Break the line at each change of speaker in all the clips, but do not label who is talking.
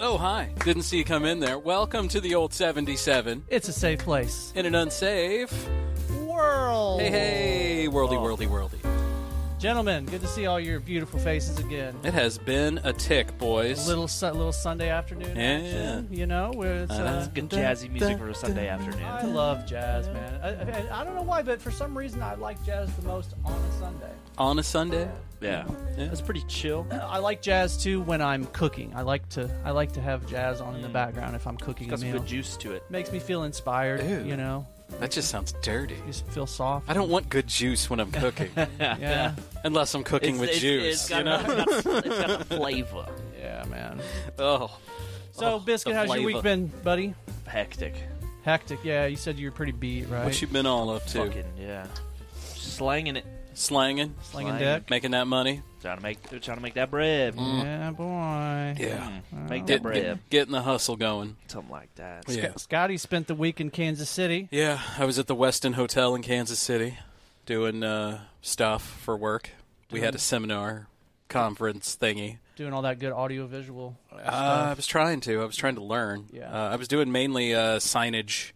Oh, hi. Didn't see you come in there. Welcome to the old 77
It's a safe place.
in an unsafe.
World.
Hey, hey, worldy, worldy, worldy.
Gentlemen, good to see all your beautiful faces again.
It has been a tick, boys.
Little su- little Sunday afternoon
Yeah.
action, you know, where it's. Uh,
Good jazzy music for a Sunday afternoon.
I love jazz, man. I, I, I don't know why, but for some reason, I like jazz the most on a Sunday.
On a Sunday?
Yeah. That's pretty chill.
I like jazz too when I'm cooking. I like to I like to have jazz on in the background if I'm cooking
Got
a
some
meal.
good juice to it.
Makes me feel inspired,
Ew.
you know.
That just sounds dirty.
Just feel soft.
I don't want good juice when I'm cooking,
Yeah.
unless I'm cooking with juice.
it's got, it's got- it's got a flavor.
yeah, man.
oh,
So,
Oh,
Biscuit,
the
how's your
flavor.
week been, buddy?
Hectic.
Hectic, yeah. You said you were pretty beat, right?
what you been all up to?
Fucking yeah. Slanging it.
Slanging,
Slinging
Slanging.
dick.
making that money,
Trying to make trying to make that bread. Mm,
Yeah, boy.
Mm, yeah,
Make that
get,
bread.
get, getting the hustle going.
Something like that.
Yeah,
Scotty spent the week in Kansas City.
yeah. I was at the Weston Hotel in Kansas City doing uh, stuff for work. We had a seminar conference thingy.
doing all that good audiovisual.
Uh, I was trying to. I was trying to learn.
Yeah.
Uh, I was doing mainly uh, signage,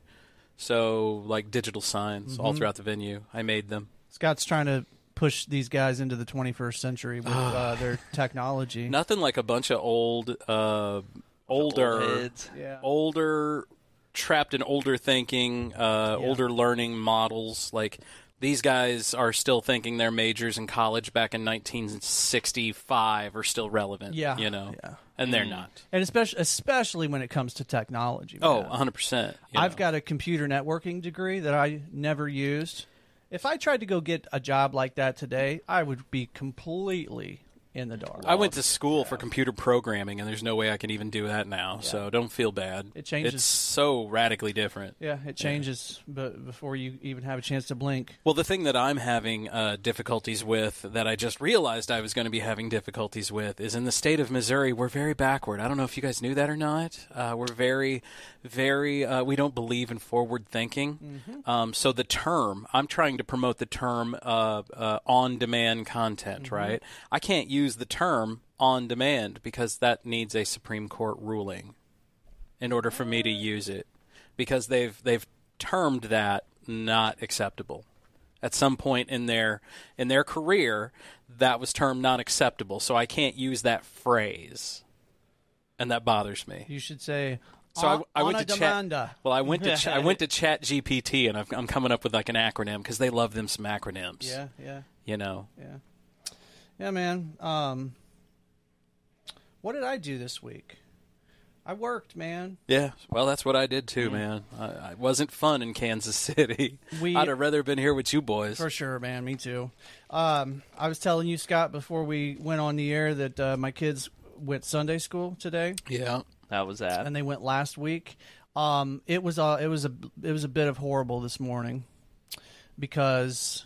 so like digital signs all throughout the venue. I made them.
Scott's trying to push these guys into the 21st century with uh, their technology.
Nothing like a bunch of old, uh, older,
Old heads.
Yeah.
older, trapped in older thinking, uh, older learning models. Like these guys are still thinking their majors in college back in 1965 are still relevant.
Yeah.
you know,
Yeah. Mm.
and they're not.
And especially, especially when it comes to technology.
Oh,
man.
100 percent.
I've got a computer networking degree that I never used. If I tried to go get a job like that today, I would be completely in the dark.
I went to school for computer programming, and there's no way I can even do that now. So don't feel bad.
It changes.
It's so radically different.
Yeah, it changes but before you even have a chance to blink.
Well, the thing that I'm having uh, difficulties with that I just realized I was going to be having difficulties with is in the state of Missouri, we're very backward. I don't know if you guys knew that or not. Uh, we're very, very, uh, we don't believe in forward thinking. Um, so the term, I'm trying to promote the term uh, uh, on demand content, right? I can't use the term on demand because that needs a Supreme Court ruling in order for me to use it because they've they've termed that not acceptable at some point in their in their career that was termed not acceptable so i can't use that phrase and that bothers me
You should say,
so I-
"On-
I, went
on
to
a
chat
demanda."
well i went to ch- i went to chat gpt and I've, i'm coming up with like an acronym because they love them some acronyms
Yeah, yeah.
you know
Yeah. Yeah, man. Um What did I do this week? I worked, man.
yeah well that's what i did too man I, I wasn't fun in kansas city
We-
i'd have rather been here with you boys
For sure, man. Me too. Um I was telling you Scott before we went on the air that uh, my kids went Sunday school today
yeah
That was that.
and they went last week. Um it was a it was a it was a bit of horrible this morning because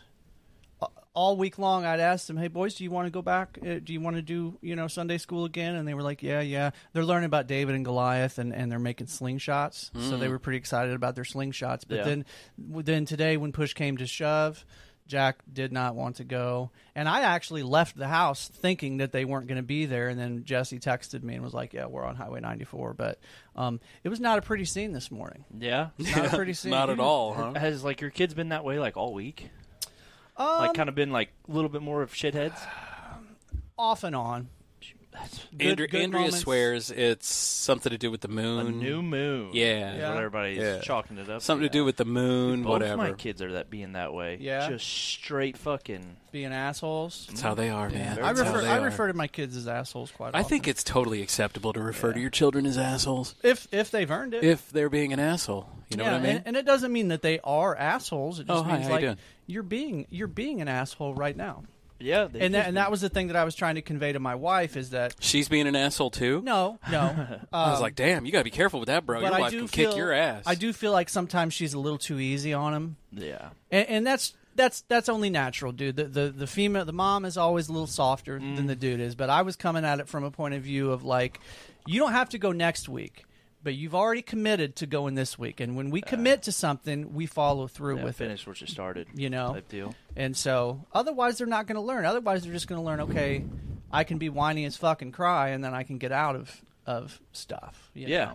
a- all week long I'd asked them, "Hey boys, do you want to go back? Uh, Do you want to do, you know, Sunday school again?" And they were like, "Yeah, yeah." They're learning about David and Goliath and and they're making slingshots. So
Mm.
they were pretty excited about their slingshots. But
Yeah.
then then today when push came to shove, Jack did not want to go. And I actually left the house thinking that they weren't going to be there and then Jesse texted me and was like, "Yeah, we're on Highway 94." But um it was not a pretty scene this morning.
yeah.
Not a pretty scene.
not at all huh
Has like your kids been that way like all week? like kind of been like a little bit more of shitheads.
Off and on. Good-
Andrea,
good
Andrea
moments.
swears it's something to do with the moon.
A new moon.
Yeah.
Is
Yeah.
what everybody's
Yeah.
chalking it up.
something to do with the moon,
Both
whatever.
my kids are that being that way.
Yeah.
Just straight fucking.
being assholes.
That's how they are, man.
I
That's how
refer
they
I
are.
refer to my kids as assholes quite
I
often.
think it's totally acceptable to refer to your children as assholes
if if they've earned it.
if they're being an asshole. You know
yeah,
what I mean?
and, and it doesn't mean that they are assholes. It just
Oh, hi,
means
how you
like
doing?
are being you're being an asshole right now.
Yeah.
And
they've just
that and that was the thing that I was trying to convey to my wife is that
She's being an asshole too.
no, no.
I
Uh,
was like, damn, you gotta be careful with that, bro.
but
Your
I
wife
do
can
feel
kick your ass.
I do feel like sometimes she's a little too easy on him.
been- Yeah.
and, and that's that's that's only natural, dude. The, the the female, the mom is always a little softer
Mm.
than the dude is. But I was coming at it from a point of view of like, you don't have to go next week, but you've already committed to going this week. And when we commit to something, we follow through
Yeah,
with it.
finish what you started.
You know?
type deal.
And so, otherwise, they're not going to learn. Otherwise, they're just going to learn. Okay, I can be whiny as fuck and cry, and then I can get out of of stuff. you
Yeah.
know?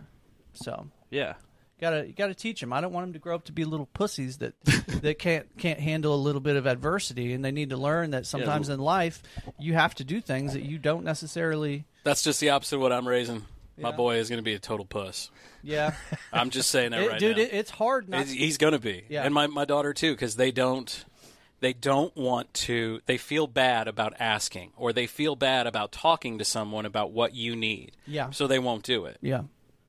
So
Yeah.
gotta you gotta teach them. I don't want them to grow up to be little pussies that that can't can't handle a little bit of adversity, and they need to learn that sometimes in life you have to do things that you don't necessarily.
That's just the opposite of what I'm raising. My
Yeah.
boy is going to be a total puss.
Yeah,
I'm just saying that
It-
right
dude,
now.
It, it's hard not.
He's- he's going to be,
Yeah.
and my, my daughter too, because they don't they don't want to. They feel bad about asking, or they feel bad about talking to someone about what you need.
Yeah.
So they won't do it,
yeah,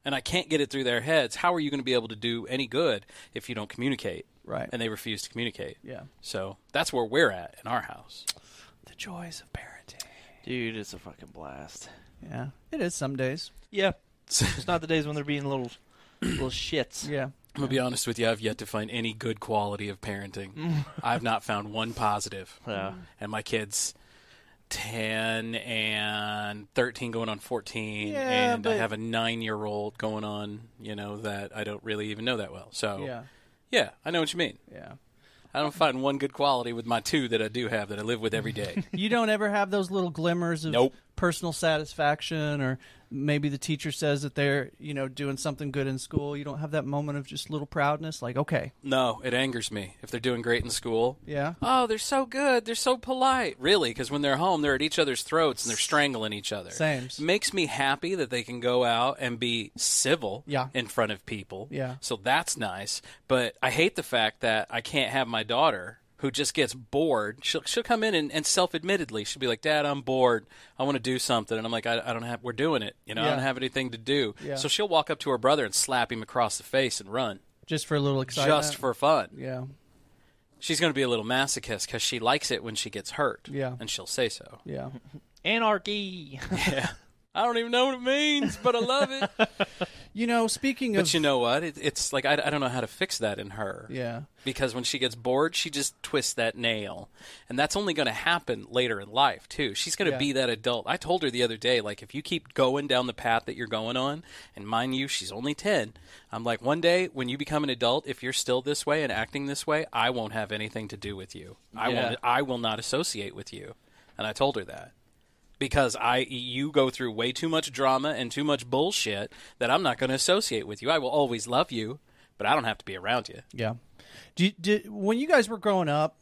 and I can't get it through their heads. How are you going to be able to do any good if you don't communicate?
Right.
And they refuse to communicate.
yeah.
So that's where we're at in our house.
The joys of parenting.
Dude, it's a fucking blast.
Yeah, it is some days.
Yeah. It's not the days when they're being little little shits.
Yeah,
I'm gonna be honest with you. I've yet to find any good quality of parenting. I've not found one positive.
Yeah.
and my kids, ten and thirteen, going on fourteen,
Yeah,
and I
but-
have a nine-year-old going on. You know that I don't really even know that well. So
yeah,
yeah, I know what you mean.
yeah.
I don't find one good quality with my two that I do have that I live with every day.
You don't ever have those little glimmers of
Nope.
personal satisfaction, or maybe the teacher says that they're you know doing something good in school. You don't have that moment of just little proudness, like okay,
no, it angers me if they're doing great in school.
yeah,
Oh, they're so good. They're so polite. Really, because when they're home, they're at each other's throats and they're strangling each other.
Sames.
Makes me happy that they can go out and be civil
Yeah.
in front of people.
Yeah.
So that's nice. But I hate the fact that I can't have my daughter who just gets bored. She'll, she'll come in and, and self admittedly, she'll be like, Dad, I'm bored. I want to do something. And I'm like, I, I don't have, we're doing it. You know, I
Yeah.
don't have anything to do.
Yeah.
So she'll walk up to her brother and slap him across the face and run
just for a little excitement,
just for fun
yeah,
she's going to be a little masochist because she likes it when she gets hurt.
Yeah.
And she'll say so.
yeah.
Anarchy.
I don't even know what it means, but I love it.
You know, speaking
but
of
you know what? It, it's like I, I don't know how to fix that in her.
yeah,
Because when she gets bored, she just twists that nail. And that's only going to happen later in life, too. She's going to
Yeah.
be that adult. I told her the other day, like, if you keep going down the path that you're going on, and mind you, she's only 10, I'm like, one day when you become an adult, if you're still this way and acting this way, I won't have anything to do with you. I,
Yeah.
won't, I will not associate with you. And I told her that. Because I, you go through way too much drama and too much bullshit that I'm not going to associate with you. I will always love you, but I don't have to be around you.
yeah. Do, you- did when you guys were growing up,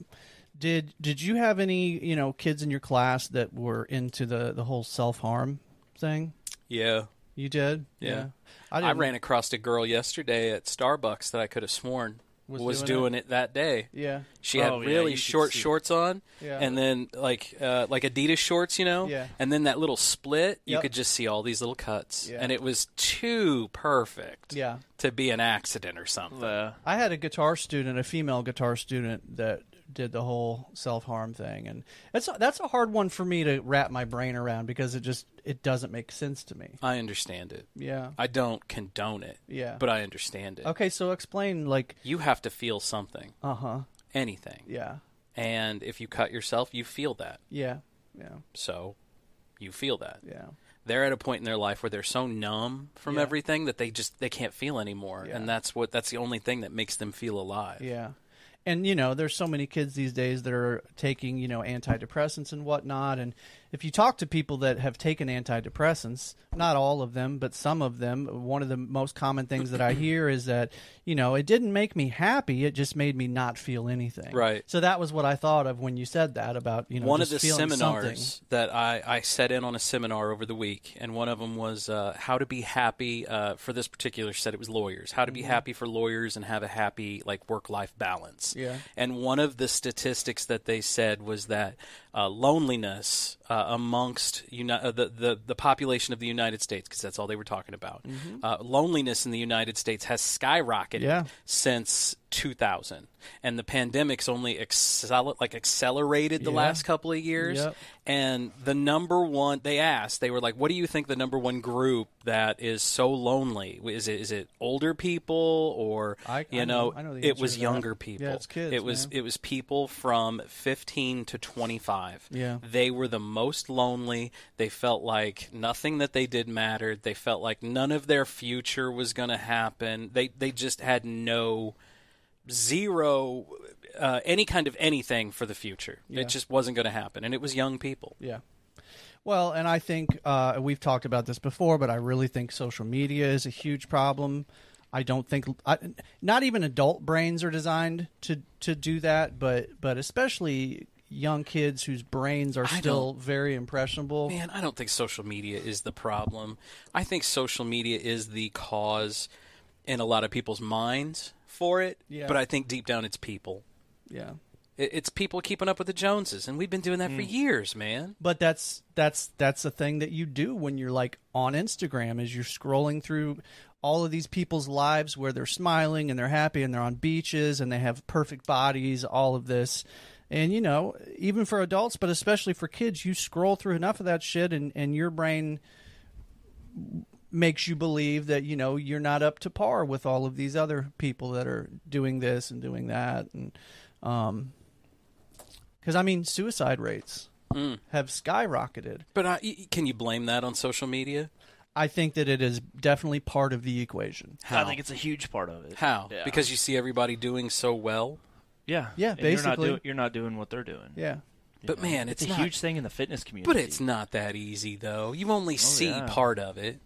did did you have any you know kids in your class that were into the the whole self harm thing?
Yeah.
You did,
Yeah.
I,
I
didn't-
ran across a girl yesterday at Starbucks that I could have sworn was,
Was
doing,
doing
it. that day.
Yeah,
She
Oh,
had
yeah,
really
you could
short
see.
shorts on,
Yeah.
and then like uh, like Adidas shorts, you know.
Yeah.
And then that little split, you
Yep.
could just see all these little cuts,
Yeah.
and it was too perfect.
Yeah.
To be an accident or something.
Uh,
I had a guitar student, a female guitar student that did the whole self harm thing, and that's that's a hard one for me to wrap my brain around because it just it doesn't make sense to me.
I understand it.
Yeah.
I don't condone it.
Yeah.
But I understand it.
Okay, so explain like
You have to feel something,
uh huh.
anything,
Yeah.
and if you cut yourself, you feel that.
Yeah. Yeah.
So, you feel that.
Yeah.
they're at a point in their life where they're so numb from
Yeah.
everything that they just they can't feel anymore
Yeah.
and that's what that's the only thing that makes them feel alive
Yeah. And you know, there's so many kids these days that are taking, you know, antidepressants and whatnot. And if you talk to people that have taken antidepressants, not all of them, but some of them, one of the most common things that I hear is that, you know, it didn't make me happy, it just made me not feel anything.
Right.
So that was what I thought of when you said that about, you know,
one of
just
the
feeling
seminars
something.
that I, I set in on a seminar over the week, and one of them was uh, how to be happy uh, for this particular set. It was lawyers, how to
Mm-hmm.
be happy for lawyers and have a happy like work life balance.
Yeah.
And one of the statistics that they said was that uh, loneliness uh, amongst uni- uh, the, the the population of the United States, because that's all they were talking about, uh, loneliness in the United States has skyrocketed
Mm-hmm. Yeah.
since 2000 and the pandemic's only accel- like accelerated the
Yeah.
last couple of years
Yep.
and the number one they asked they were like what do you think the number one group that is so lonely is it is it older people or
I-
you
I
know,
know- I know the
it
answer
was
to that.
younger people
Yeah, it's kids,
it was
man.
it was people from 15 to 25
Yeah.
they were the most lonely. They felt like nothing that they did mattered. They felt like none of their future was going to happen. They they just had no zero uh, any kind of anything for the future.
Yeah.
It just wasn't going to happen, and it was young people.
Yeah. Well, and I think uh, we've talked about this before, but I really think social media is a huge problem. I don't think I, not even adult brains are designed to to do that, but but especially young kids whose brains are
I
still very impressionable.
Man, I don't think social media is the problem. I think social media is the cause in a lot of people's minds for it.
Yeah.
But I think deep down it's people.
Yeah.
It- It's people keeping up with the Joneses, and we've been doing that
Hmm.
for years, man.
But that's that's that's a thing that you do when you're like on Instagram is you're scrolling through all of these people's lives where they're smiling and they're happy and they're on beaches and they have perfect bodies, all of this. And you know, even for adults, but especially for kids, you scroll through enough of that shit and, and your brain makes you believe that, you know, you're not up to par with all of these other people that are doing this and doing that and um because I mean suicide rates have skyrocketed.
But I, y- can you blame that on social media?
I think that it is definitely part of the equation.
How?
I think it's a huge part of it.
How?
Yeah.
Because you see everybody doing so well.
yeah,
Yeah,
and
basically.
you're not, do- you're not doing what they're doing.
Yeah.
But man,
it's,
it's,
a
not,
huge thing in the fitness community.
But it's not that easy though. You
Oh,
only see
yeah.
part of it.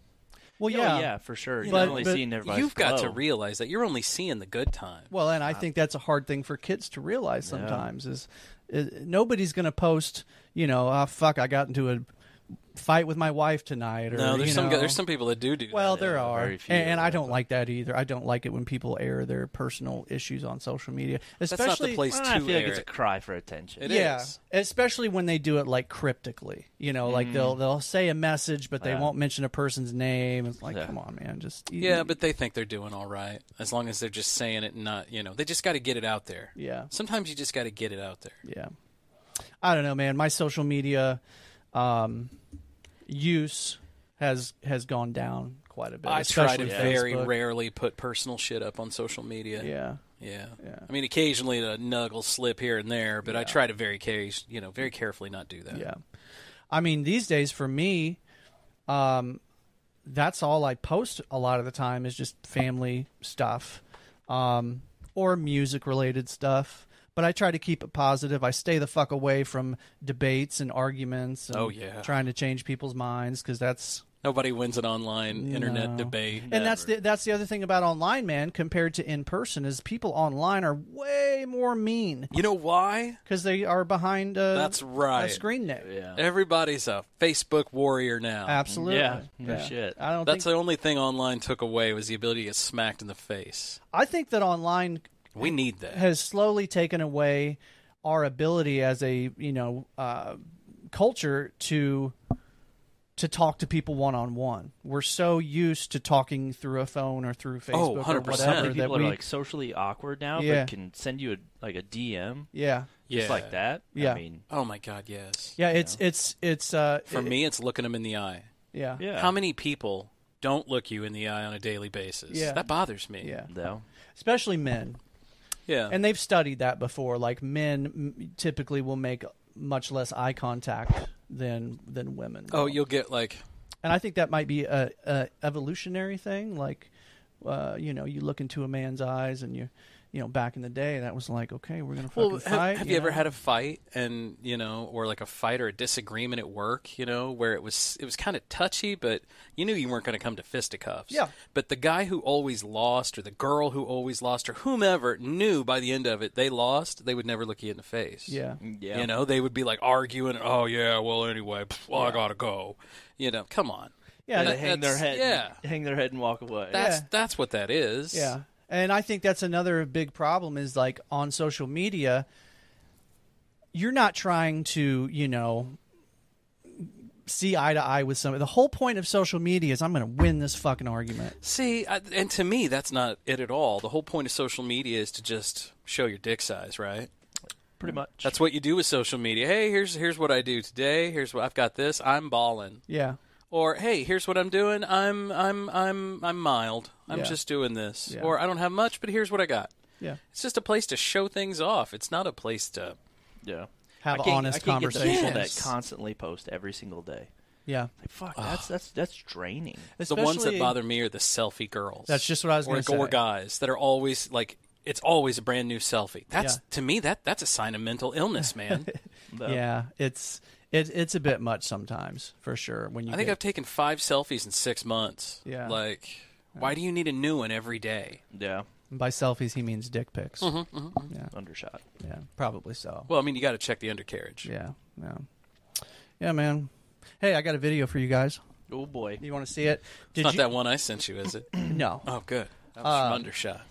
Well,
Oh,
yeah.
yeah, for sure. You're
But-
not only
but
seeing everybody.
You've got to
flow.
realize that you're only seeing the good time.
Well, and I think that's a hard thing for kids to realize sometimes is, is nobody's going to post, you know, ah, fuck, I got into a fight with my wife tonight. Or,
no, there's
you
some
know.
gu- there's some people that do do.
Well,
that.
there are,
very few,
and, and I
yeah,
don't like that either. I don't like it when people air their personal issues on social media,
that's not the
especially
place
I
to
feel like
air
it's a
it.
cry for attention.
It
yeah,
is.
especially when they do it like cryptically. You know, like
Mm.
they'll they'll say a message, but they
Yeah.
won't mention a person's name. It's like,
Yeah.
come on, man, just
Yeah, but they think they're doing all right as long as they're just saying it and not, you know, they just got to get it out there.
yeah,
Sometimes you just got to get it out there.
yeah. I don't know, man. My social media um, use has has gone down quite a bit.
I try to
especially
very
Facebook.
rarely put personal shit up on social media.
Yeah,
Yeah.
Yeah.
I mean, occasionally a nug will slip here and there, but I try to very, care- you know, very carefully not do that.
yeah. I mean, these days for me, um, that's all I post a lot of the time is just family stuff um, or music related stuff. But I try to keep it positive. I stay the fuck away from debates and arguments. And
Oh, yeah.
trying to change people's minds because that's
Nobody wins an online internet
No.
debate.
and that's the that's the other thing about online, man. Compared to in person, is people online are way more mean
You know why?
because they are behind a,
That's right.
a screen net.
Yeah.
Everybody's a Facebook warrior now.
Absolutely.
Yeah. No shit.
I don't
That's
think.
the only thing online took away was the ability to get smacked in the face.
I think that online
We need that.
has slowly taken away our ability as a you know uh, culture to to talk to people one on one. We're so used to talking through a phone or
Oh,
through Facebook or
100%.
whatever
Or
People
that
are
we
like socially awkward now,
Yeah.
but can send you a, like a DM
yeah
yeah.
just like that.
Yeah.
I mean,
Oh my God, yes.
yeah it's it's it's uh
For
it-
me, it's looking them in the eye.
yeah
yeah.
How many people don't look you in the eye on a daily basis?
Yeah.
That bothers me.
yeah
though?
especially men
Yeah.
and they've studied that before like men m- typically will make much less eye contact than than women
oh,
will.
you'll get like,
and I think that might be a, a evolutionary thing. Like, uh, you know, you look into a man's eyes, and you, you know, back in the day, that was like, okay, we're gonna fucking
well, have,
fight.
have you ever
know?
had a fight and, you know, or like a fight or a disagreement at work, you know, where it was, it was kind of touchy, but you knew you weren't going to come to fisticuffs.
Yeah.
But the guy who always lost or the girl who always lost or whomever knew by the end of it, they lost, they would never look you in the face.
Yeah,
Yeah.
You know, they would be like arguing, oh, yeah, well, anyway, pff, I got to go. You know, come on.
yeah,
they
that-
hang their
that's-
head.
yeah.
Hang their head and walk away.
That's
Yeah.
that's what that is.
yeah. And I think that's another big problem is like on social media, you're not trying to, you know. See eye to eye with somebody. The whole point of social media is I'm going to win this fucking argument.
See, I, and to me, that's not it at all. The whole point of social media is to just show your dick size, right?
pretty much.
That's what you do with social media. Hey, here's here's what I do today. Here's what I've got. This I'm balling.
Yeah,
Or hey, here's what I'm doing. I'm I'm I'm I'm mild. I'm
Yeah.
just doing this.
Yeah.
Or I don't have much, but here's what I got.
yeah.
It's just a place to show things off. It's not a place to.
yeah.
Have
I can't,
honest
I can't get the people
conversations.
Yes.
that constantly post every single day.
Yeah,
Like, fuck, that's that's that's draining.
the ones that
Especially-
bother me are the selfie girls.
That's just what I was
or,
gonna
or
say.
guys that are always like it's always a brand new selfie. That's
Yeah.
to me that that's a sign of mental illness, man.
though.
Yeah, it's It, it's a bit much sometimes, for sure. When you
I think
get-
I've taken five selfies in six months.
Yeah.
Like, why do you need a new one every day?
Yeah,
by selfies he means dick pics. Yeah,
undershot.
yeah, probably so.
Mm-hmm. Well, I mean, you got to check the undercarriage.
Yeah, yeah, yeah, man. Hey, I got a video for you guys.
Oh boy.
You want to see it?
It's
Did
not
you? Um,
that one I sent you, is it?
No.
Oh, good. That was from undershot.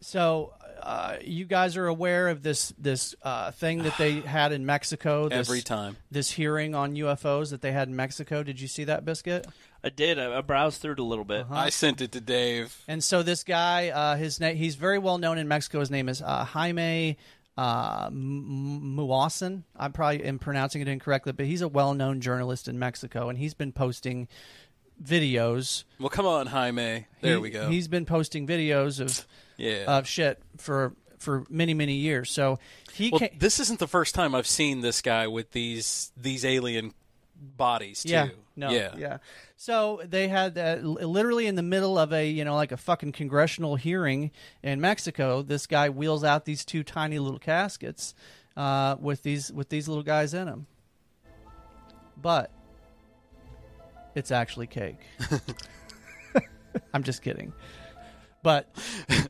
So uh, you guys are aware of this this uh, thing that they had in Mexico. This,
Every time.
This hearing on UFOs that they had in Mexico. Did you see that biscuit?
I did. I, I browsed through it a little bit.
Uh-huh.
I sent it to Dave.
And so this guy, uh, his name, he's very well known in Mexico. His name is uh, Jaime uh, M- Muasin. I probably am pronouncing it incorrectly, but he's a well known journalist in Mexico, and he's been posting videos.
Well, come on, Jaime. There
He-
we go.
He's uh, been posting videos of
yeah.
of shit for for many many years. So he
well,
can
this isn't the first time I've seen this guy with these these alien bodies too.
Yeah. No.
yeah.
Yeah. So they had uh, li- literally in the middle of a you know like a fucking congressional hearing in Mexico, this guy wheels out these two tiny little caskets uh, with these with these little guys in them. But it's actually cake. I'm just kidding. But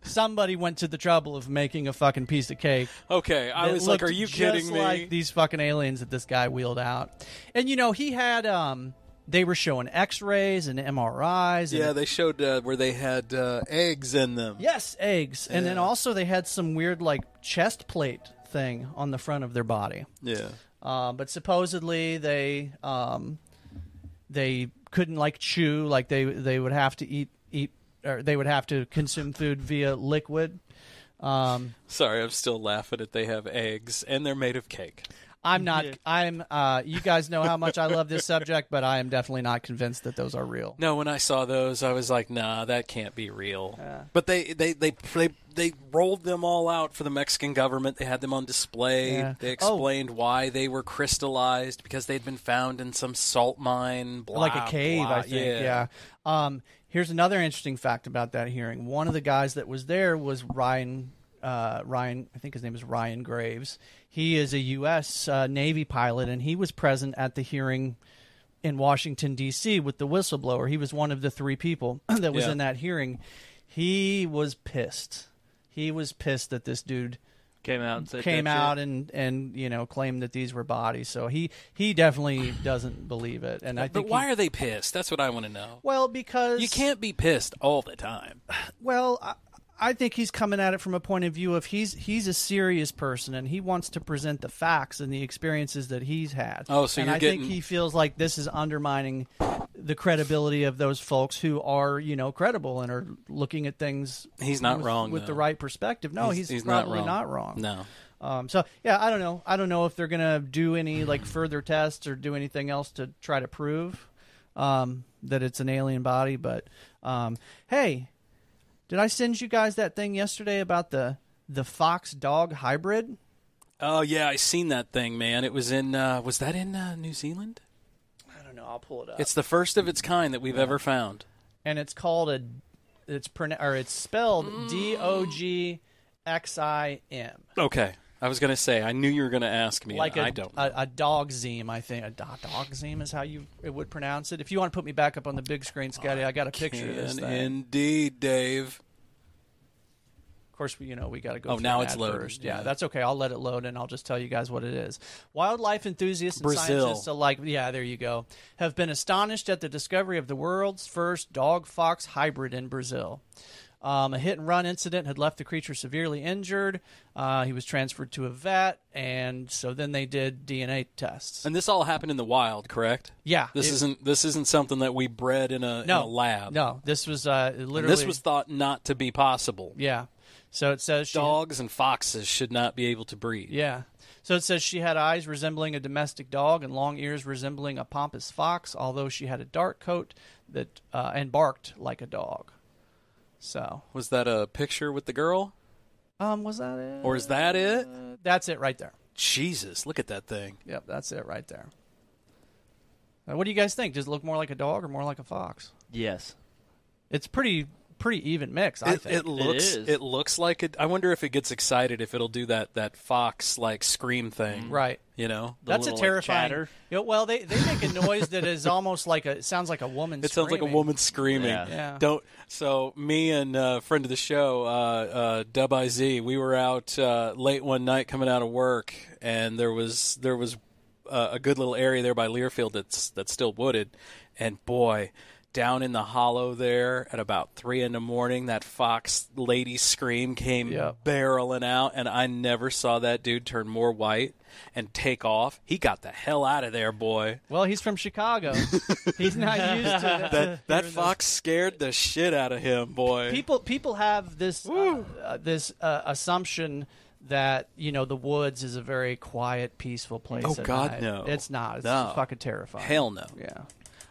somebody went to the trouble of making a fucking piece of cake
Okay, I
that
was like,
looked
"Are you
just
kidding me?"
Like these fucking aliens that this guy wheeled out, and you know he had um, they were showing X-rays and MRIs. And
yeah, they showed uh, where they had uh, eggs in them.
Yes, eggs, and then
Yeah.
also they had some weird like chest plate thing on the front of their body.
yeah.
Uh, but supposedly they um, they couldn't like chew, like they they would have to eat eat or they would have to consume food via liquid. Um,
Sorry, I'm still laughing at they have eggs and they're made of cake.
I'm not. I'm. Uh, you guys know how much I love this subject, but I am definitely not convinced that those are real.
No, when I saw those, I was like, "Nah, that can't be real." but they they, they they they rolled them all out for the Mexican government. They had them on display.
Yeah.
They
Oh.
explained why they were crystallized because they'd been found in some salt mine, blah,
like a cave,
blah.
I think. Yeah. Um, here's another interesting fact about that hearing. One of the guys that was there was Ryan. Uh, Ryan, I think his name is Ryan Graves. He is a U.S. Uh, Navy pilot, and he was present at the hearing in Washington D.C. with the whistleblower. He was one of the three people that was
Yeah.
in that hearing. He was pissed. He was pissed that this dude
Came out and said
came
that shit.
out and and you know claimed that these were bodies. So he he definitely doesn't believe it. And I
But
think
why
he-
are they pissed? That's what I want to know.
well because
You can't be pissed all the time.
Well. I, I think he's coming at it from a point of view of he's he's a serious person and he wants to present the facts and the experiences that he's had.
Oh, so
and
you're
I
getting-
think he feels like this is undermining the credibility of those folks who are you know credible and are looking at things.
He's not
with,
wrong,
with the
though.
right perspective. No, he's, probably not wrong.
No.
Um, so yeah, I don't know. I don't know if they're gonna do any like further tests or do anything else to try to prove um, that it's an alien body. But um, hey, did I send you guys that thing yesterday about the the fox dog hybrid?
Oh yeah, I seen that thing, man. It was in uh, was that in uh, New Zealand?
I don't know. I'll pull it up.
It's the first of its kind that we've ever found.
and it's called a it's pron- or it's spelled D O G X I M.
Okay. I was gonna say I knew you were gonna ask me.
like
and
a,
I don't.
a, a dogzeme, I think. A do- dogzeme is how you it would pronounce it. If you want to put me back up on the big screen, Scotty, I got a picture of this
Can
thing.
indeed, Dave.
Of course, we- you know we got to go.
Oh,
through
now
an
it's
ad
loaded,
First. Yeah,
yeah.
that's okay. I'll let it load, and I'll just tell you guys what it is. Wildlife enthusiasts and
Brazil.
scientists alike, yeah, there you go, have been astonished at the discovery of the world's first dog-fox hybrid in Brazil. Um, a hit-and-run incident had left the creature severely injured. Uh, he was transferred to a vet, and so then they did DNA tests.
And this all happened in the wild, correct?
Yeah,
This
it-
is isn't this isn't something that we bred in a,
no
in a lab.
No, this was uh, literally.
This was thought not to be possible.
yeah. So it says she,
Dogs and foxes should not be able to breed.
Yeah. So it says she had eyes resembling a domestic dog and long ears resembling a pompous fox, although she had a dark coat that uh, and barked like a dog. So,
Was that a picture with the girl?
um, was that it?
Or is that it?
that's it right there.
Jesus, look at that thing.
Yep, that's it right there. Uh, what do you guys think? Does it look more like a dog or more like a fox?
Yes.
It's pretty pretty even mix, I
it,
think.
it looks
is.
it looks like it. I wonder if it gets excited if it'll do that that fox like scream thing.
right.
You know,
The
That's a
little, like,
terrifying.
chatter.
Yeah, well, they, they make a noise that is almost like a it sounds like a woman.
it sounds like a
screaming.
woman screaming.
Yeah.
Yeah.
Don't. So me and uh, friend of the show, uh, uh, Dub Iz, we were out uh, late one night coming out of work, and there was there was uh, a good little area there by Learfield that's that's still wooded, and boy. Down in the hollow there at about three in the morning, that fox lady scream came
Yeah.
barreling out, and I never saw that dude turn more white and take off. He got the hell out of there, boy.
Well, he's from Chicago. he's not used to
That that fox scared the shit out of him, boy.
people people have this uh, uh, this uh, assumption that you know the woods is a very quiet, peaceful place.
Oh,
at
God,
night.
no.
It's not. It's
No.
fucking terrifying.
Hell no.
Yeah.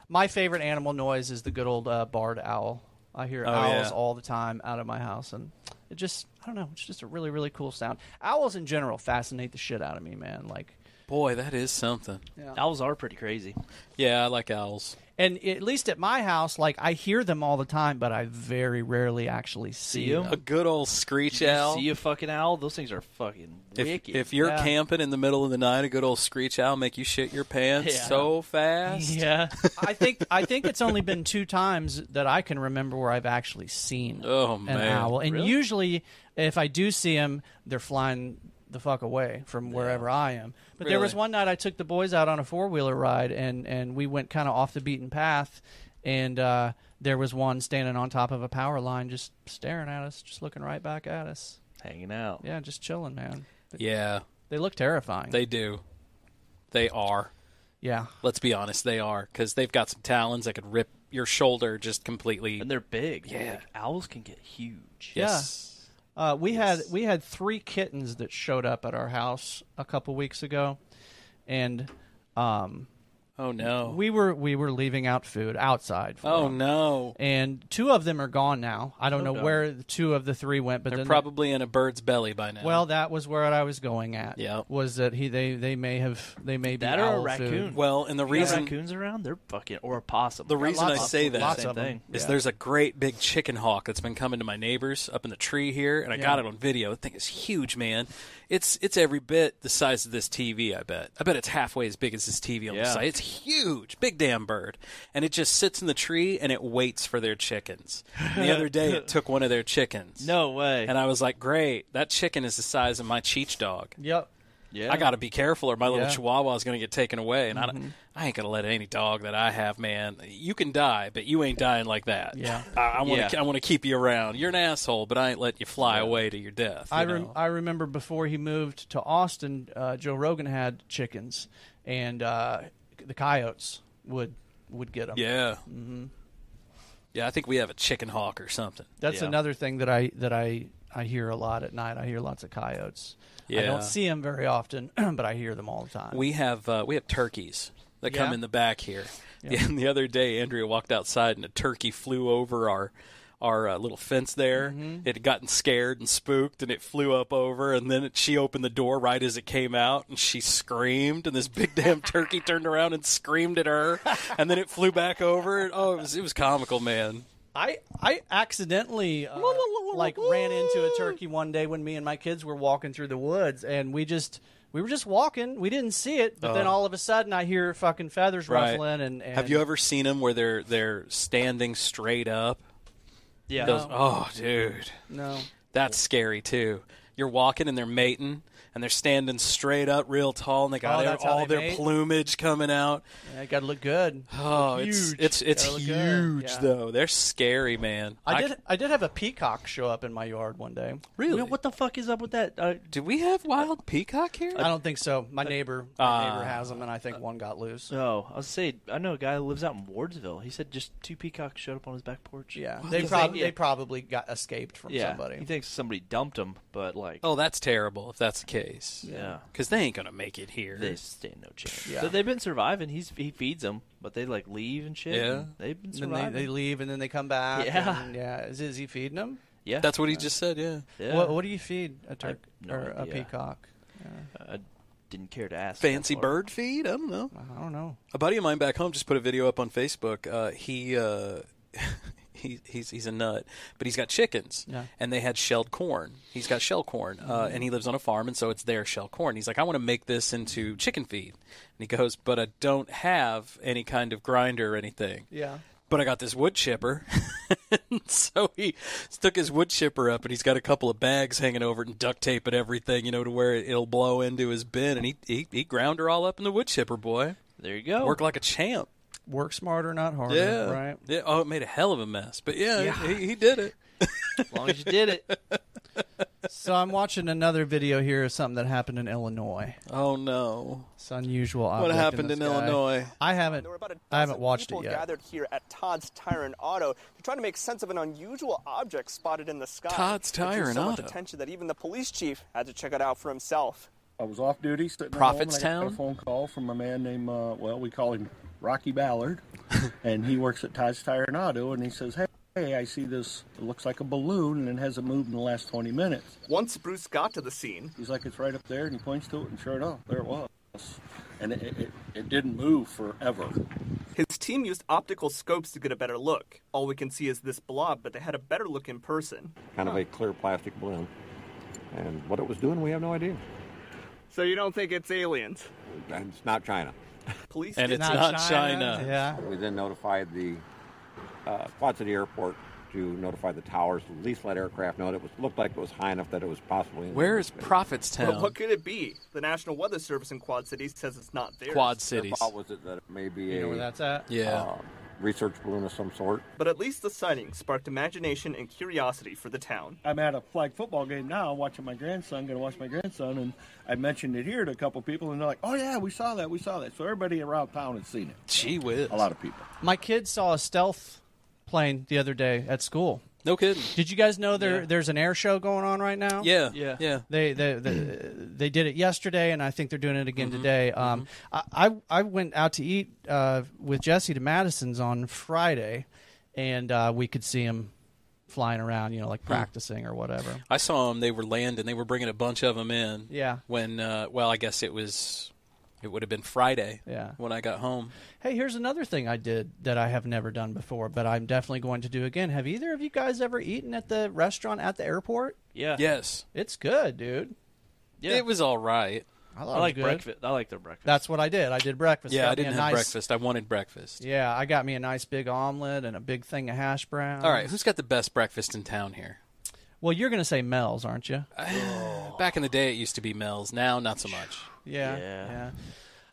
My favorite animal noise is the good old uh, barred owl. I hear
Oh,
owls
yeah.
all the time out of my house, and it just I don't know. It's just a really really cool sound. Owls in general fascinate the shit out of me, man. Like.
Boy, that is something.
Owls are pretty crazy.
Yeah, I like owls.
And at least at my house, like I hear them all the time, but I very rarely actually see,
you?
them.
A good old screech
You
owl.
see a fucking owl? Those things are fucking
if,
wicked.
if you're
Yeah.
camping in the middle of the night, a good old screech owl make you shit your pants
Yeah.
so fast.
yeah.
I think I think it's only been two times that I can remember where I've actually seen
Oh,
an
man.
owl, and
Really?
usually if I do see them, they're flying the fuck away from wherever I am. But there was
Really?
one night I took the boys out on a four wheeler ride, and and we went kind of off the beaten path, and uh, there was one standing on top of a power line, just staring at us, just looking right back at us.
Hanging out.
Yeah, just chilling, man.
Yeah,
They look terrifying.
they do. They are.
yeah,
Let's be honest, they are because they've got some talons that could rip your shoulder just completely.
And they're big.
Yeah.
Like, owls can get huge.
yes.
Uh, we had we had three kittens that showed up at our house a couple weeks ago, and um,
Oh no.
we were we were leaving out food outside. For
oh
them.
no.
And two of them are gone now. I don't
Oh,
know
darn.
where the two of the three went, but
They're
then
probably in a bird's belly by now.
well, that was where I was going at.
Yeah.
was that he they they may have they may
That
be
or a
owl
raccoon.
Food.
well, and the
You got
reason
raccoons around, they're fucking or a possum.
The
Got
reason
lots
I
of-
say that-
lots
Same
of them.
thing.
is
Yeah.
there's a great big chicken hawk that's been coming to my neighbors up in the tree here, and I got it
Yeah.
on video. The thing is huge, man. It's it's every bit the size of this TV. I bet. I bet it's halfway as big as this TV on the
Yeah.
side. It's huge, big damn bird, and it just sits in the tree and it waits for their chickens. And the other day, it took one of their chickens.
No way.
And I was like, great, that chicken is the size of my Cheech dog.
Yep.
yeah.
I got to be careful, or my little
Yeah. Mm-hmm.
chihuahua is going to get taken away, and I don't- I, ain't going to let any dog that I have, man. You can die, but you ain't dying like that.
Yeah.
I, I want to.
Yeah.
I want to keep you around. You're an asshole, but I ain't letting you fly away to your death. you
I, rem-
know?
I remember before he moved to Austin, uh, Joe Rogan had chickens, and uh, the coyotes would would get them.
yeah, mm-hmm. yeah. I think we have a chicken hawk or something.
That's
Yeah.
another thing that I that I I hear a lot at night. I hear lots of coyotes. I
Yeah.
don't see them very often, but I hear them all the time.
We have uh, we have turkeys that come
Yeah?
in the back here. And the other day, Andrea walked outside and a turkey flew over our our uh, little fence there.
Mm-hmm.
It had gotten scared and spooked, and it flew up over. And then it, she opened the door right as it came out, and she screamed. And this big damn turkey turned around and screamed at her. And then it flew back over. And, oh, it was it was comical, man.
I I accidentally uh, like ran into a turkey one day when me and my kids were walking through the woods, and we just we were just walking. We didn't see it, but then all of a sudden I hear fucking feathers
Oh. Right.
ruffling. And, and
Have you ever seen them where they're they're standing straight up?
yeah.
Those- oh, dude.
No.
That's scary too. You're walking and they're mating and they're standing straight up real tall and they got
Oh,
their,
that's how
all
they
their
mate?
plumage coming out.
Yeah, it got to look good.
Oh, it's
huge.
it's it's
Gotta look good,
huge
yeah.
though. They're scary, man.
I did. I did have a peacock show up in my yard one day.
really.
What the fuck is up with that? Uh,
do we have wild peacock here?
I don't think so. My neighbor, my neighbor has them, and I think one got loose.
oh, I was saying, I know a guy who lives out in Wardsville. He said just two peacocks showed up on his back porch.
Yeah,
What
they
the
probably
fuck?
they probably got escaped from
Yeah.
somebody.
He thinks somebody dumped him, but like,
oh, that's terrible if that's the case.
Yeah.
because they ain't gonna make it here.
they stand no chance.
Yeah.
So they've been surviving. He's he feeds them, but they like leave and shit.
Yeah.
and They've been
and then
surviving.
they, they leave, and then they come back.
Yeah.
and, yeah. Is, is he feeding them?
yeah.
That's what he just said. Yeah.
yeah.
What, what do you feed a turk
no
or a
idea.
peacock?
I didn't care to ask.
Fancy
that far.
bird feed? I don't know.
I don't know.
A buddy of mine back home just put a video up on Facebook. Uh, he uh, he, he's he's a nut, but he's got chickens,
Yeah. Mm.
and they had shelled corn. He's got shell corn, uh, and he lives on a farm, and so it's their shell corn. He's like, I want to make this into chicken feed, and he goes, but I don't have any kind of grinder or anything.
Yeah.
But I got this wood chipper. so he took his wood chipper up and he's got a couple of bags hanging over it and duct tape and everything, you know, to where it- it'll blow into his bin. And he, he, he ground her all up in the wood chipper, boy.
There you go.
Work like a champ.
Work smarter, not Oh. harder.
Yeah.
Right.
Yeah. Oh, it made a hell of a mess. But yeah, He, he did it.
as long as you did it.
So I'm watching another video here of something that happened in Illinois.
Oh, no.
It's unusual.
What
object
happened
this
in
guy.
Illinois?
I haven't.
There were about a
I haven't
dozen
watched
people
it yet.
gathered here at Todd's Tire and Auto to try to make sense of an unusual object spotted in the sky.
Todd's
It drew
Tire and
so much
Auto.
attention that even the police chief had to check it out for himself.
I was off duty, sitting at home, and
Prophetstown?
I got a phone call from a man named, uh, well, we call him Rocky Ballard, and he works at Todd's Tire and Auto, and he says, hey, hey, I see this, it looks like a balloon, and it hasn't moved in the last 20 minutes.
Once Bruce got to the scene,
He's like, it's right up there, and he points to it, and sure enough, there it was. And it, it, it didn't move forever.
his team used optical scopes to get a better look. All we can see is this blob, but they had a better look in person.
kind of a clear plastic balloon. And what it was doing, we have no idea.
So you don't think it's aliens?
And it's not China.
Police
And
did
It's not China.
Yeah.
We then notified the uh, spots at the airport to notify the towers to at least let aircraft know that it was looked like it was high enough that it was possibly. in-
Where is
But what
Prophetstown?
could it be? The National Weather Service in Quad Cities says it's not there.
Quad
Their
Cities.
thought was it that it may be
You know where
a
that's at?
Yeah.
uh, research balloon of some sort.
But at least the sighting sparked imagination and curiosity for the town.
I'm at a flag football game now, watching my grandson, going to watch my grandson, and I mentioned it here to a couple people, and they're like, oh, yeah, we saw that, we saw that. So everybody around town had seen it.
Gee whiz.
A lot of people.
My kids saw a stealth plane the other day at school.
No kidding.
Did you guys know there there's an air show going on right now?
Yeah.
Yeah.
Yeah.
They they, they they did it yesterday, and I think they're doing it again
Mm-hmm.
today. Um, I, I I went out to eat uh, with Jesse to Madison's on Friday, and uh, we could see him flying around, you know,
Hmm.
like practicing or whatever.
I saw them. They were landing. They were bringing a bunch of them in.
Yeah.
When, uh, well, I guess it was, it would have been Friday.
Yeah.
When I got home.
Hey, here's another thing I did that I have never done before, but I'm definitely going to do again. Have either of you guys ever eaten at the restaurant at the airport?
Yeah.
Yes.
It's good, dude.
Yeah.
It was all right.
thought
I
it was
like
good.
breakfast. I like their breakfast.
That's what I did. I did breakfast.
Yeah,
Got
I
me
didn't
a
have
nice-
breakfast. I wanted breakfast.
Yeah, I got me a nice big omelet and a big thing of hash brown.
All right, who's got the best breakfast in town here?
Well, you're going to say Mel's, aren't you?
Uh, Back in the day, it used to be Mel's. Now, not so much.
Yeah.
Yeah.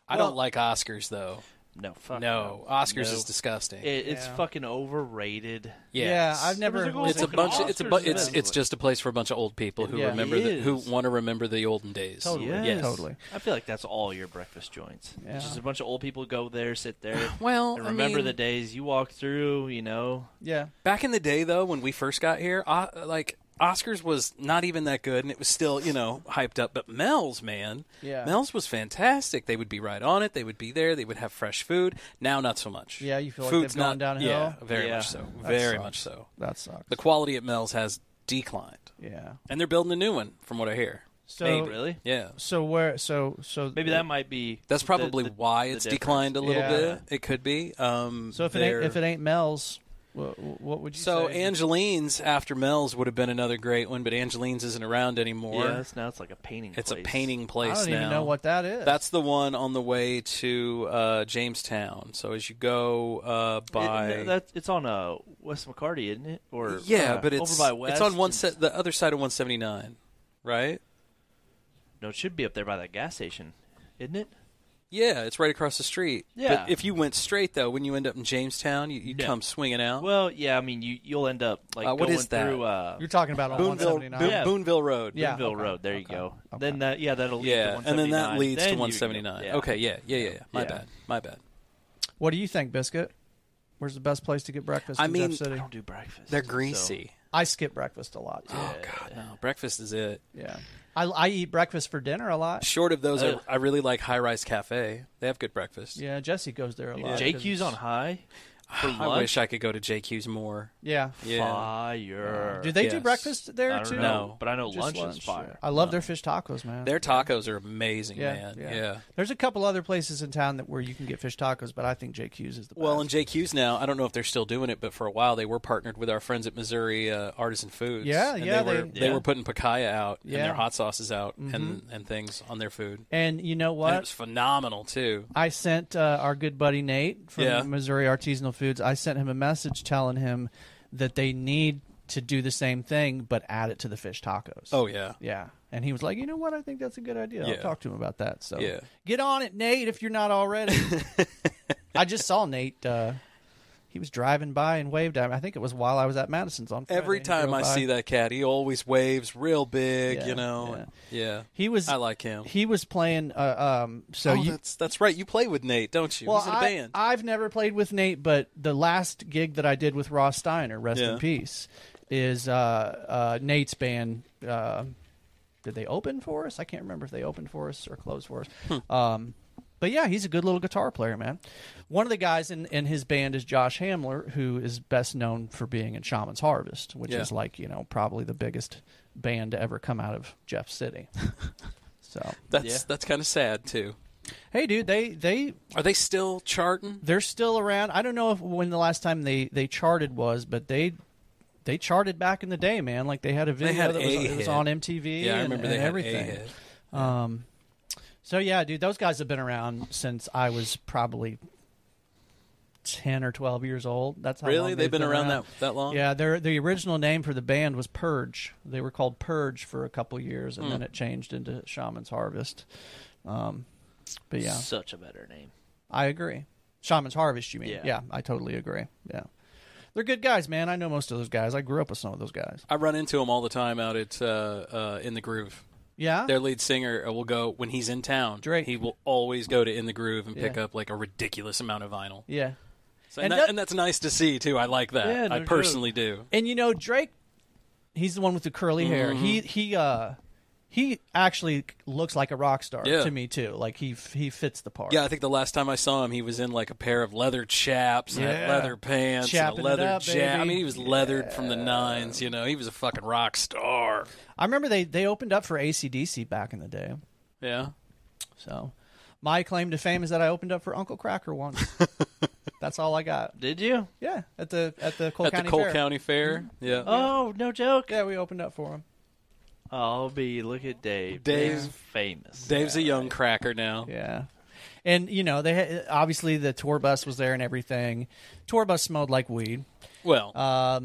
I don't like Oscars though.
no, fuck
No, Oscars
No.
is disgusting.
It, it's
Yeah.
fucking overrated.
yeah,
Yeah, I've never.
It was a
It's a
Fucking
bunch. Of, it's a.
Oscars
Bu-
is
it's
best.
it's just a place for a bunch of old people who
Yeah.
remember
It
the, who
is.
want to remember the olden days.
Totally.
Yes.
Totally.
I feel like that's all your breakfast joints.
Yeah.
Just a bunch of old people go there, sit there,
Well,
and
I
remember
mean-
the days you walk through. You know,
yeah.
Back in the day, though, when we first got here, uh, like Oscars was not even that good, and it was still you know hyped up. But Mel's, man,
Yeah.
Mel's was fantastic. They would be right on it. They would be there. They would have fresh food. Now, not so much.
Yeah, you feel like
Food's
they've gone
not,
downhill?
Yeah, very
Yeah.
much so.
That
Very
sucks.
much so.
That sucks.
The quality at Mel's has declined,
yeah.
and they're building a new one, from what I hear.
So
Maybe, really.
Yeah.
So where? So so
Maybe that might be.
That's
the-
probably
the-
why
the
it's
difference.
declined a little
Yeah.
bit. It could be. Um,
So if it ain't,
they're-
if it ain't Mel's, what, what would you
so
say?
Angeline's after Mel's would have been another great one, but Angeline's isn't around anymore.
Yeah, it's, now it's like a painting.
It's
place.
a painting place
I don't
now.
even know what that is.
That's the one on the way to uh, Jamestown. So as you go uh,
It-
by,
that, it's on uh, West McCarty, isn't it? Or
yeah,
uh,
but it's
over by West.
it's on one
and-
se- the other side of 179, right?
No, it should be up there by that gas station, isn't it?
Yeah, it's right across the street.
Yeah.
But if you went straight though, when you end up in Jamestown, you, you
Yeah.
come swinging out.
Well, yeah. I mean, you you'll end up like
Uh, what
going
is that?
through uh,
you're talking about on
Boonville,
179.
Boon-
Yeah.
Boonville Road.
Yeah.
Boonville
okay,
Road. There you
okay,
go.
okay.
Then that yeah, that'll lead to
Yeah, and then that
179.
leads
Then
to
you-
179.
yeah.
Okay, yeah, yeah, yeah, yeah. My
Yeah.
bad, my bad.
What do you think, Biscuit? Where's the best place to get breakfast?
I
in
mean,
Jeff
I
City?
don't do breakfast.
They're
so-
greasy.
I skip breakfast a lot. Too.
Oh God, no! Breakfast is it.
Yeah, I, I eat breakfast for dinner a lot.
Short of those,
Ugh.
I, I really like High Rise Cafe. They have good breakfast.
Yeah, Jesse goes there a lot. 'cause
JQ's on high. For lunch?
I wish I could go to JQ's more.
Yeah.
Yeah.
Fire.
Uh, Do they do
Yes.
breakfast
I
there
don't
too?
know,
No.
but I know
Just
lunch,
lunch.
is fire.
I love their fish tacos, man.
Their tacos are amazing, man. Yeah.
There's a couple other places in town that where you can get fish tacos, but I think JQ's is the best.
Well, and JQ's now, I don't know if they're still doing it, but for a while they were partnered with our friends at Missouri uh, Artisan Foods.
Yeah,
and
yeah,
They were,
they-
they
yeah.
were putting pacaya out and
Yeah.
their hot sauces out and, and things on their food.
And you know
And it
what?
was phenomenal, too.
I sent uh, our good buddy Nate from
Yeah.
Missouri Artisanal Foods. I sent him a message telling him that they need to do the same thing, but add it to the fish tacos.
Oh, yeah.
yeah. And he was like, you know what? I think that's a good idea.
Yeah.
I'll talk to him about that. So
Yeah.
get on it, Nate, if you're not already. I just saw Nate. Uh, he was driving by and waved at me. I think it was while I was at Madison's on. Friday.
Every
He
time
drove
I
by.
see that cat, he always waves real big,
Yeah,
you know. and- Yeah.
he was.
I like him.
He was playing. Uh, um, so
oh,
you,
that's, that's right. You play with Nate, don't you?
Well,
He's in a
I,
band.
I've never played with Nate, but the last gig that I did with Ross Steiner, rest
Yeah.
in peace, is uh, uh, Nate's band. Uh, did they open for us? I can't remember if they opened for us or closed for us.
Hmm.
Um, but yeah, he's a good little guitar player, man. One of the guys in, in his band is Josh Hamler, who is best known for being in Shaman's Harvest, which
Yeah.
is like, you know, probably the biggest band to ever come out of Jeff City. so,
that's
Yeah.
that's kind of sad, too.
hey, dude, they, they
Are they still charting?
they're still around. I don't know if when the last time they they charted was, but they they charted back in the day, man. Like they had a video
had
that was,
a
it
hit.
was on MTV.
Yeah, I
and-
remember
and
they had
everything.
a hit.
Um, so yeah, dude, those guys have been around since I was probably ten or twelve years old. That's how long
Really? They've been around that that long?
Yeah, their the original name for the band was Purge. They were called Purge for a couple years, and then
Hmm.
it changed into Shaman's Harvest. Um, but yeah,
Such a better name.
I agree. Shaman's Harvest, you mean?
Yeah.
Yeah. I totally agree. Yeah. They're good guys, man. I know most of those guys. I grew up with some of those guys.
I run into him all the time out at uh, uh, in the groove.
Yeah.
Their lead singer uh, will go when he's in town.
Drake.
He will always go to in the groove and pick
Yeah.
up like a ridiculous amount of vinyl.
yeah.
So, and,
And
that-
that-
and that's nice to see too. I like that.
Yeah, no
I
joke.
personally do.
And you know Drake, he's the one with the curly hair.
Mm-hmm.
He he uh he actually looks like a rock star
Yeah.
to me too. Like he he fits the part.
Yeah, I think the last time I saw him, he was in like a pair of leather chaps and
Yeah.
leather pants and
Chapping it
a leather
up,
jacket. I
baby.
mean, he was leathered from the nines. You know, he was a fucking rock star.
I remember they they opened up for ACDC back in the day.
Yeah.
So my claim to fame is that I opened up for Uncle Cracker once. That's all I got.
Did you?
Yeah, at the at the Cole
At
County
the Cole
Fair. Mm-hmm.
County Fair. Yeah.
Oh, no joke.
Yeah, we opened up for him.
I'll be. Look at Dave.
Dave's-
Dave's famous.
Dave's a young cracker now.
Yeah. And you know they had, obviously the tour bus was there and everything. Tour bus smelled like weed,
Well,
Uh,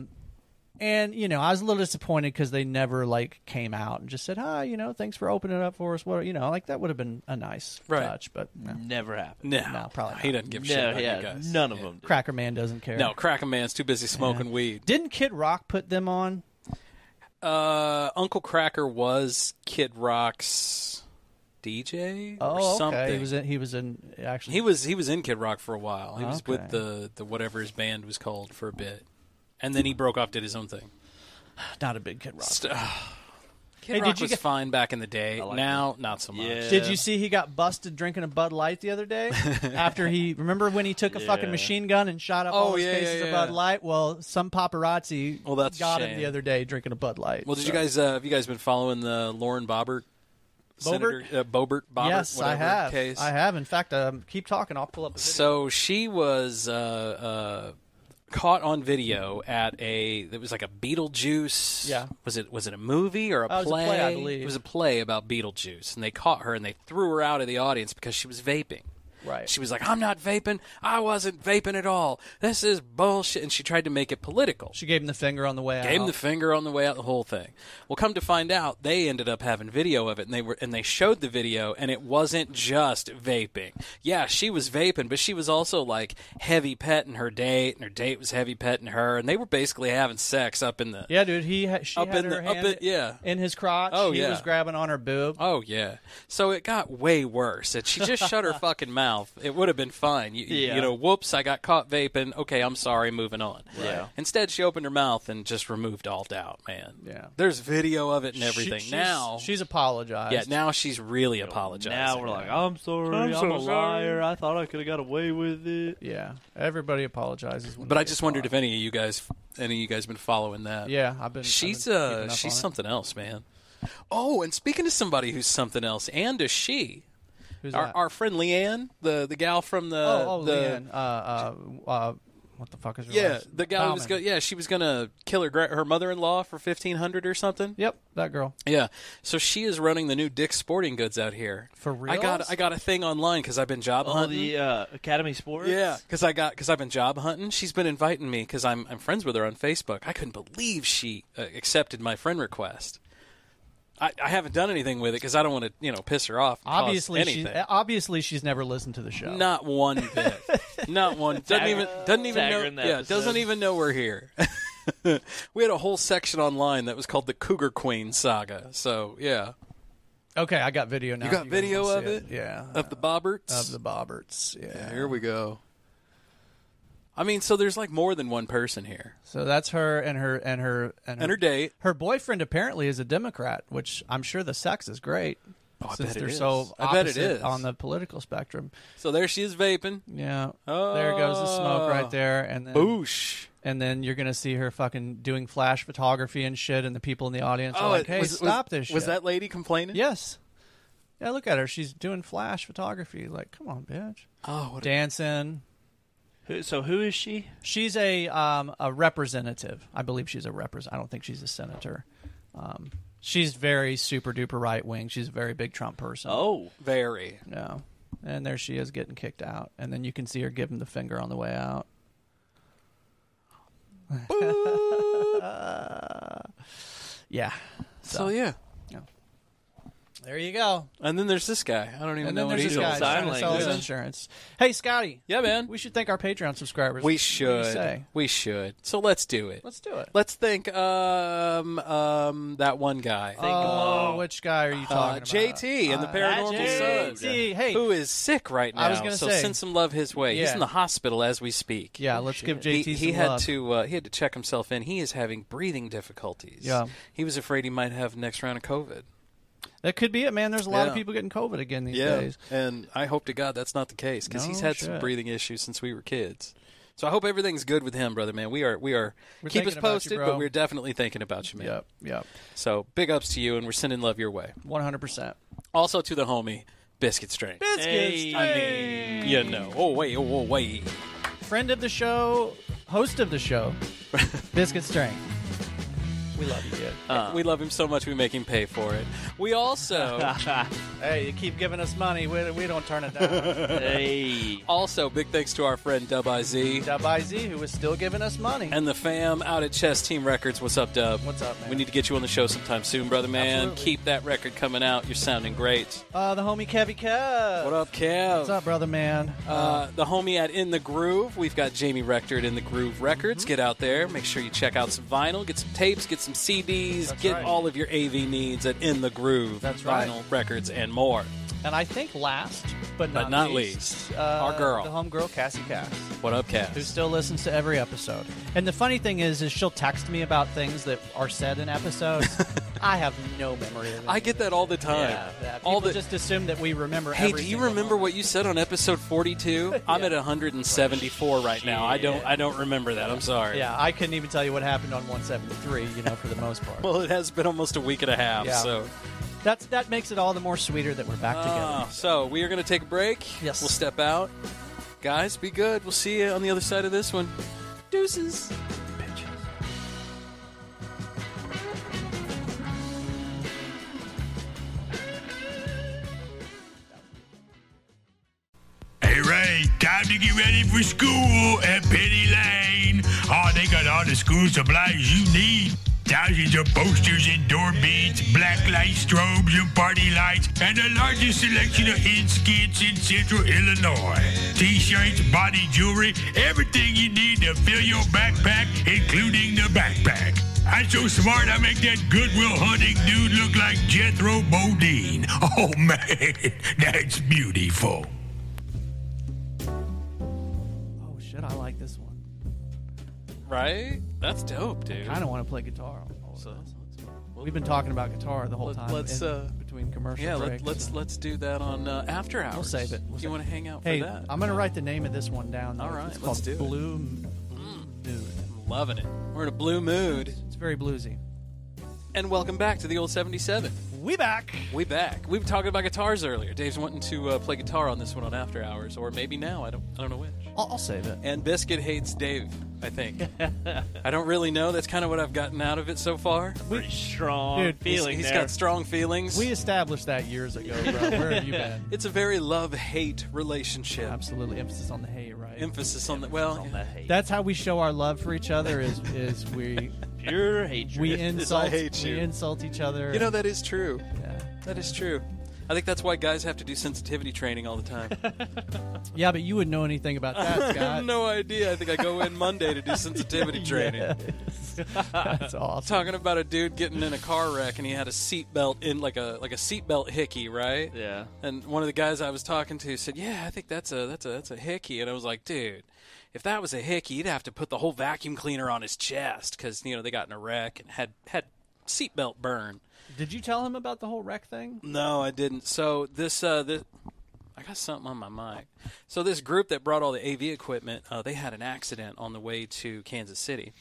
and you know I was a little disappointed because they never like came out and just said hi. You know, thanks for opening up for us. What you know, like that would have been a nice
Right.
touch, but no.
Never happened.
no,
no, probably
he
not.
doesn't give a shit
No,
about
yeah,
you guys.
none of them. do.
Cracker Man doesn't care.
No, Cracker Man's too busy smoking weed.
didn't Kid Rock put them on?
Uh, Uncle Cracker was Kid Rock's DJ or
Oh,
something.
okay. He was in. He was in. Actually,
he was he was in Kid Rock for a while. He was with
Okay.
the the whatever his band was called for a bit, and then he broke off, did his own thing.
not a big Kid Rock.
St- Kid
Hey,
Rock
did you
was
get-
fine back in the day.
like
now, not so much.
Yeah.
Did you see he got busted drinking a Bud Light the other day? After he remember when he took a fucking
Yeah.
machine gun and shot up
Oh,
all his
yeah,
faces
yeah,
of
yeah.
Bud Light? Well, some paparazzi
Well, that's a
got
shame.
him the other day drinking a Bud Light.
Well, did you
so.
guys uh, have you guys been following the Lauren Bobbert? Senator, uh, Bobert, Bobbert,
yes, I
whatever
have.
Case.
I have. In fact, um, keep talking. I'll pull up. A video.
So she was uh, uh, caught on video at a. It was like a Beetlejuice.
Yeah.
Was it was it a movie or a
Oh, it was a
play?
play, I believe.
It was a play about Beetlejuice, and they caught her and they threw her out of the audience because she was vaping.
Right.
She was like, "I'm not vaping. I wasn't vaping at all. This is bullshit." And she tried to make it political.
she gave him the finger on the way out.
Gave him the finger on the way out, the whole thing. Well, come to find out, they ended up having video of it, and they were and they showed the video, and it wasn't just vaping. Yeah, she was vaping, but she was also like heavy petting her date, and her date was heavy petting her, and they were basically having sex up in the.
yeah, dude. He ha- she
Up in
had her
the- up
hand
in- yeah.
in his crotch.
Oh,
he
yeah.
was grabbing on her boob.
Oh yeah, so it got way worse, and she just shut her fucking mouth mouth, it would have been fine. You, you-
Yeah.
you know, whoops, I got caught vaping. Okay, I'm sorry, moving on.
Yeah.
Instead, she opened her mouth and just removed all doubt, man.
Yeah.
There's video of it and everything.
She- she's-
now,
she's apologized.
yeah, now she's really apologizing.
Now we're like, I'm sorry,
I'm
I'm,
so
a liar. I thought I could have got away with it.
yeah. Everybody apologizes.
"Oh,
When
but
they
I
get
just wondered
caught.
if any of you guys, any of you guys, been following that?
Yeah, I've been. I've
She's
been
uh,
keeping up
she's
on it.
something else, man. Oh, and speaking to somebody who's something else, and a she,
Who's
our,
that?
our friend Leanne, the the gal from the
oh, oh
the
Leanne. Uh, uh, uh, what the fuck is her
yeah
last-
the gal who was go-
Bauman.
yeah she was gonna kill her gra- her mother in law for fifteen hundred or something.
Yep, that girl.
Yeah, so she is running the new Dick's Sporting Goods out here.
For
I got
reals?
I got a thing online because I've been job
Oh,
hunting.
the uh, Academy Sports.
Uh-huh. Yeah, because I got because I've been job hunting. She's been inviting me because I'm I'm friends with her on Facebook. I couldn't believe she uh, accepted my friend request. I, I haven't done anything with it because I don't want to you know piss her off. and cause
Obviously, she's
anything.
obviously she's never listened to the show.
not one bit, not one. Doesn't even doesn't even
Tag her
know.
in the
Yeah,
episode.
doesn't even know we're here. we had a whole section online that was called the Cougar Queen Saga. So yeah,
Okay, I got video now.
you got
guys
video
wanna
of
see
it?
Yeah.
of the Bobberts.
of the Bobberts. Yeah.
here we go. I mean, so there's like more than one person here.
So that's her and her and her and her,
And her date.
Her boyfriend apparently is a Democrat, which I'm sure the sex is great.
Oh, I
since
bet it
they're
is.
so
I bet it
opposite
is.
on the political spectrum.
So there she is vaping.
Yeah. There goes the smoke
Oh.
right there and then
Boosh.
and then you're gonna see her fucking doing flash photography and shit and the people in the audience are like,
Oh, it-
Hey, stop this shit.
Was that lady complaining?
Yes. Yeah, look at her. She's doing flash photography. Like, come on, bitch.
Oh, what a-
Dancing.
Who, so who is she?
She's a um, a representative. I believe she's a repres. I don't think she's a senator. Um, she's very super duper right wing. She's a very big Trump person.
Oh,
very.
no. And there she is getting kicked out, and then you can see her give him the finger on the way out. yeah.
So, yeah.
There you go.
And then there's this guy. I don't even
And
know
then
what
there's
he's
this guy
all
that's trying
about.
to
Sign
sell his
language.
insurance. Hey, Scotty.
Yeah, man.
We should thank our Patreon subscribers.
We
What do you
should.
say?
We should. So let's do it.
Let's do it.
Let's thank um um that one guy.
Oh, which guy are you talking
Uh,
about?
JT and the Paranormal Sons,
JT, hey.
who is sick right now.
I was gonna
so
say.
send some love his way. He's
Yeah.
in the hospital as we speak.
Yeah, let's give
He,
JT
he
some
had
love.
to uh, he had to check himself in. He is having breathing difficulties.
Yeah.
he was afraid he might have next round of COVID.
That could be it, man. There's a lot
Yeah.
of people getting COVID again these days.
and I hope to God that's not the case because he's
No
had some
shit.
breathing issues since we were kids. So I hope everything's good with him, brother man. We are we are
We're
keep us
thinking about you,
posted,
bro.
but we're definitely thinking about you, man.
Yep, yep.
So big ups to you, and we're sending love your way.
100%.
Also to the homie Biscuit String.
Hey.
I mean, you know. Oh wait, oh, oh wait.
Friend of the show, host of the show, Biscuit String. We love you, dude.
we love him so much we make him pay for it. We also
hey, you keep giving us money. We, we don't turn it down.
hey.
also big thanks to our friend Dub IZ.
Dub IZ, who is still giving us money.
And the fam out at Chess Team Records. What's up, Dub?
What's up, man?
We need to get you on the show sometime soon, brother man.
Absolutely.
Keep that record coming out. You're sounding great.
uh, the homie Kevy Kev.
What up, Kev?
What's up, brother man?
Uh, the homie at In the Groove. We've got Jamie Rector at In the Groove Records.
Mm-hmm.
Get out there. Make sure you check out some vinyl. Get some tapes. Get some CDs.
That's
get
right.
all of your AV needs at In the Groove.
That's right.
vinyl records and more.
and I think last, but not,
But not least,
uh,
our girl.
the homegirl Cassie Cass.
What up,
who
Cass?
still listens to every episode. And the funny thing is, is she'll text me about things that are said in episodes. I have no memory of it.
I get that all the time.
Yeah, yeah. People
all the
just assume that we remember.
Hey,
every
do you
single
remember
one.
what you said on episode 42? I'm at 174 right now. I don't I don't remember that. I'm sorry.
Yeah, I couldn't even tell you what happened on 173. You know, for the most part.
Well, it has been almost a week and a half,
Yeah.
so
That's that makes it all the more sweeter that we're back
Ah,
together.
so we are going to take a break.
Yes.
We'll step out. Guys, be good. We'll see you on the other side of this one. Deuces.
Hey Ray, time to get ready for school at Penny Lane. Oh, they got all the school supplies you need. Thousands of posters and door beads, black light strobes and party lights, and the largest selection of end skits in central Illinois. T-shirts, body jewelry, everything you need to fill your backpack, including the backpack. I'm so smart I make that Goodwill hunting dude look like Jethro Bodine. Oh man, that's beautiful.
Oh, shit, I like this one.
Right? That's dope, dude.
Kind of want to play guitar.
So,
We've been talking about guitar the whole
Let-
time.
let's,
in
uh,
between commercial
yeah, let,
breaks,
let's
so.
let's do that on uh, after hours.
save it. We'll
if
save
you want
it.
to hang out
Hey,
for that,
I'm gonna write the name of this one down. though.
All right,
it's
let's
called
do it. Mm.
Blue M- Dude.
I'm loving it. We're in a blue mood,
It's very bluesy.
and welcome back to the old '77.
We back.
We back. We were talking about guitars earlier. Dave's wanting to uh, play guitar on this one on after hours, or maybe now. I don't. I don't know which.
I'll, I'll save it.
And Biscuit hates Dave. I think. I don't really know. That's kind of what I've gotten out of it so far.
Pretty strong
Dude, he's-
feeling
He's
there.
got strong feelings.
We established that years ago, bro. Where have you been?
it's a very love-hate relationship.
Absolutely, emphasis on the hey, right?
Emphasis on the well.
on the hate.
That's how we show our love for each other. Is is we
pure hatred.
we insult
hate you.
we insult each other.
You know that is true.
yeah.
That is true. I think that's why guys have to do sensitivity training all the time.
Yeah, but you wouldn't know anything about that,
I
Scott.
have no idea. I think I go in Monday to do sensitivity training.
That's awesome.
Talking about a dude getting in a car wreck and he had a seatbelt in like a like a seatbelt hickey, right?
Yeah.
And one of the guys I was talking to said, "Yeah, I think that's a that's a that's a hickey." And I was like, "Dude, if that was a hickey, you'd have to put the whole vacuum cleaner on his chest because you know they got in a wreck and had had seatbelt burn."
Did you tell him about the whole wreck thing?
No, I didn't. So this uh this I got something on my mic. So this group that brought all the AV equipment, uh, they had an accident on the way to Kansas City.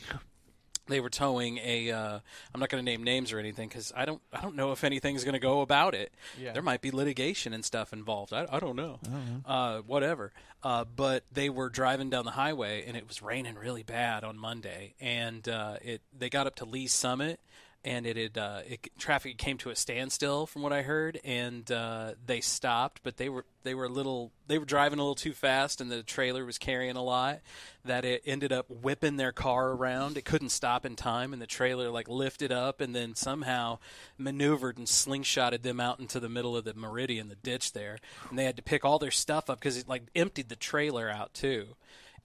They were towing a. Uh, I'm not going to name names or anything because I don't. I don't know if anything's going to go about it.
Yeah.
There might be litigation and stuff involved. I, I don't know. Uh, whatever. Uh, but they were driving down the highway and it was raining really bad on Monday. And uh, it they got up to Lee's Summit and it had uh, it, traffic came to a standstill from what I heard, and uh, they stopped, but they were they were a little they were driving a little too fast, and the trailer was carrying a lot that it ended up whipping their car around. It couldn't stop in time, and the trailer like lifted up and then somehow maneuvered and slingshotted them out into the middle of the meridian, the ditch there, and they had to pick all their stuff up because it like emptied the trailer out too.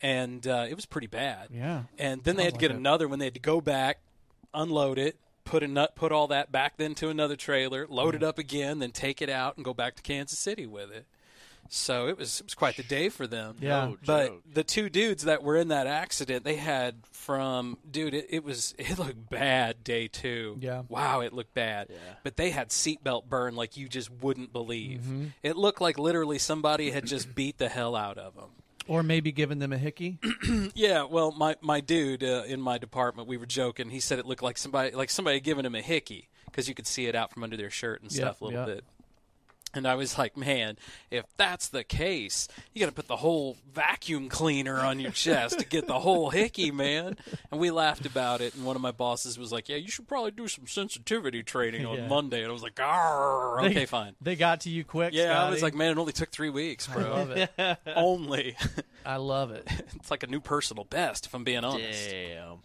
And uh, it was pretty bad.
Yeah.
And then they had to
Sounds
get
like it.
another one. They had to go back, unload it, put a nut, put all that back then to another trailer, load it up again, then take it out and go back to Kansas City with it. So it was it was quite the day for them.
Yeah. No
but
joke.
the two dudes that were in that accident, they had from dude, it, it was it looked bad day two.
Yeah.
Wow, it looked bad. But they had seatbelt burn like you just wouldn't believe.
Mm-hmm.
It looked like literally somebody had just beat the hell out of them.
Or maybe giving them a hickey?
Yeah, well, my my dude uh, in my department, we were joking. He said it looked like somebody like somebody had given him a hickey because you could see it out from under their shirt and stuff a little
yeah.
bit. And I was like, man, if that's the case, you got to put the whole vacuum cleaner on your chest to get the whole hickey, man. And we laughed about it. And one of my bosses was like, yeah, you should probably do some sensitivity training on
Yeah.
Monday. And I was like, "Arr, okay,
They-
fine.
They got to you quick.
Yeah, I
Scotty.
was like, man, it only took three weeks,
I love
bro.
it.
only.
I love it.
it's like a new personal best, if I'm being honest.
Oh,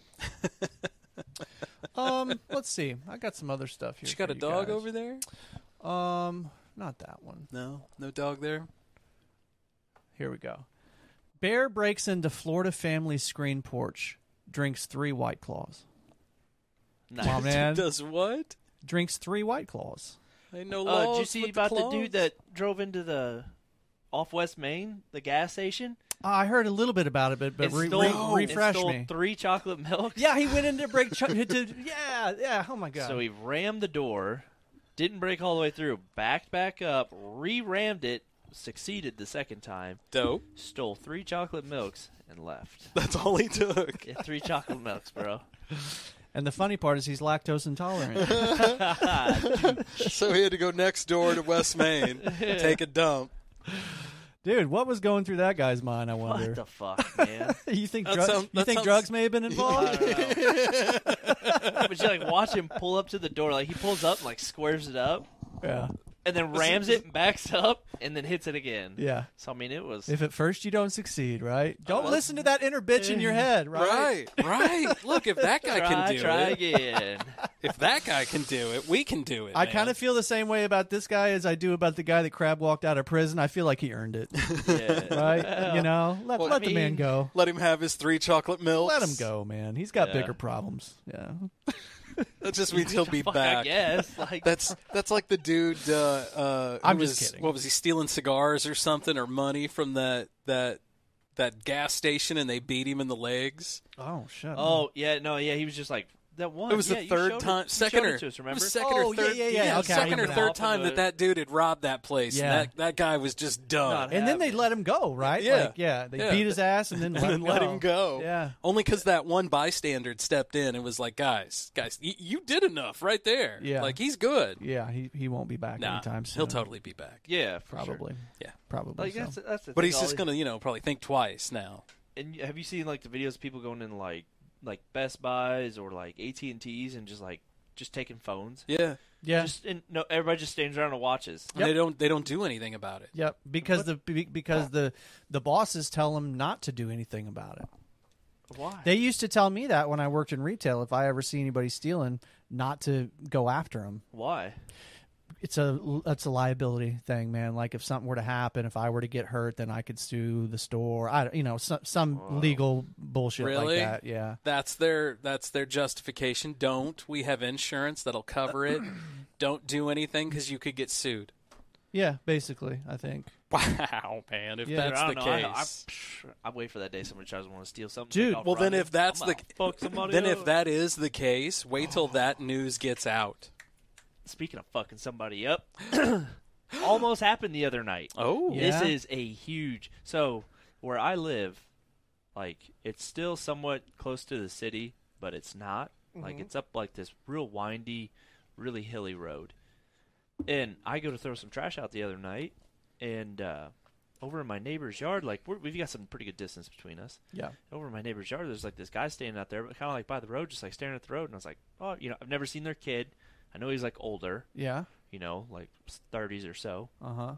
Damn.
Um, let's see. I got some other stuff here.
She got
for
a
you
dog
guys.
over there?
Um, not that one.
No, no dog there.
Here we go. Bear breaks into Florida family's screen porch, drinks three white claws.
Nice.
Wow, man.
Does what?
Drinks three white claws.
I know.
Uh,
laws
did you see
with
about the,
claws.
dude that drove into the off West Main, the gas station,
I heard a little bit about it, but but
and
re-
stole,
re-
and
refresh
stole
me.
three chocolate milks?
yeah, he went in to break. Ch- to, yeah, yeah. Oh my god.
So he rammed the door, didn't break all the way through, backed back up, re-rammed it, succeeded the second time,
dope?
stole three chocolate milks, and left.
That's all he took.
Yeah, three chocolate milks, bro.
and the funny part is he's lactose intolerant.
so he had to go next door to West Main, take a dump.
Dude, what was going through that guy's mind? I wonder.
What the fuck, man?
you think
That
drugs?
sound-
you
that
think
sounds-
drugs may have been involved?
but you like watch him pull up to the door. Like he pulls up, and, like squares it up,
yeah,
and then rams it, and backs up, and then hits it again.
yeah.
So I mean, it was
If at first you don't succeed, right? Don't listen to that inner bitch
Mm.
in your head, right?
Right, right. Look, if that guy
try,
can do
try
it,
again.
if that guy can do it, we can do it.
I
man.
kind of feel the same way about this guy as I do about the guy that crab walked out of prison. I feel like he earned it,
Yeah.
right? you know, let, let the man
mean-
go.
let him have his three chocolate milks.
Let him go, man. He's got
Yeah.
bigger problems. Yeah.
That just means he'll be
Fuck, I
back.
guess. Like
That's that's like the dude. Uh, uh, who
I'm just
was-
kidding.
What was he stealing cigars or something or money from that that that gas station and they beat him in the legs.
Oh shit.
Oh yeah, no, yeah, he was just like that one.
It was
yeah,
the
you
third
showed
time,
it, you
second
showed
or
it to us, remember?
It was second
Oh,
or
yeah,
third,
yeah, yeah,
it was
okay, I
second or
remember
third
now.
time that that dude had robbed that place. and
Yeah.
that that guy was just done.
Not
and then they let him go, right?
Yeah.
Like, yeah. They
Yeah.
beat his ass and then, let,
and
him
then let him go.
Yeah.
Only because that one bystander stepped in and was like, "Guys, guys, y- you did enough right there.
Yeah.
like he's good.
Yeah. He he won't be back
nah,
anytime soon.
he'll totally be back.
yeah, for sure.
probably.
Yeah.
Probably.
Like
so.
that's that's. The
But
thing,
he's just
all-
gonna, you know, probably think twice now.
And you- have you seen like the videos of people going in like like Best Buys or like AT and T's and just like just taking phones?
Yeah,
yeah.
Just and no, everybody just stands around and watches.
and they don't they don't do anything about it.
Yep, because the be- because the the bosses tell them not to do anything about it.
Why?
They used to tell me that when I worked in retail, if I ever see anybody stealing, not to go after them.
Why?
It's a it's a liability thing, man. Like if something were to happen, if I were to get hurt, then I could sue the store. I don't- you know some some legal bullshit
Really?
like that. Yeah,
That's their that's their justification. Don't we have insurance that'll cover it? don't do anything because you could get sued.
yeah, basically, I think.
Wow, man! If
Yeah.
that's
I
the
don't know. I- I,
case,
psh, I, wait for that day someone tries to want to steal something.
Dude,
I'll
well then
run
if
it.
that's
I'm
the
gonna fuck somebody
then
up.
if that is the case, wait till that news gets out.
speaking of fucking somebody up, almost happened the other night.
Oh,
Yeah.
This is a huge. So where I live, like it's still somewhat close to the city, but it's not. Like it's up like this real windy, really hilly road. And I go to throw some trash out the other night, and uh, over in my neighbor's yard, like we're, we've got some pretty good distance between us
Yeah,
over in my neighbor's yard, there's like this guy standing out there, but kind of like by the road, just like staring at the road. And I was like, oh, you know, I've never seen their kid. I know he's like older,
yeah,
you know, like 30s or so.
uh huh.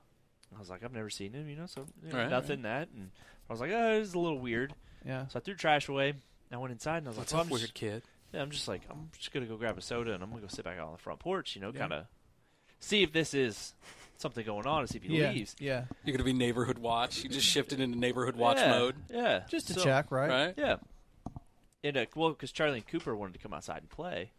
I was like, I've never seen him, you know, so you know,
Right,
nothing that. And I was like, oh, this is a little weird.
Yeah,
So I threw trash away. and I went inside and I was
What's
like, well,
up,
I'm just-
weird kid?
yeah, I'm just like, I'm just gonna go grab a soda and I'm gonna go sit back out on the front porch, you know, kind of see if this is something going on, and see if he
yeah,
leaves.
yeah.
You're gonna be neighborhood watch. You just shifted into neighborhood watch
Yeah,
mode,
Yeah,
Just to
So-
check, right?
right?
Yeah. And uh, well, because Charlie and Cooper wanted to come outside and play,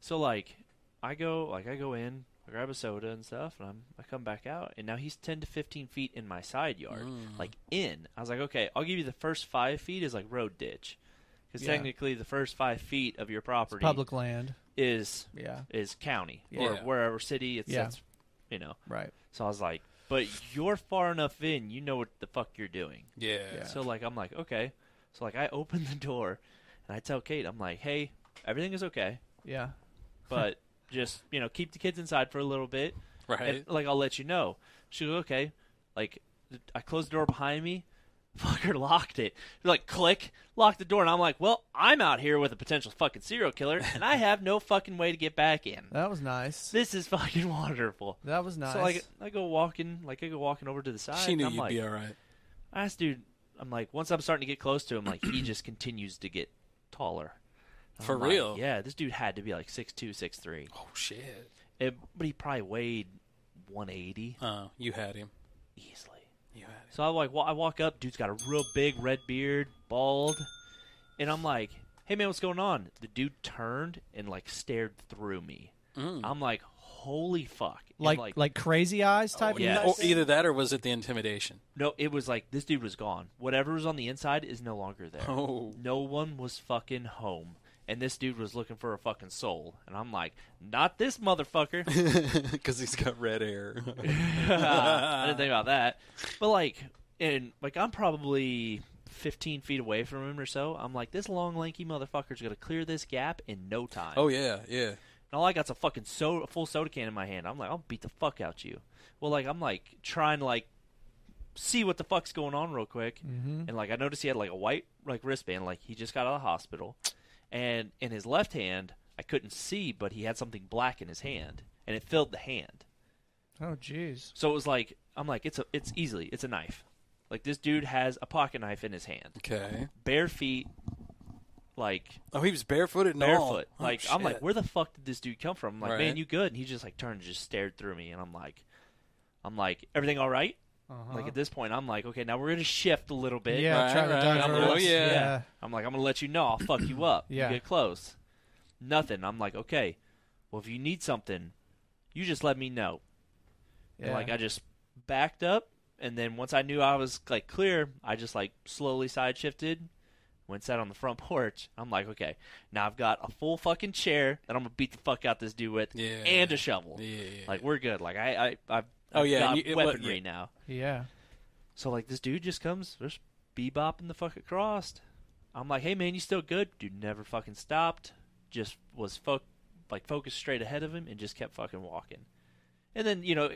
so like I go, like I go in, I grab a soda and stuff, and I'm I come back out, and now he's ten to fifteen feet in my side yard,
Mm.
like in. I was like, okay, I'll give you the first five feet is like road ditch, because
Yeah.
technically the first five feet of your property
Public land.
is
Yeah,
is county or
Yeah.
wherever city it's,
Yeah.
it's you know.
right.
So I was like, but you're far enough in, you know what the fuck you're doing.
Yeah.
Yeah.
So like I'm like, okay. So like I open the door and I tell Kate, I'm like, hey, everything is okay.
Yeah,
But just, you know, keep the kids inside for a little bit.
Right.
And, like I'll let you know. She goes, Okay. Like th- I closed the door behind me. Fucker locked it. Like click, locked the door, and I'm like, well, I'm out here with a potential fucking serial killer, and I have no fucking way to get back in.
that was nice.
This is fucking wonderful.
That was nice.
So like I go walking, like I go walking over to the side.
she
and
knew
I'm
you'd
like,
be all right.
I asked dude, I'm like, once I'm starting to get close to him, like he just continues to get taller. And
For
I'm like,
real?
yeah, this dude had to be like six two, six three.
Oh shit!
but he probably weighed 180
Oh, you had him.
easily.
You had him.
So I like, wa- I walk up, dude's got a real big red beard, bald, and I'm like, hey man, what's going on? The dude turned and like stared through me.
Mm.
I'm like, holy fuck! And,
like, like crazy eyes type.
Oh, yeah.
of
Or either that, or was it the intimidation?
No, it was like this dude was gone. Whatever was on the inside is no longer there.
Oh.
No one was fucking home. And this dude was looking for a fucking soul. And I'm like, not this motherfucker.
Because he's got red hair.
I didn't think about that. But like, and like, I'm probably 15 feet away from him or so. I'm like, this long, lanky motherfucker's going to clear this gap in no time.
oh yeah, yeah.
And all I got's a fucking soda, a full soda can in my hand. I'm like, I'll beat the fuck out you. Well, like I'm like trying to like see what the fuck's going on real quick, and like I noticed he had like a white like wristband, like he just got out of the hospital, and in his left hand I couldn't see, but he had something black in his hand, and it filled the hand.
Oh, jeez.
So it was like I'm like it's a it's easily it's a knife. Like this dude has a pocket knife in his hand,
Okay.
bare feet, like
Oh, he was barefooted and all.
barefoot.
Oh,
like I'm like,
shit.
where the fuck did this dude come from? I'm like,
Right.
man, you good? And he just like turned and just stared through me, and I'm like, I'm like, everything all right?
Uh-huh.
Like at this point, I'm like, okay, now we're gonna shift a little bit.
Yeah,
Right,
trying to
right,
divert.
I'm
I'm like,
Oh, yeah.
I'm like, I'm gonna let you know. I'll fuck you up.
Yeah.
You get close. Nothing. I'm like, okay. Well, if you need something, you just let me know. And,
yeah.
like I just backed up and then once I knew I was like clear, I just like slowly side shifted, went sat on the front porch. I'm like, okay, now I've got a full fucking chair that I'm gonna beat the fuck out this dude with,
Yeah.
and a shovel.
Yeah, yeah,
Like we're good. Like I, I, I've,
Oh,
I've
yeah,
got
and you- it wa-
weaponry
yeah.
now.
Yeah.
So like this dude just comes, there's bebopping the fuck across. I'm like, hey man, you still good? Dude never fucking stopped. Just was fo- like focused straight ahead of him and just kept fucking walking. And then you know,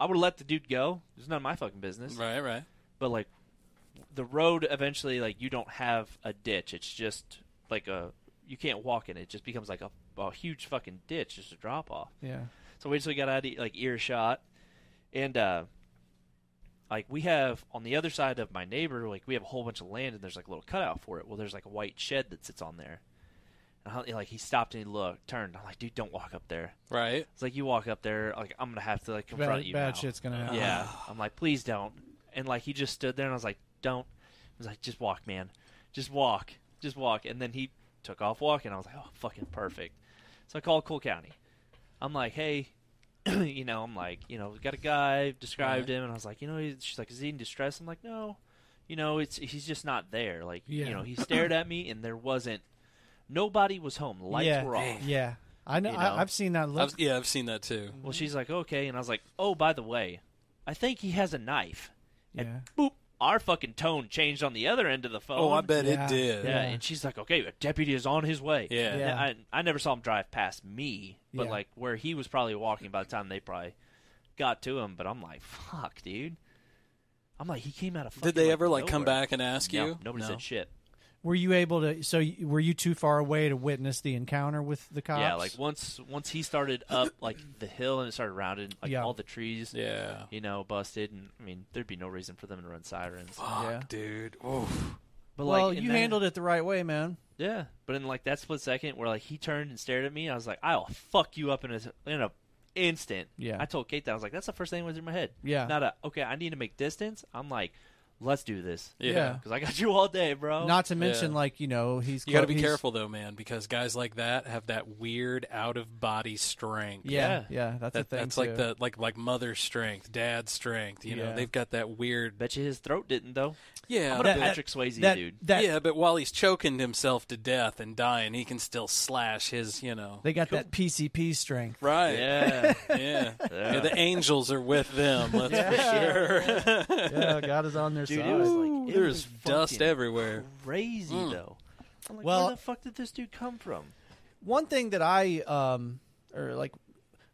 I would have let the dude go. It's none of my fucking business.
Right, right.
But like, the road eventually like you don't have a ditch. It's just like a you can't walk in. it. It just becomes like a, a huge fucking ditch, just a drop off.
Yeah.
So we just got out of like earshot, and uh, like we have on the other side of my neighbor, like we have a whole bunch of land, and there's like a little cutout for it. Well, there's like a white shed that sits on there, and I, like he stopped and he looked, turned. I'm like, dude, don't walk up there.
Right.
It's like you walk up there, like I'm gonna have to like confront
Bad,
you.
bad
now.
shit's gonna happen.
Yeah. I'm like, please don't. And like he just stood there and I was like, don't. I was like, just walk, man. Just walk. Just walk. And then he took off walking. I was like, oh, fucking perfect. So I called Cool County. I'm like, hey, you know, I'm like, you know, we got a guy, described him, and I was like, you know, he's, she's like, is he in distress? I'm like, no. You know, it's he's just not there. Like,
Yeah.
you know, he stared at me and there wasn't, nobody was home. Lights
yeah.
were off.
Yeah. I know,
You know?
I, I've seen that look.
I've, yeah, I've seen that too.
Well, she's like, okay. And I was like, oh, by the way, I think he has a knife.
yeah.
boop, our fucking tone changed on the other end of the phone.
Oh, I bet
Yeah.
it did.
Yeah,
Yeah.
and she's like, okay, a deputy is on his way.
Yeah.
And
Yeah.
I, I never saw him drive past me, but
Yeah.
like where he was probably walking by the time they probably got to him. But I'm like, fuck, dude. I'm like, he came out of. Fucking,
Did they ever like come
nowhere.
back and ask
No,
you?
nobody
No.
said shit.
Were you able to? So y- were you too far away to witness the encounter with the cops?
Yeah, like once once he started up like the hill and it started rounding like
Yeah.
all the trees,
Yeah.
you know, busted, and I mean there'd be no reason for them to run sirens.
Fuck,
Yeah.
dude. Oof.
But
well,
like, in
you
that-
handled it the right way, man.
Yeah, but in like that split second where like he turned and stared at me, I was like, "I'll fuck you up in a in a instant."
Yeah.
I told Kate that I was like, "That's the first thing that went through my head."
Yeah.
not a okay. I need to make distance. I'm like, "Let's do this,"
Yeah.
Yeah.
because I got you all day, bro.
Not to mention,
yeah.
like you know, he's
You got to
clo-
be
he's-
careful though, man, because guys like that have that weird out of body strength.
Yeah, yeah, that's a
That,
thing.
that's
too.
like the like like mother strength, dad strength. You
Yeah.
know, they've got that weird.
bet you his throat didn't though.
Yeah,
I'm
but-
gonna Patrick Swayze,
that,
dude.
That,
yeah, but while he's choking himself to death and dying, he can still slash his. You know,
they got that PCP strength.
right?
Yeah,
yeah.
Yeah.
Yeah, The angels are with them. Let's for sure.
yeah, God is on their
dude,
side.
it was like it
There's
was
dust
fucking
everywhere. Mm.
Crazy though. I'm like,
Well-
where the fuck did this dude come from?
one thing that I um or like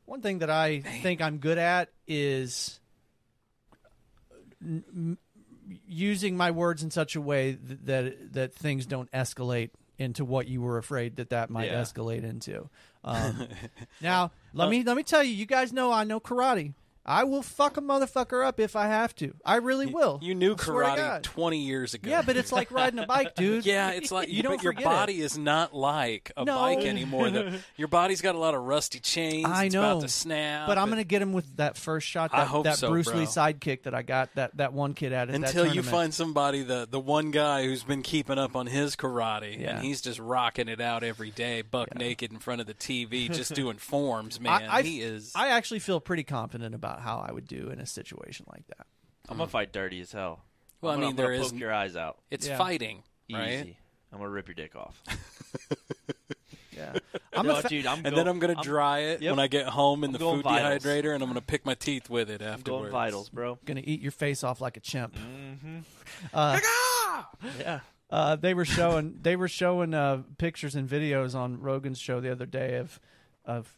one thing that I think I'm good at is n- m- using my words in such a way th- that that things don't escalate into what you were afraid that that might
Yeah.
escalate into. Um, now, let me let me tell you, you guys know I know karate. I will fuck a motherfucker up if I have to. I really will.
You knew
I swear to
karate
God.
20 years ago.
Yeah, but it's like riding a bike, dude.
Yeah, it's like
you don't
but your
forget it.
body is not like a
No.
bike anymore. The, your body's got a lot of rusty chains.
I
it's
know.
about to snap.
But I'm
and-
gonna get him with that first shot. That,
I hope
that
so,
Bruce
bro.
Lee sidekick that I got. That that one kid at it.
until you find somebody the the one guy who's been keeping up on his karate
Yeah.
and he's just rocking it out every day, buck naked in front of the TV, just doing forms. Man,
I, I,
he is.
I actually feel pretty confident about how I would do in a situation like that.
I'm gonna fight dirty as hell.
Mm. Well,
I'm
I
gonna-
mean,
I'm gonna
there
poke
is-
your eyes out.
it's
yeah.
fighting,
Easy.
right?
I'm gonna rip your dick off.
Yeah, I'm
No,
a fa-
dude, I'm
And
go-
then I'm gonna dry it
yep.
when I get home in the
going
food
vitals.
dehydrator, and I'm gonna pick my teeth with it
I'm going
afterwards.
vitals, bro.
gonna eat your face off like a chimp.
Mm-hmm. ah!
Yeah.
Uh, they were showing they were showing uh, pictures and videos on Rogan's show the other day of of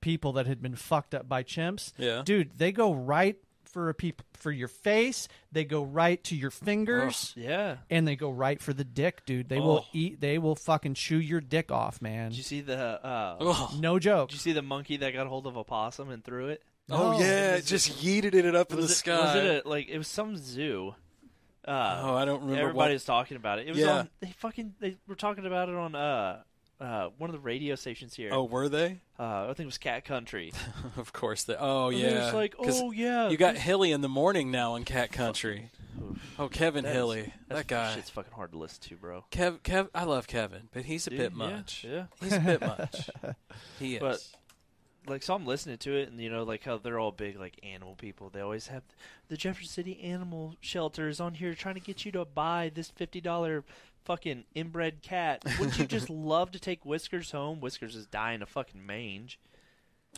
people that had been fucked up by chimps.
Yeah.
dude, they go right for a peop- for your face. They go right to your fingers.
Yeah.
and they go right for the dick, dude. They
Oh.
will eat. They will fucking chew your dick off, man.
Did you see the uh
Ugh.
No joke.
did you see the monkey that got hold of a possum and threw it?
Oh,
No.
yeah, it just yeeted it up in the
Was it,
sky.
was it a, like it was some zoo? Uh
oh, I don't remember.
everybody
what,
was talking about it. It was
Yeah.
on they fucking they were talking about it on uh uh one of the radio stations here.
Oh, were they?
Uh I think it was Cat Country.
Of course they. Oh
And
yeah.
It was like,
'Cause
"Oh yeah.
you got Hilly in the morning now in Cat Country. Oh, Kevin
that is-
Hilly,
that's-
that guy.
shit's fucking hard to listen to, bro.
Kev, Kev, I love Kevin, but he's a
Dude,
bit
yeah,
much.
yeah.
he's a bit much. He is.
But- like so I'm listening to it and you know like how they're all big like animal people. They always have the Jefferson City Animal Shelter is on here trying to get you to buy this fifty dollar fucking inbred cat. Wouldn't you just love to take Whiskers home? Whiskers is dying of fucking mange.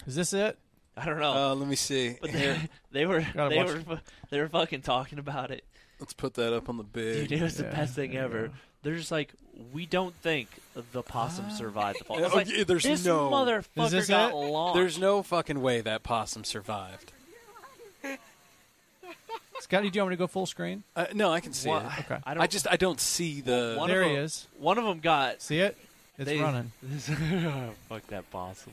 Is this it?
I don't know.
Uh, let me see.
oh. but
Here,
they they were
Oh. Gotta
they
watch-
were fu- they were fucking talking about it.
let's put that up on the big.
Dude, it was the
Yeah,
best thing
there you
ever. They're just like, we don't think the possum survived the fall. I was
Oh,
like,
yeah, there's
this
no-
motherfucker
Is this
got
it?
launched.
There's no fucking way that possum survived.
Scotty, do you want me to go full screen?
Uh, no, I can see
Wha-
it.
Okay.
I don't.
I just I don't see the.
One
there
of
he
them-
is.
one of them got.
See it? It's
they-
running.
fuck that possum.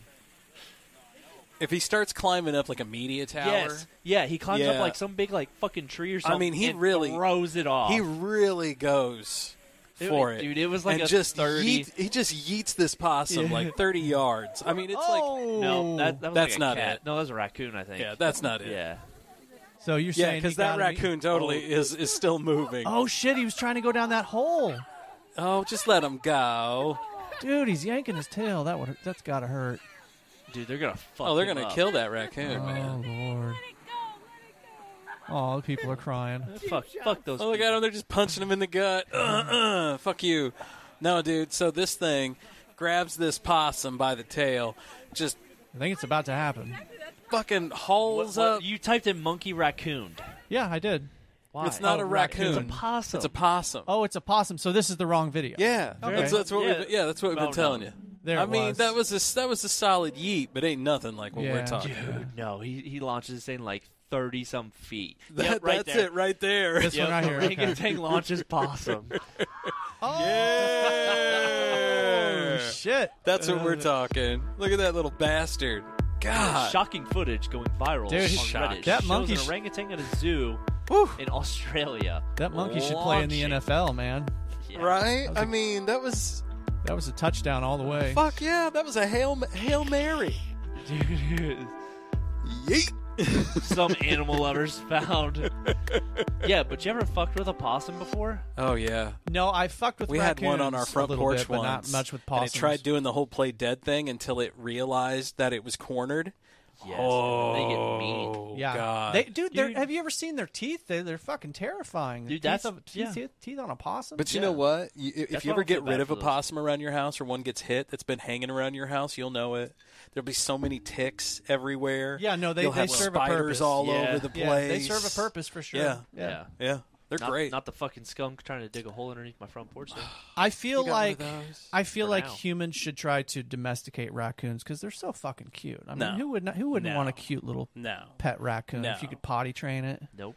if he starts climbing up like a media tower,
Yes. Yeah, he climbs
Yeah.
up like some big like fucking tree or something.
mean, he
and
really-
throws it off.
he really goes
It-
for it,
dude, it was like
and
a
just
30
yeet- he just yeets this possum
Yeah.
like 30 yards. I mean, it's
oh,
no, that, that was
That's
like a
not
cat.
it.
No, that was a raccoon, I think.
like yeah, that's not it.
yeah.
so
Yeah,
you're saying
because
he
that
got him-
raccoon totally
Oh.
is is still moving.
Oh shit! He was trying to go down that hole,
Oh, just let him go.
dude. He's yanking his tail. That would. That's gotta hurt.
Dude, they're gonna fuck.
Oh, they're
him
gonna
up.
kill that raccoon, man.
Oh lord. Oh, people are crying.
Fuck, fuck those.
Oh, look
people.
at him. They're just punching him in the gut. Uh, uh, fuck you. No, dude. So this thing grabs this possum by the tail, just
I think it's about to happen.
fucking
What-
hauls
what-
up.
You typed in monkey raccoon.
Yeah, I did.
Why?
It's not
Oh,
a
raccoon.
raccoon.
It's a possum.
It's a possum.
Oh, it's a possum. So this is the wrong video.
Yeah, that's, that's what
Yeah.
we've yeah that's what we've been
Well
telling you.
done.
There
I
it
mean
was.
that was a that was a solid yeet, but ain't nothing like what we're
Yeah.
talking. about.
Dude, no, he he launches this thing like thirty some feet.
That-
yep, right
that's
there.
it right there.
This
Yep,
one right here.
the
Okay.
orangutan launches possum.
Oh,
Yeah.
shit!
That's what
Uh,
we're talking. Look at that little bastard. God.
Shocking footage going viral
Dude,
on
shocked.
Reddit.
That
Shows
monkey
an
sh-
orangutan at a zoo
Whew.
in Australia.
That monkey should play in the
Launching.
NFL, man.
Yeah.
Right? I mean, that was
That was a touchdown all the way.
fuck yeah, that was a hail hail mary.
Dude,
Yeet.
some animal lovers found. Yeah, but you ever fucked with a possum before?
Oh yeah.
No, I fucked with.
We had one on our
raccoons
front
a little
porch
bit, but
once.
not much with
and
possums.
it tried doing the whole play dead thing until it realized that it was cornered.
Yes.
Oh,
They get mean.
Yeah,
God.
They, dude. they're-
Dude.
Have you ever seen their teeth? They, they're fucking terrifying.
Dude,
The
that's-
teeth, of, teeth,
yeah.
teeth, teeth on a possum.
But you
Yeah.
know what? You, i- if
That's
you
why I
ever
don't feel
get rid
bad
of
for
a
those.
possum around your house or one gets hit that's been hanging around your house, you'll know it. There'll be so many ticks everywhere.
Yeah, no, they-
you'll
they
have
serve a
spiders
purpose.
all
Yeah.
over the place.
yeah, they serve a purpose for sure.
Yeah.
Yeah.
Yeah, they're
Not,
great.
not the fucking skunk trying to dig a hole underneath my front porch. though.
I feel
You got one of
like
those?
I feel
For
like
now.
humans should try to domesticate raccoons because they're so fucking cute. I mean,
No.
who would not, who wouldn't
No.
want a cute little
no,
pet raccoon if you
No.
could potty train it?
Nope.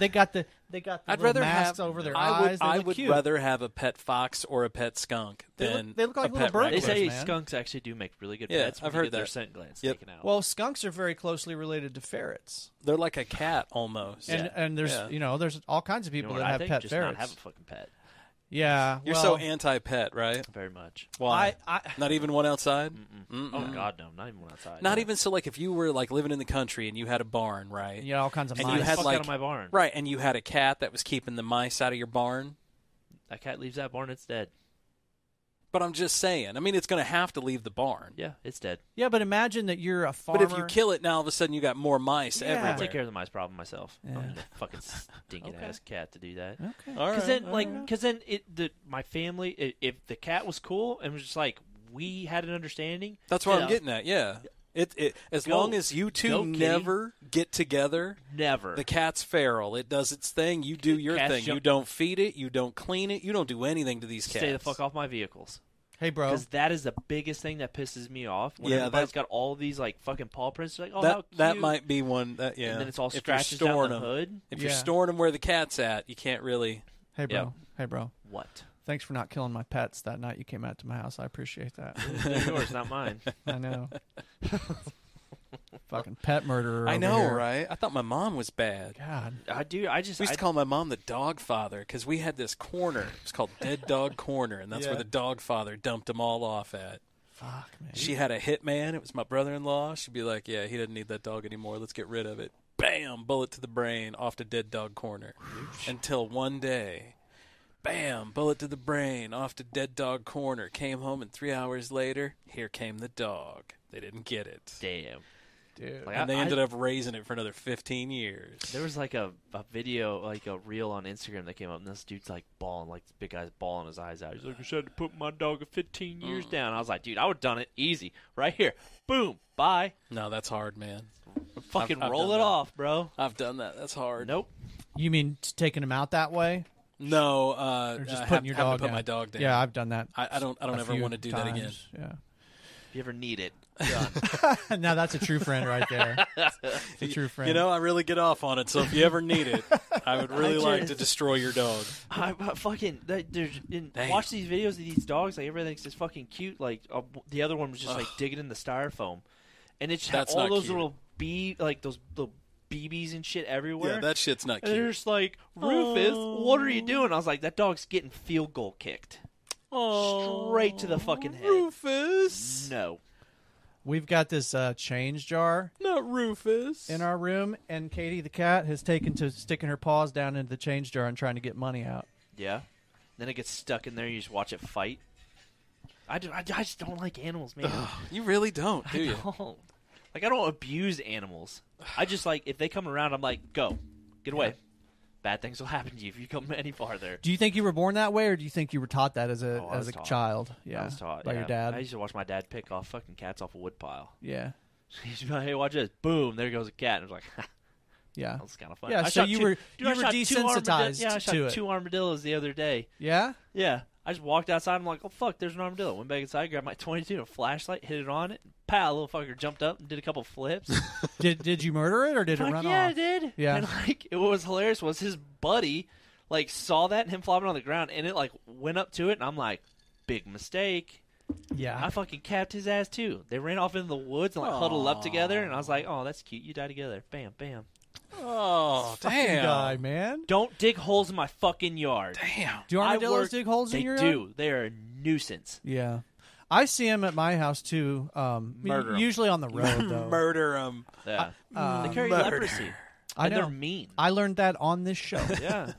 They got the they got the
I'd
little
rather
masks
have
over their
I would,
eyes. They
I
look
would
cute.
rather have a pet fox or a pet skunk
They look-
than
they look like
a
little
pet
birds.
They
raccoon.
say
man.
skunks actually do make really good
Yeah,
pets. when
I've
they
heard
get their
that.
scent glands
Yep.
taken out.
Well, skunks are very closely related to ferrets,
They're like a cat almost.
and and there's
Yeah.
you know there's all kinds of
you know
people
what
that
I
have
think?
pet
Just
ferrets.
not have a fucking pet.
yeah,
You're
well,
so anti-pet, right?
Very much.
Why?
I, I
not even one outside.
Oh God, no! Not even one outside.
Not even so. Like if you were like living in the country and you had a barn, right?
you know all kinds of
And
mice.
you had
fuck
like
out of my barn.
right, and you had a cat that was keeping the mice out of your barn.
That cat leaves that barn, it's dead.
But I'm just saying. I mean, it's going to have to leave the barn.
Yeah, it's dead.
yeah, but imagine that you're a farmer.
But if you kill it now, all of a sudden you got more mice
Yeah.
everywhere.
I take care of the mice problem myself. I don't
Yeah.
need a fucking stinking
Okay.
ass cat to do that.
okay,
All
Because
right,
then,
all
like,
right.
because then it the my family. i if the cat was cool and was just like we had an understanding,
that's what
you
I'm
know,
getting at. Yeah. It, it as
Go.
long as you two
Go, kitty.
never get together,
Never.
the cat's feral. It does its thing. You do your
Cats
thing. You
jump-
don't feed it. You don't clean it. You don't do anything to these cats. Oh.
Stay the fuck off my vehicles.
hey bro,
Because that is the biggest thing that pisses me off. When
Yeah,
everybody's
that-
got all these like fucking paw prints, like oh
that
how cute.
that might be one. That, yeah.
and then it's all
if you're
scratches down
storing
the
'em.
hood.
If you're
Yeah.
storing them where the cat's at, you can't really.
hey bro,
yeah.
hey bro.
What?
Thanks for not killing my pets that night. You came out to my house. I appreciate that.
They're yours, not mine.
I know. Fucking pet murderer.
I
over
know,
here.
right? I thought my mom was bad.
God.
I do. I just
We used
I,
to call my mom the dog father because we had this corner. It's called Dead Dog Corner, and that's where
Yeah.
the dog father dumped them all off at.
Fuck, man.
She had a hitman. It was my brother in law. She'd be like, Yeah, he doesn't need that dog anymore. Let's get rid of it. Bam! Bullet to the brain off to Dead Dog Corner. Until one day, Bam! Bullet to the brain, off to Dead Dog Corner. Came home, and three hours later, here came the dog. They didn't get it.
Damn.
Dude.
Like,
And
I-
they
I-
ended up raising it for another 15 years.
There was like a, a video, like a reel on Instagram that came up, and this dude's like bawling, like this big guy's bawling his eyes out. He's like, I should have put my dog 15 years
Mm.
down. I was like, dude, I would have done it easy. Right here. Boom. Bye.
No, that's hard, man.
Fucking
I've
roll
done
it
that.
off, bro.
I've done that. That's hard.
Nope.
You mean t- taking him out that way,
No, uh,
or just
uh,
putting
have-
your
having
dog?
to put
down?
my dog down.
Yeah, I've done that.
I, I don't. I don't
a
ever
few
want to do that again.
times. Yeah.
If you ever need it.
now that's a true friend right there. It's a true friend.
You know, I really get off on it. So if you ever need it, I would really like to destroy your dog.
I, I fucking they, there's in,
Damn.
watch these videos of these dogs. Like everything's just fucking cute. Like uh, w- the other one was just like digging in the styrofoam, and it's had
That's
all
not
those
cute.
little bee like those little BBs and shit everywhere.
Yeah, that shit's not
and they're
cute.
just like Rufus, what are you doing? I was like, that dog's getting field goal kicked straight to the fucking head.
Rufus,
No,
We've got this uh, change jar
not Rufus.
in our room, and Katie the cat has taken to sticking her paws down into the change jar and trying to get money out.
yeah. Then it gets stuck in there. You just watch it fight. I, do, I, I just don't like animals, man.
you really don't, do you?
don't. Like I don't abuse animals. I just like if they come around, I'm like, go, get away. Bad things will happen to you if you come any farther.
Do you think you were born that way, or do you think you were taught that as a
Oh, I
as
was
a
taught.
child? Yeah,
I was taught
by
yeah.
your dad.
I used to watch my dad pick off fucking cats off a woodpile.
yeah,
He's like, hey, watch this. Boom, there goes a cat. And I was like, ha,
yeah,
that was kind of fun.
Yeah,
I
so
shot
you
two-
were-
dude, I
you were
shot two
desensitized
armadillo- Yeah, I shot
to it.
two armadillos the other day.
yeah.
Yeah, I just walked outside. I'm like, oh fuck, there's an armadillo. Went back inside, grabbed my 22, and a flashlight, hit it on it. And pow, little fucker jumped up and did a couple flips.
Did did you murder it or did it
Fuck
run
yeah,
off?
I did.
Yeah.
And like, it, what was hilarious was his buddy, like, saw that and him flopping on the ground, and it like went up to it, and I'm like, big mistake.
Yeah,
I fucking capped his ass too. They ran off into the woods and like huddled up together, and I was like, oh, that's cute. You die together. Bam, bam.
Oh, damn.
guy, man.
Don't dig holes in my fucking yard.
Damn.
Do
I
armadillos
work-
dig holes
they
in your
do.
yard?
They are a nuisance.
Yeah, I see them at my house too. Um,
Murder 'em.
usually on the road though.
Murder him.
Yeah. Mm. they carry
murder.
leprosy.
I
and
know.
they're mean.
I learned that on this show
yeah.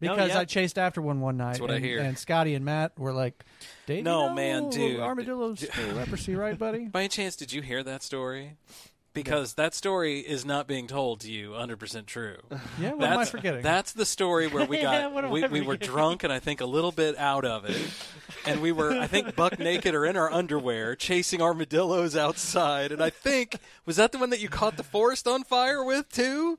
No,
because
yeah.
I chased after one one night. That's
what I
and,
hear.
And Scotty and Matt were like, Dave,
No,
you know,
man, dude.
armadillos, get leprosy, right, buddy?
By any chance, did you hear that story? Because that story is not being told to you 100% true.
Yeah, what am I
that's,
forgetting?
that's the story where we
Yeah,
got
what am
we,
I
we were
forgetting?
drunk and I think a little bit out of it. And we were I think buck naked or in our underwear chasing armadillos outside and I think was that the one that you caught the forest on fire with too?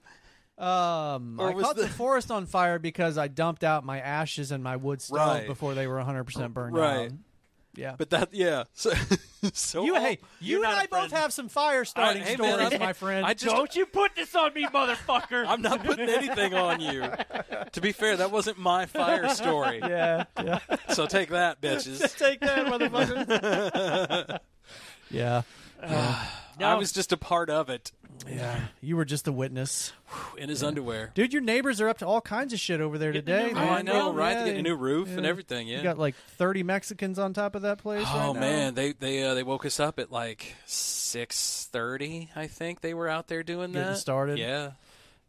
Um,
Or
I
was
caught the...
the-
forest on fire because I dumped out my ashes and my wood stove
Right.
before they were 100% burned
Right.
down. Yeah.
But that yeah. So, so
you,
all-
hey, you
you're
and
not
I
a
both
friend.
have some fire starting
hey, man,
stories,
I'm-
my friend.
I just
Don't you put this on me, motherfucker.
I'm not putting anything on you. To be fair, that wasn't my fire story.
yeah, yeah.
So take that, bitches.
Take that, motherfucker. yeah,
I was just a part of it
yeah. You were just the witness,
in his underwear.
dude. Your neighbors are up to all kinds of shit over there today.
Oh, I
man.
know, right?
Yeah,
They get a new roof and
yeah.
everything. Yeah.
You got like 30 Mexicans on top of that place.
oh
right now.
man, they they uh, they woke us up at like six thirty. I think they were out there doing
Getting
that.
started.
Yeah.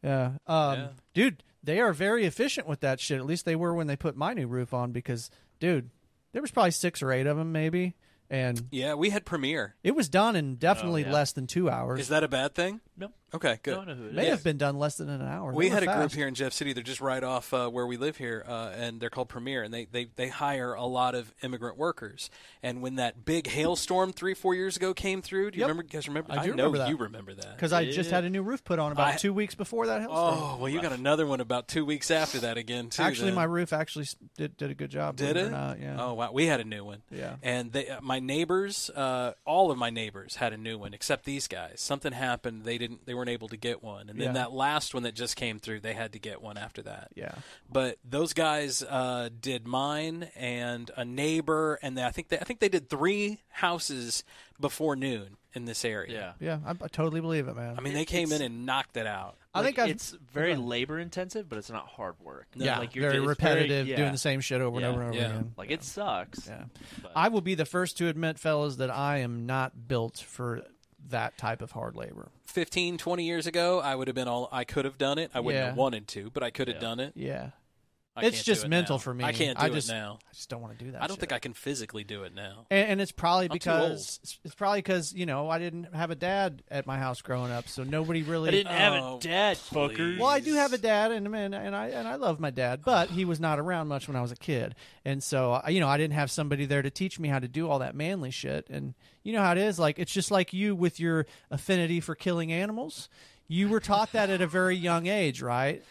Yeah. Um,
Yeah.
Dude, they are very efficient with that shit. At least they were when they put my new roof on because, dude, there was probably six or eight of them maybe. And
Yeah. We had premiere.
it was done in definitely
Oh,
yeah.
less than two hours.
Is that a bad thing?
No.
Okay.
I
Good.
don't know who it is.
May have been done less than an hour.
We
They were
had a group
fast.
here in Jeff City. They're just right off uh, where we live here, uh, and they're called Premier, and they, they they hire a lot of immigrant workers. And when that big hailstorm three four years ago came through, do you
Yep.
remember? You guys remember?
I do
know
remember that.
you remember that.
Because I just had a new roof put on about
I-
two weeks before that hailstorm.
oh well, you got another one about two weeks after that again too.
actually,
then.
my roof actually s- did, did a good job.
Did
believe
it?
Or not. Yeah.
Oh wow, we had a new one.
Yeah.
And they, uh, my neighbors, uh, all of my neighbors had a new one except these guys. Something happened; they didn't, they weren't able to get one. And then
Yeah.
that last one that just came through, they had to get one after that.
Yeah.
But those guys uh, did mine and a neighbor, and they, I think they, I think they did three houses before noon in this area.
Yeah.
Yeah. I, I totally believe it, man.
I mean, they came in and knocked it out.
I
Like,
think I've,
it's very labor intensive, but it's not hard work.
yeah,
like
very
it's
repetitive,
yeah.
doing the same shit over
Yeah.
and over and over
Yeah.
again.
Like it sucks.
Yeah.
But-
I will be the first to admit, fellas, that I am not built for that type of hard labor.
15, 20 years ago, I would have been all I could have done it. I wouldn't
Yeah.
have wanted to, but I could have done it.
Yeah.
I
It's
can't
just
do it
mental
now.
for me.
I can't do
I just,
it now.
I just don't want to do that.
I don't
shit.
think I can physically do it now.
And, and it's probably
I'm too
because it's- it's probably because you know I didn't have a dad at my house growing up, so nobody really.
I didn't have
Oh,
a dad, fucker.
Well, I do have a dad, and and and I and I love my dad, but he was not around much when I was a kid, and so I- you know I didn't have somebody there to teach me how to do all that manly shit. And you know how it is, like it's just like you with your affinity for killing animals. You were taught that at a very young age, right?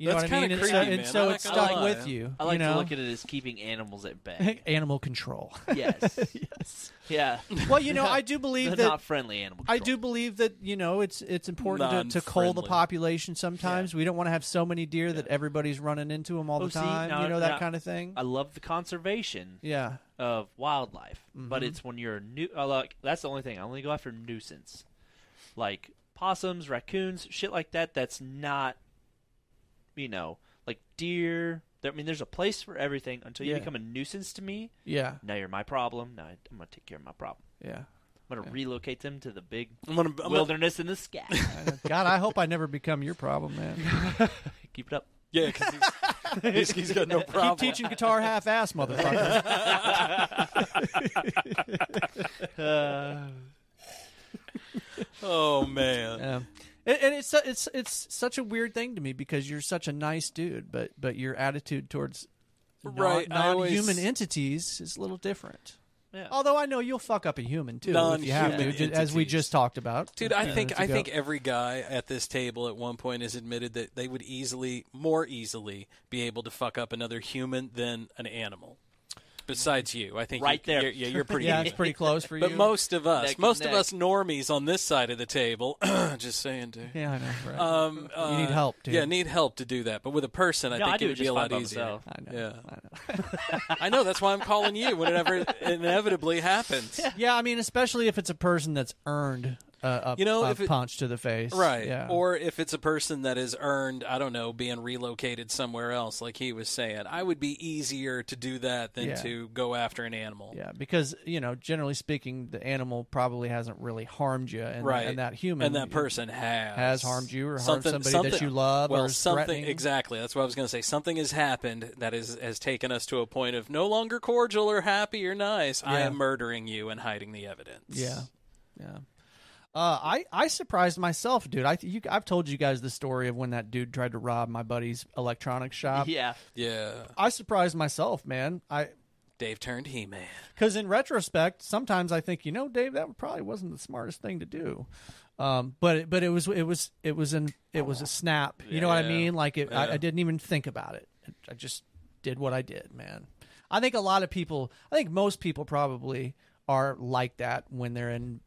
You
That's
know what I
kinda
mean? and so,
creepy,
and
man.
so
I
it's
like-
stuck
I like-
with you.
I like
you know?
to look at it as keeping animals at bay.
animal control.
yes.
yes.
Yeah.
Well, you know, I do
They're
believe that
not friendly animals.
I do believe that you know it's it's important to, to cull the
Non-friendly.
population. Sometimes we don't want to have so many deer that everybody's running into them all
Oh,
the
see,
time.
now-
you know that
now-
kind of thing.
I love the conservation
yeah,
of wildlife, but
Mm-hmm.
it's when you're new. I like that's the only thing. I only go after nuisance, like possums, raccoons, shit like that. That's not, you know, like deer. There, I mean, there's a place for everything. Until you
Yeah.
become a nuisance to me,
yeah,
now you're my problem. Now I, I'm gonna take care of my problem.
yeah.
I'm gonna relocate them to the big
I'm gonna, I'm gonna-
wilderness in the sky.
God, I hope I never become your problem, man.
Keep it up.
yeah, 'cause he's, he's, he's got no problem.
Keep teaching guitar half-ass, motherfucker.
Oh man.
yeah. And, and it's su- it's it's such a weird thing to me because you're such a nice dude, but but your attitude towards non,
Right, I always-
non-human entities is a little different.
Yeah.
Although I know you'll fuck up a human too, if you have to,
Non-human
ju- as we
entities.
just talked about.
Dude, I
Yeah.
think
minutes
I
ago.
think every guy at this table at one point has admitted that they would easily, more easily, be able to fuck up another human than an animal. Besides you, I think
Right
you-
there.
You're, yeah, you're pretty.
yeah,
easy.
it's pretty close for you.
But most of us,
Neck and
most of
neck.
us normies on this side of the table, just saying, dude.
yeah, I know. Right?
Um, uh,
need help, dude.
Yeah, need help to do that. But with a person, I
No,
think
I
it
do
would
it
be
just
a lot
fine by
easier.
myself.
I know.
Yeah,
I know.
I know. That's why I'm calling you whenever it inevitably happens.
Yeah, I mean, especially if it's a person that's earned uh, a,
You know,
a
if it-
punch to the face,
Right.
Yeah.
Or if it's a person that has earned, I don't know, being relocated somewhere else, like he was saying, I would be easier to do that than
Yeah.
to go after an animal.
yeah, because you know, generally speaking, the animal probably hasn't really harmed you, and,
Right.
and that human
and that person has
has harmed you or harmed somebody that you love
Well,
or is
something
threatening.
exactly. That's what I was going to say. Something has happened that is has taken us to a point of no longer cordial or happy or nice. I
Yeah.
am murdering you and hiding the evidence.
Yeah, yeah. Uh, I I surprised myself, dude. I you, I've told you guys the story of when that dude tried to rob my buddy's electronics shop.
yeah.
yeah.
I surprised myself, man. I
Dave turned he man.
Because in retrospect, sometimes I think, you know, Dave, that probably wasn't the smartest thing to do. Um, but it, but it was it was it was an it was a snap. You know what I
Yeah.
mean? Like it, I,
Yeah.
I didn't even think about it. I just did what I did, man. I think a lot of people. I think most people probably are like that when they're in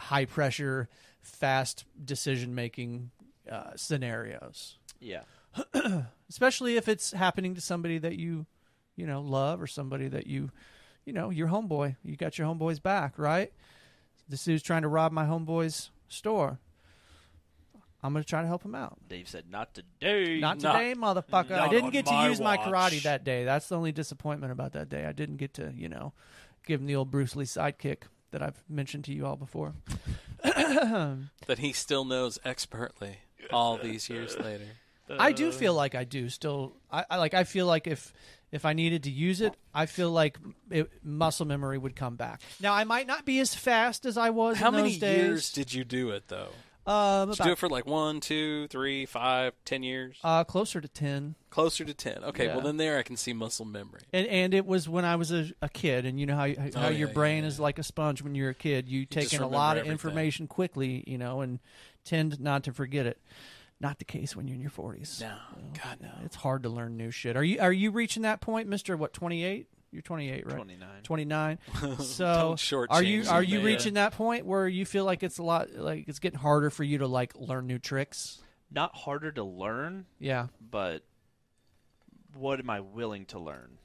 high pressure, fast decision making uh, scenarios.
Yeah.
Especially if it's happening to somebody that you, you know, love or somebody that you you know, your homeboy. You got your homeboy's back, right? This dude's trying to rob my homeboy's store. I'm gonna try to help him out.
Dave said not today.
Not today, motherfucker. I
not
didn't
on
get to
my
use my karate
watch.
that day. That's the only disappointment about that day. I didn't get to, you know, give him the old Bruce Lee sidekick that I've mentioned to you all before.
That he still knows expertly all these years later.
I
uh,
do feel like I do still. I, I like. I feel like if if I needed to use it, I feel like it, muscle memory would come back. Now I might not be as fast as I was.
How
in those
many
days.
years did you do it though?
Um,
Did you do
about-
it for like one, two, three, five, ten years?
uh, closer to ten.
Closer to ten. Okay,
yeah.
well then there I can see muscle memory.
And, and it was when I was a, a kid, and you know how how
Oh,
your
yeah,
brain
yeah,
is like a sponge when you're a kid. You take
just
in a
remember
lot of
everything.
information quickly, you know, and tend not to forget it. Not the case when you're in your forties.
No, God no.
It's hard to learn new shit. Are you are you reaching that point, Mister? What twenty eight? You're twenty eight, right?
29.
Twenty nine. So
shortchange
are you are
me,
you
man.
reaching that point where you feel like it's a lot like it's getting harder for you to like learn new tricks?
not harder to learn,
Yeah.
but what am I willing to learn?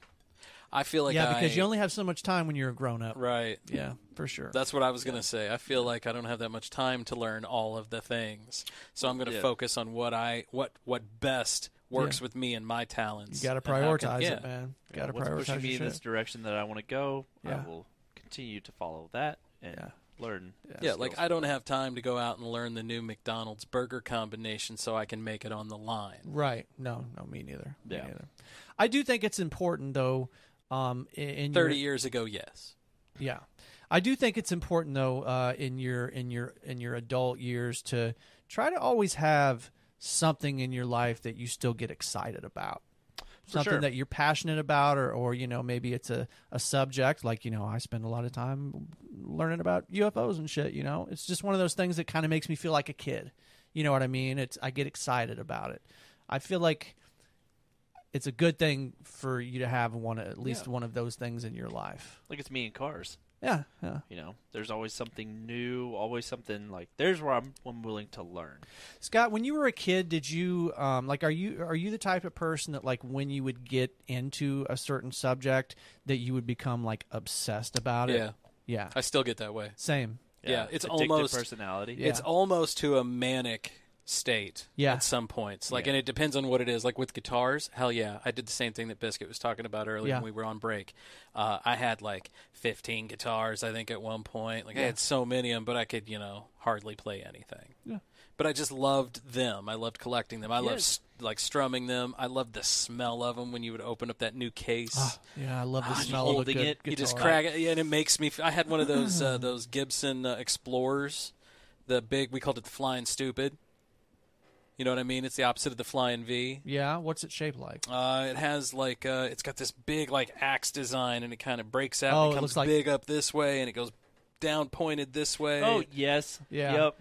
I feel like
yeah, because
I-
you only have so much time when you're a grown up.
right.
Yeah, for sure.
That's what I was going to say. I feel like I don't have that much time to learn all of the things. So I'm going to
Yeah.
focus on what I what what best works
Yeah.
with me and my talents.
You got to
and how can-
prioritize
yeah.
it, man. Got to
What's
prioritize
pushing
your
me in
shit.
this direction that I want to go?
Yeah.
I will continue to follow that and
Yeah.
learn.
Yeah, like I don't have time to go out and learn the new McDonald's burger combination so I can make it on the line.
Right. No, no, me neither. Me
Yeah.
neither. I do think it's important though. Um, in, in your-
30 years ago, yes.
yeah, I do think it's important though. Uh, in your in your in your adult years, to try to always have something in your life that you still get excited about. Something
sure.
that you're passionate about, or, or you know, maybe it's a, a subject like you know, I spend a lot of time learning about UFOs and shit. You know, it's just one of those things that kind of makes me feel like a kid. You know what I mean? It's I get excited about it. I feel like it's a good thing for you to have one at least one of those things in your life.
Like it's me and cars.
Yeah, yeah.
You know, there's always something new, always something like there's where I'm, I'm willing to learn.
Scott, when you were a kid, did you um, like are you are you the type of person that like when you would get into a certain subject that you would become like obsessed about it?
Yeah.
yeah,
I still get that way.
same.
Yeah, it's
addictive
almost-
personality.
Yeah.
It's almost to a manic state
Yeah.
at some points. Like, and it depends on what it is. Like with guitars, hell yeah, I did the same thing that Biscuit was talking about earlier
Yeah.
when we were on break. Uh, I had like 15 guitars, I think, at one point. Like I had so many of them, but I could, you know, hardly play anything. Yeah. But I just loved them. I loved collecting them. I loved s- like strumming them. I loved the smell of them when you would open up that new case.
Yeah, I love the
Ah,
smell of a
holding
good
it,
You just
guitar.
crack it, yeah, and it makes me. f- I had one of those uh, those Gibson uh, Explorers, the big. We called it the Flying Stupid. You know what I mean? It's the opposite of the Flying V.
Yeah, what's it shaped like?
Uh, it has like uh, it's got this big like axe design, and it kind of breaks out.
Oh,
and
it
it comes
looks like-
big up this way, and it goes down pointed this way.
Oh yes.
Yeah.
Yep.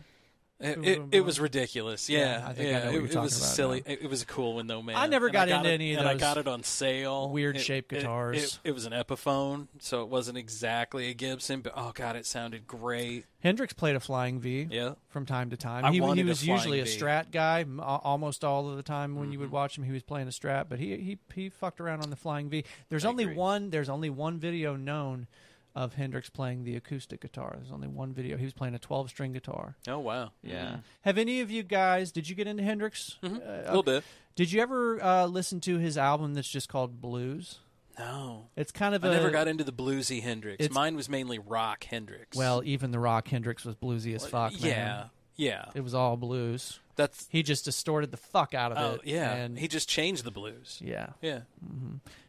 it, it, it was ridiculous. Yeah,
Yeah,
yeah,
I think I know what
it,
you're
it
talking
was
about
silly. It, it was a cool one though, man.
I never
And
got into
it-
any of
and I
those
got it on sale.
weird
It-
shaped
it- it-
guitars.
It, it was an Epiphone, so it wasn't exactly a Gibson, but oh god, it sounded great.
Hendrix played a flying V.
Yeah.
from time to time.
I
he, he
wanted a
was usually a
flying V.
Strat guy m- al- almost all of the time when you
Mm-hmm.
would watch him. He was playing a Strat, but he he he fucked around on the Flying V. There's only
agree.
one. There's only one video known of Hendrix playing the acoustic guitar. There's only one video. He was playing a 12 string guitar.
Oh wow,
Yeah.
Have any of you guys? Did you get into Hendrix? Uh,
a little bit.
Did you ever uh, listen to his album that's just called Blues?
No,
It's kind of
I
a
never got into the bluesy Hendrix.
it's-
Mine was mainly rock Hendrix.
well, even the rock Hendrix was bluesy as fuck.
yeah,
man.
yeah,
it was all blues.
that's
He just distorted the fuck out of
oh
it.
yeah.
and
he just changed the blues.
yeah.
Yeah,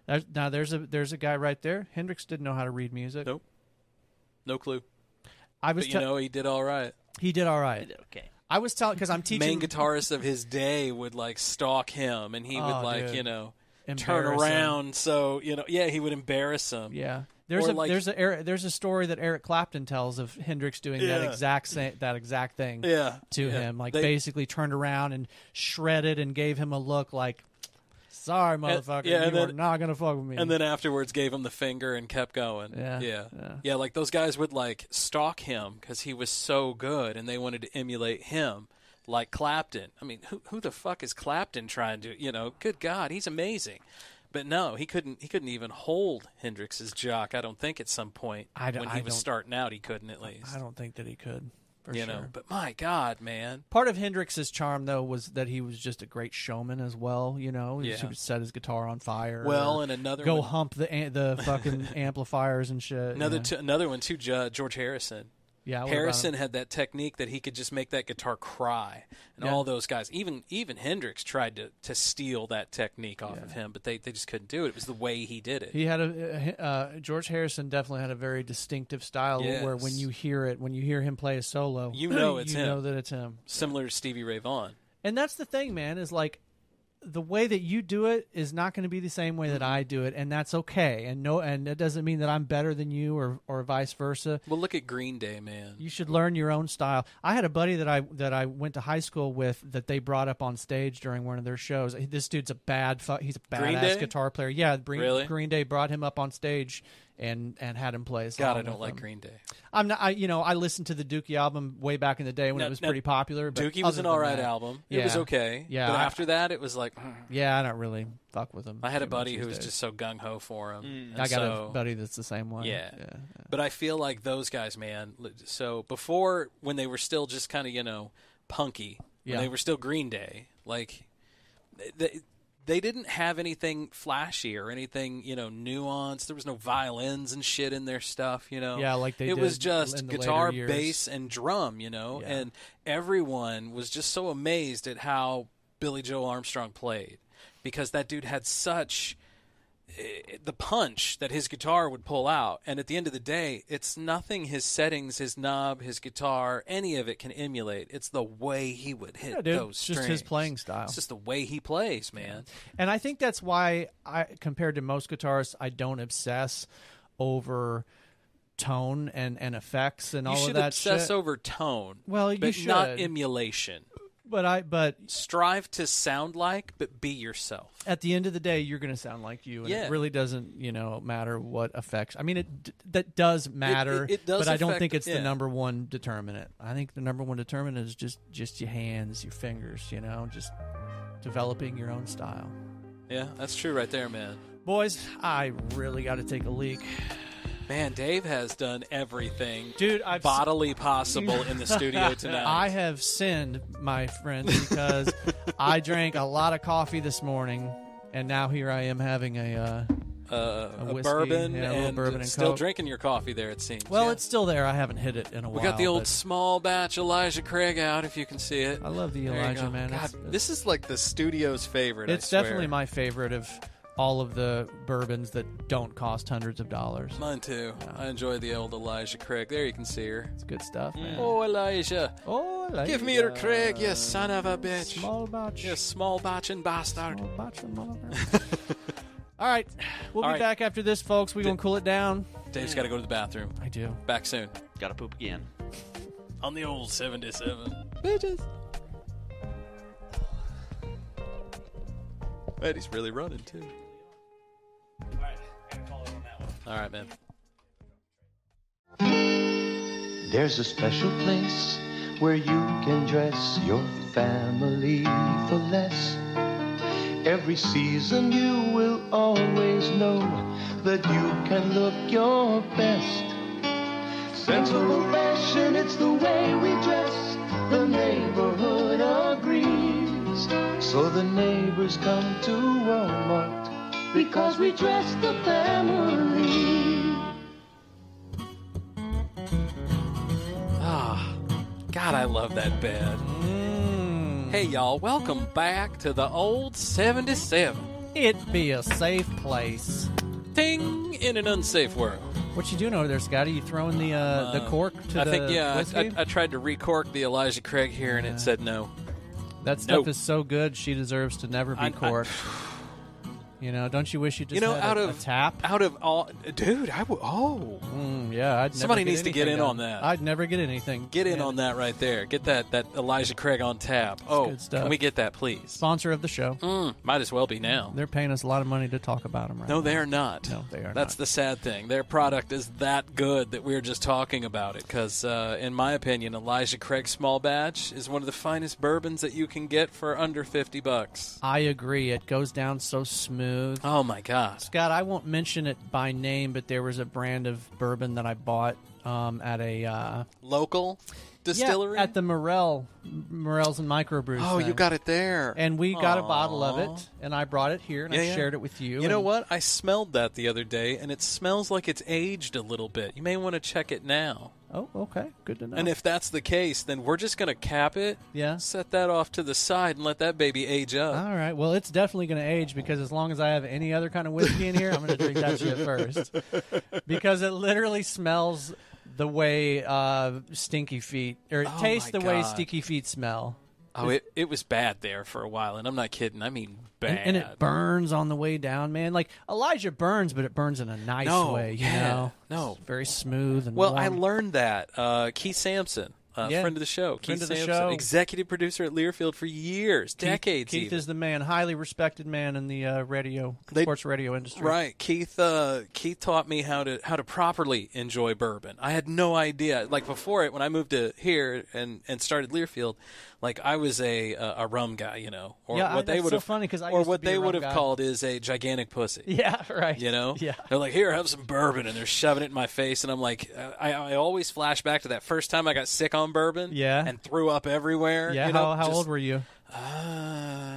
There's, now there's a there's a guy right there. Hendrix didn't know how to read music.
Nope. no clue,
I was
but you
tell-
know he did all right.
he did all right.
Okay.
I was telling because I'm teaching
main guitarist of his day would like stalk him and he
Oh,
would like
dude.
you know turn
Embarrass him.
around so you know yeah he would embarrass him
Yeah, there's
Or
a
like-
there's a Eric, there's a story that Eric Clapton tells of Hendrix doing that
Yeah.
exact same that exact thing.
Yeah.
to
Yeah.
him like
They-
basically turned around and shredded and gave him a look like, sorry motherfucker,
yeah,
you
and
are
then-
not gonna fuck with me.
and then afterwards gave him the finger and kept going
Yeah,
yeah
yeah.
Yeah, like those guys would like stalk him because he was so good and they wanted to emulate him like Clapton I mean who who the fuck is Clapton trying to you know good God he's amazing. But no, he couldn't. He couldn't even hold Hendrix's jock. I don't think at some point
I d-
when
I
he was
don't-
starting out, he couldn't at least.
I don't think that he could. For
you
sure.
know. But my God, man,
Part of Hendrix's charm, though, was that he was just a great showman as well. You know, he
Yeah.
could set his guitar on fire.
Well,
or
and another
go
one-
hump the am- the fucking amplifiers and shit.
Another
yeah.
t- another one too. Ju- George Harrison.
Yeah, what about
Harrison
him?
had that technique that he could just make that guitar cry, and
Yeah.
all those guys, even even Hendrix tried to, to steal that technique off of him, but they, they just couldn't do it. It was the way he did it.
He had a uh, George Harrison definitely had a very distinctive style where when
Yes.
you hear it, when you hear him play a solo,
You know it's
you
him.
know that it's him.
Similar to Stevie Ray Vaughan.
And that's the thing, man, is like the way that you do it is not going to be the same way that
Mm-hmm.
I do it, and that's okay. And no, and it doesn't mean that I'm better than you or or vice versa.
Well, look at Green Day, man.
You should learn your own style. I had a buddy that I that I went to high school with that they brought up on stage during one of their shows. This dude's a bad fu- he's a
Green
badass
Day?
guitar player. Yeah, Green,
Really?
Green Day brought him up on stage and and had him play. a
God,
song
I don't
with
like
them.
Green Day.
I'm not. I you know I listened to the Dookie album way back in the day when
No,
it was
no,
pretty popular. But
Dookie was
other
an
than
all right
that-
album. It was
yeah.
okay.
Yeah,
But
I-
after that, it was like mm.
Yeah, I don't really fuck with him.
I had a
too much
buddy
these
who was
days.
just so gung ho for him. and
I got
so-
a buddy that's the same one.
Yeah.
yeah.
But I feel like those guys, man. li- So before, when they were still just kind of you know punky, when
Yeah.
they were still Green Day, like they they didn't have anything flashy or anything you know nuanced. There was no violins and shit in their stuff. You know,
Yeah, like they
it was
did
just
in the
guitar,
later years.
bass, and drum. You know,
Yeah.
and everyone was just so amazed at how Billy Joe Armstrong played because that dude had such eh, the punch that his guitar would pull out and at the end of the day it's nothing his settings his knob his guitar any of it can emulate it's the way he would hit
Yeah, dude.
those
It's just his
strings.
playing style.
it's just the way he plays man
And I think that's why I compared to most guitarists, I don't obsess over tone and, and effects and all
you
of
should
that
obsess
shit.
over tone.
Well, you
but not
should.
emulation.
but I but
Strive to sound like, but be yourself.
at the end of the day you're going to sound like you and
Yeah.
it really doesn't, you know, matter what effects. I mean it d- that does matter,
it- it does
but I don't
affect-
think it's
yeah.
the number one determinant. I think the number one determinant is just just your hands, your fingers, you know, just developing your own style.
Yeah, that's true right there, man.
Boys, I really got to take a leak.
Man, Dave has done everything,
Dude, I've
bodily possible in the studio tonight.
I have sinned, my friend, because I drank a lot of coffee this morning, and now here I am having a. Uh,
uh, a,
whiskey,
bourbon
yeah, a little
and
bourbon and
still
Coke.
drinking your coffee there. It seems.
well,
yeah.
it's still there. I haven't hit it in a
we
while.
got the old
but
small batch Elijah Craig out. If you can see it,
I love the
There you
Elijah
go.
man.
God,
It's,
this is like the studio's favorite. I
it's
swear.
definitely my favorite of all of the bourbons that don't cost hundreds of dollars.
mine too. I enjoy the old Elijah Craig. There you can see her.
It's good stuff, man.
Oh, Elijah.
Oh,
Give me your Craig, you son of a bitch.
small batch.
you small batching bastard.
Small batch of mother- All right, we'll
All
be
right.
back after this, folks. We're gonna cool it down.
Dave's got to go to the bathroom.
I do.
Back soon.
Gotta poop again.
On the old 77.
Bitches.
Bet he's really running, too. All right, man.
There's a special place where you can dress your family for less. Every season you will always know that you can look your best. Sensible fashion, it's the way we dress. The neighborhood agrees. So the neighbors come to Walmart because we dress the family.
Ah, God, I love that bed. Hey, y'all. Welcome back to the old 77.
It be a safe place.
Ting in an unsafe world.
What you doing over there, Scotty? You throwing the uh, the cork to
I
the
think, yeah, I,
whiskey?
I, I tried to recork the Elijah Craig here, and it said no.
that stuff
no.
is so good. She deserves to never
I- I-
be corked. you know, don't you wish you just
You know,
had
out
a,
of
a tap?
out of all, dude. I would. Oh,
Mm, yeah, I'd never
Somebody
get
needs to get
anything
in
done.
on that.
I'd never get anything.
Get in
Yeah.
on that right there. Get that that Elijah Craig on tap. oh,
good stuff.
can we get that, please?
sponsor of the show.
Mm, might as well be now.
They're paying us a lot of money to talk about them, right?
No,
now.
they are not.
No, they are
That's
not.
the sad thing. Their product is that good that we're just talking about it. Because, uh, in my opinion, Elijah Craig Small Batch is one of the finest bourbons that you can get for under fifty bucks.
I agree. It goes down so smooth.
Oh my gosh!
Scott, I won't mention it by name, but there was a brand of bourbon that I bought um, at a uh,
Local distillery
yeah, at the Morel Morels and Microbrews.
Oh, you
thing.
got it there.
And we got a bottle of
Aw.
it, and I brought it here, and I
Yeah, yeah.
shared it with you.
You know
and-
what? I smelled that the other day, and it smells like it's aged a little bit. You may want to check it now.
Oh, okay, good to know.
And if that's the case, then we're just going to cap it.
Yeah.
Set that off to the side and let that baby age up.
all right, well, it's definitely going to age because as long as I have any other kind of whiskey in here, I'm going to drink that shit first because it literally smells the way uh, stinky feet or it
Oh,
tastes
my
the way
God.
stinky feet smell,
Oh, it, it was bad there for a while, and I'm not kidding. I mean, bad.
and, and it burns on the way down, man. Like Elijah burns, but it burns in a nice
No,
way, you
yeah,
know?
no.
It's very smooth and
Well, I
warm.
learned that. Uh, Keith Sampson, uh,
Yeah.
friend of the show.
Friend
Keith
of the
Sampson,
show.
executive producer at Learfield for years, decades.
Keith
even.
is the man, highly respected man in the uh, radio
They-
sports radio industry.
Right, Keith. Uh, Keith taught me how to how to properly enjoy bourbon. I had no idea. Like before it, when I moved to here and and started Learfield, like I was a uh, a rum guy, you know, or
Yeah, I-
what they
that's
would
so
have
funny 'cause I
or
used to
what
be a
they
rum
would have
guy.
called is a gigantic pussy.
Yeah, right.
You know,
Yeah.
They're like, "Here, have some bourbon," and they're shoving it in my face, and I'm like, uh, I, I always flash back to that first time I got sick on bourbon,
Yeah.
and threw up everywhere.
Yeah,
you know,
how, how
just-
old were you?
Uh,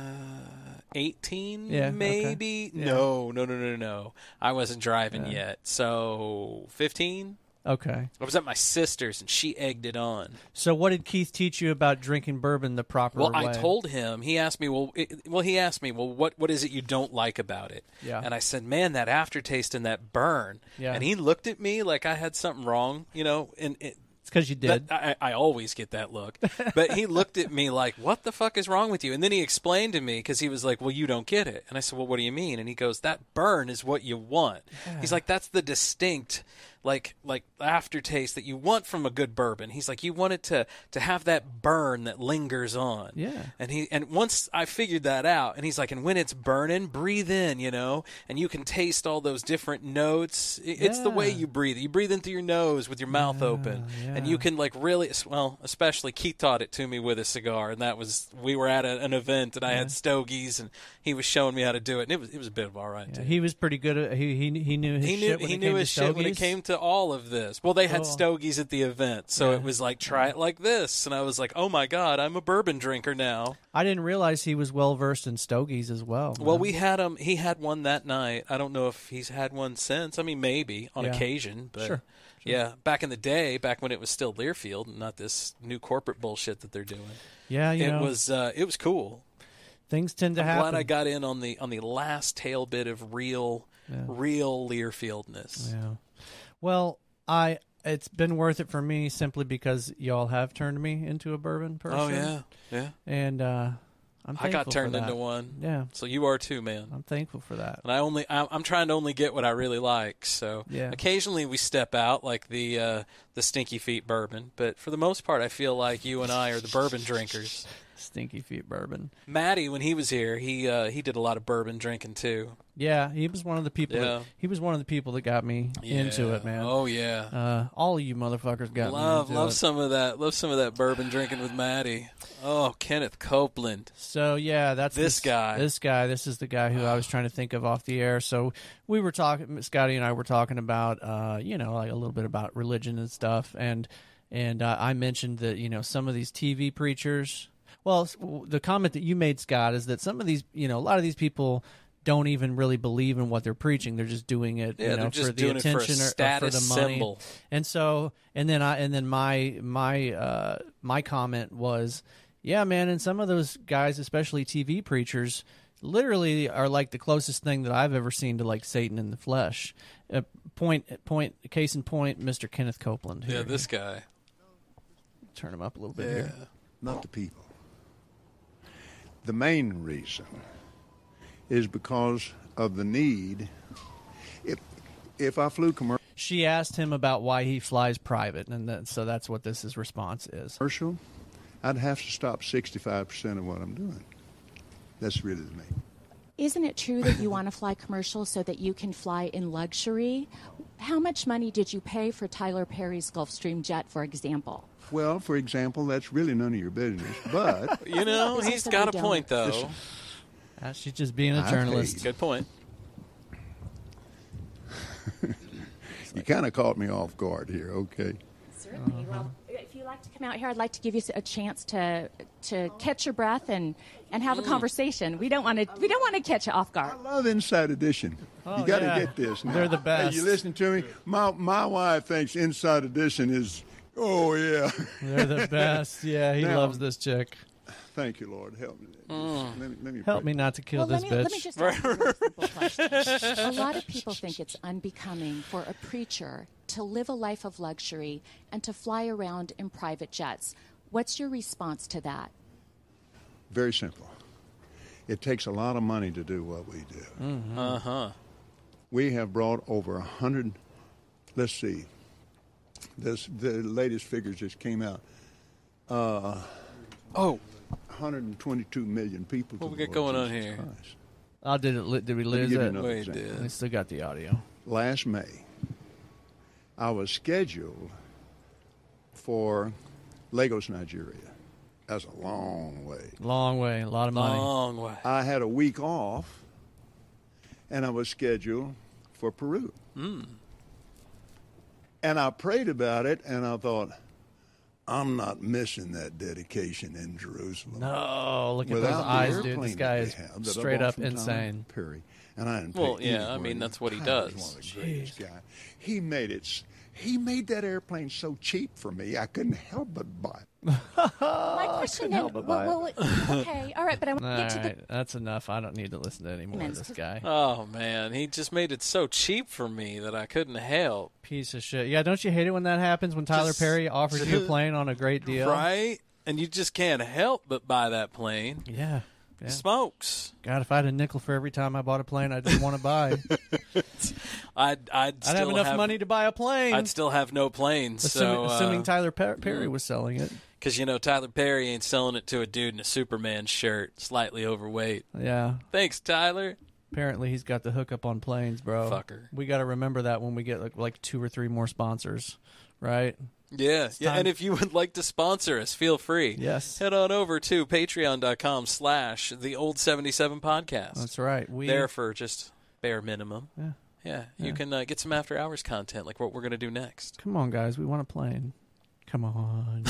18
Yeah, okay.
maybe
Yeah.
no no no no no i wasn't driving yet so 15
Okay.
i was at my sister's and she egged it on
So what did Keith teach you about drinking bourbon the proper
well
way?
i told him he asked me well it, well he asked me well what what is it you don't like about it
Yeah.
and i said man that aftertaste and that burn
Yeah.
and he looked at me like i had something wrong you know and it,
It's because you did.
That- I, I always get that look. But he looked at me like, "What the fuck is wrong with you?" And then he explained to me because he was like, "Well, you don't get it." And I said, "Well, what do you mean?" And he goes, "That burn is what you want." He's like, "That's the distinct." Like like aftertaste that you want from a good bourbon. He's like you want it to to have that burn that lingers on.
Yeah.
And he and once I figured that out, and he's like, and when it's burning, breathe in, you know, and you can taste all those different notes. I- It's the way
Yeah.
you breathe. You breathe in through your nose with your mouth open, and you
yeah.
can like really well. Especially Keith taught it to me with a cigar, and that was we were at a, an event, and I had stogies, and he was showing me how to do it, and it was it was a bit of all right.
Yeah,
too.
he was pretty good. At, he he he knew his
He knew
shit when
he
it
knew
came
his
to
shit when it
stogies. Oh.
came to all of this. Well, they had
Cool.
stogies at the event, so it was like try it like this, and I was like, oh my god, I'm a bourbon drinker now.
I didn't realize he was well versed in stogies as well.
Well,
man.
we had him. He had one that night. I don't know if he's had one since. I mean, maybe on
Yeah.
occasion, but
Sure, sure.
yeah, back in the day, back when it was still Learfield, and not this new corporate bullshit that they're doing.
yeah, you
it
know,
was uh, it was cool.
things tend to
I'm
happen.
glad I got in on the on the last tail bit of real real Learfieldness.
Yeah. Well, I it's been worth it for me simply because y'all have turned me into a bourbon person.
Oh yeah, yeah.
and uh, I'm
I
thankful
got
for
turned into
that.
one.
Yeah,
So you are too, man.
I'm thankful for that.
And I only I'm, I'm trying to only get what I really like. So
Yeah.
occasionally we step out like the uh, the stinky feet bourbon, but for the most part, I feel like you and I are the bourbon drinkers.
Stinky feet bourbon.
Maddie, when he was here, he uh, he did a lot of bourbon drinking too.
Yeah, he was one of the people.
Yeah.
That, he was one of the people that got me into it, man.
Oh yeah.
Uh, all of you motherfuckers got
Love,
me into
love
it.
some of that. Love some of that bourbon drinking with Maddie. Oh, Kenneth Copeland.
So yeah, that's
This guy.
This guy. This is the guy who I was trying to think of off the air. So we were talking. Scotty and I were talking about, uh, you know, like a little bit about religion and stuff, and and uh, I mentioned that you know some of these TV preachers. Well, s- w- the comment that you made, Scott, is that some of these, you know, a lot of these people don't even really believe in what they're preaching. They're just doing it,
Yeah,
you
they're
know,
just
for the
doing it for a
attention or- or, for
status
the money.
symbol.
And so, and then I, and then my my uh, my comment was, yeah, man. And some of those guys, especially TV preachers, literally are like the closest thing that I've ever seen to like Satan in the flesh. Uh, point point case in point, Mr. Kenneth Copeland.
Yeah,
here.
this guy.
turn him up a little bit here.
not the people. The main reason is because of the need. If if I flew
She asked him about why he flies private, and that, so that's what this his response is.
commercial, I'd have to stop 65% of what I'm doing. That's really the main.
Isn't it true that you want to fly commercial so that you can fly in luxury? How much money did you pay for Tyler Perry's Gulfstream jet, for example?
Well, for example, that's really none of your business, but
You know,
This
he's
is
got a
the
point though.
Listen.
Uh, she's just being a
I
journalist.
Good point.
you kind of caught me off guard here, okay?
Certainly. Well, if you like to come out here, I'd like to give you a chance to to catch your breath and, and have a conversation. We don't want to we don't want to catch you off guard.
I love Inside Edition.
Oh,
you got to
yeah.
get this. Now.
They're the
Hey,
best.
you listening to me? My, my wife thinks Inside Edition is, oh, yeah.
They're the best. Yeah, he
Now-
loves this chick.
Thank you, Lord. Help me.
Mm.
Let me, let me
Help
pray.
me not to kill
Well,
this
let me,
bitch.
let me just ask you a simple question. A lot of people think it's unbecoming for a preacher to live a life of luxury and to fly around in private jets. What's your response to that?
Very simple. It takes a lot of money to do what we do.
Uh huh.
We have brought over a hundred. Let's see. This the latest figures just came out. Uh,
Oh,
122 million people.
What
to
we
the
got
Lord
going on
Jesus
here?
Christ.
Oh, did it? li- Did we lose
give you
it?
another
wait,
example.
dude.
We still got the audio.
Last May, I was scheduled for Lagos, Nigeria. That's a long way.
Long way, a lot of money.
Long way.
I had a week off, and I was scheduled for Peru.
Hmm.
And I prayed about it, and I thought, I'm not missing that dedication in Jerusalem.
No, Oh, look at those
Without the
eyes, dude. This
airplane
guy
that
is
they have that I
straight
bought
up
from Tom
insane.
Perry, and I didn't pay
Well, yeah,
any
I
for
mean,
it.
that's what he
God, he's
does.
one of the greatest guy. He made it. s- He made that airplane so cheap for me, I couldn't help but buy it.
My question then,
Oh, help
well,
but buy
well, well, okay, all right, but I want
All
to get to the
right, that's enough. I don't need to listen to any more of this guy.
Oh man, he just made it so cheap for me that I couldn't help.
Piece of shit. Yeah, don't you hate it when that happens? When Tyler
Just-
Perry offers you a plane on a great deal,
Right? And you just can't help but buy that plane.
Yeah. yeah.
Smokes.
God, if I had a nickel for every time I bought a plane I didn't want to buy,
I'd I'd
I'd
still
have enough money to buy a plane.
I'd still have no planes. so,
assuming,
uh,
assuming Tyler Per- Perry was selling it.
Because you know Tyler Perry ain't selling it to a dude in a Superman shirt, slightly overweight.
Yeah.
Thanks, Tyler.
Apparently, he's got the hookup on planes, bro.
Fucker.
We got to remember that when we get like, like two or three more sponsors, right?
Yeah, yeah.
time-
And if you would like to sponsor us, feel free.
Yes.
Head on over to Patreon.com/slash The Old Seventy Seven Podcast.
That's right. We
there for just bare minimum.
Yeah.
Yeah,
Yeah.
you can uh, get some after hours content like what we're going to do next.
come on, guys. We want a plane. Come on,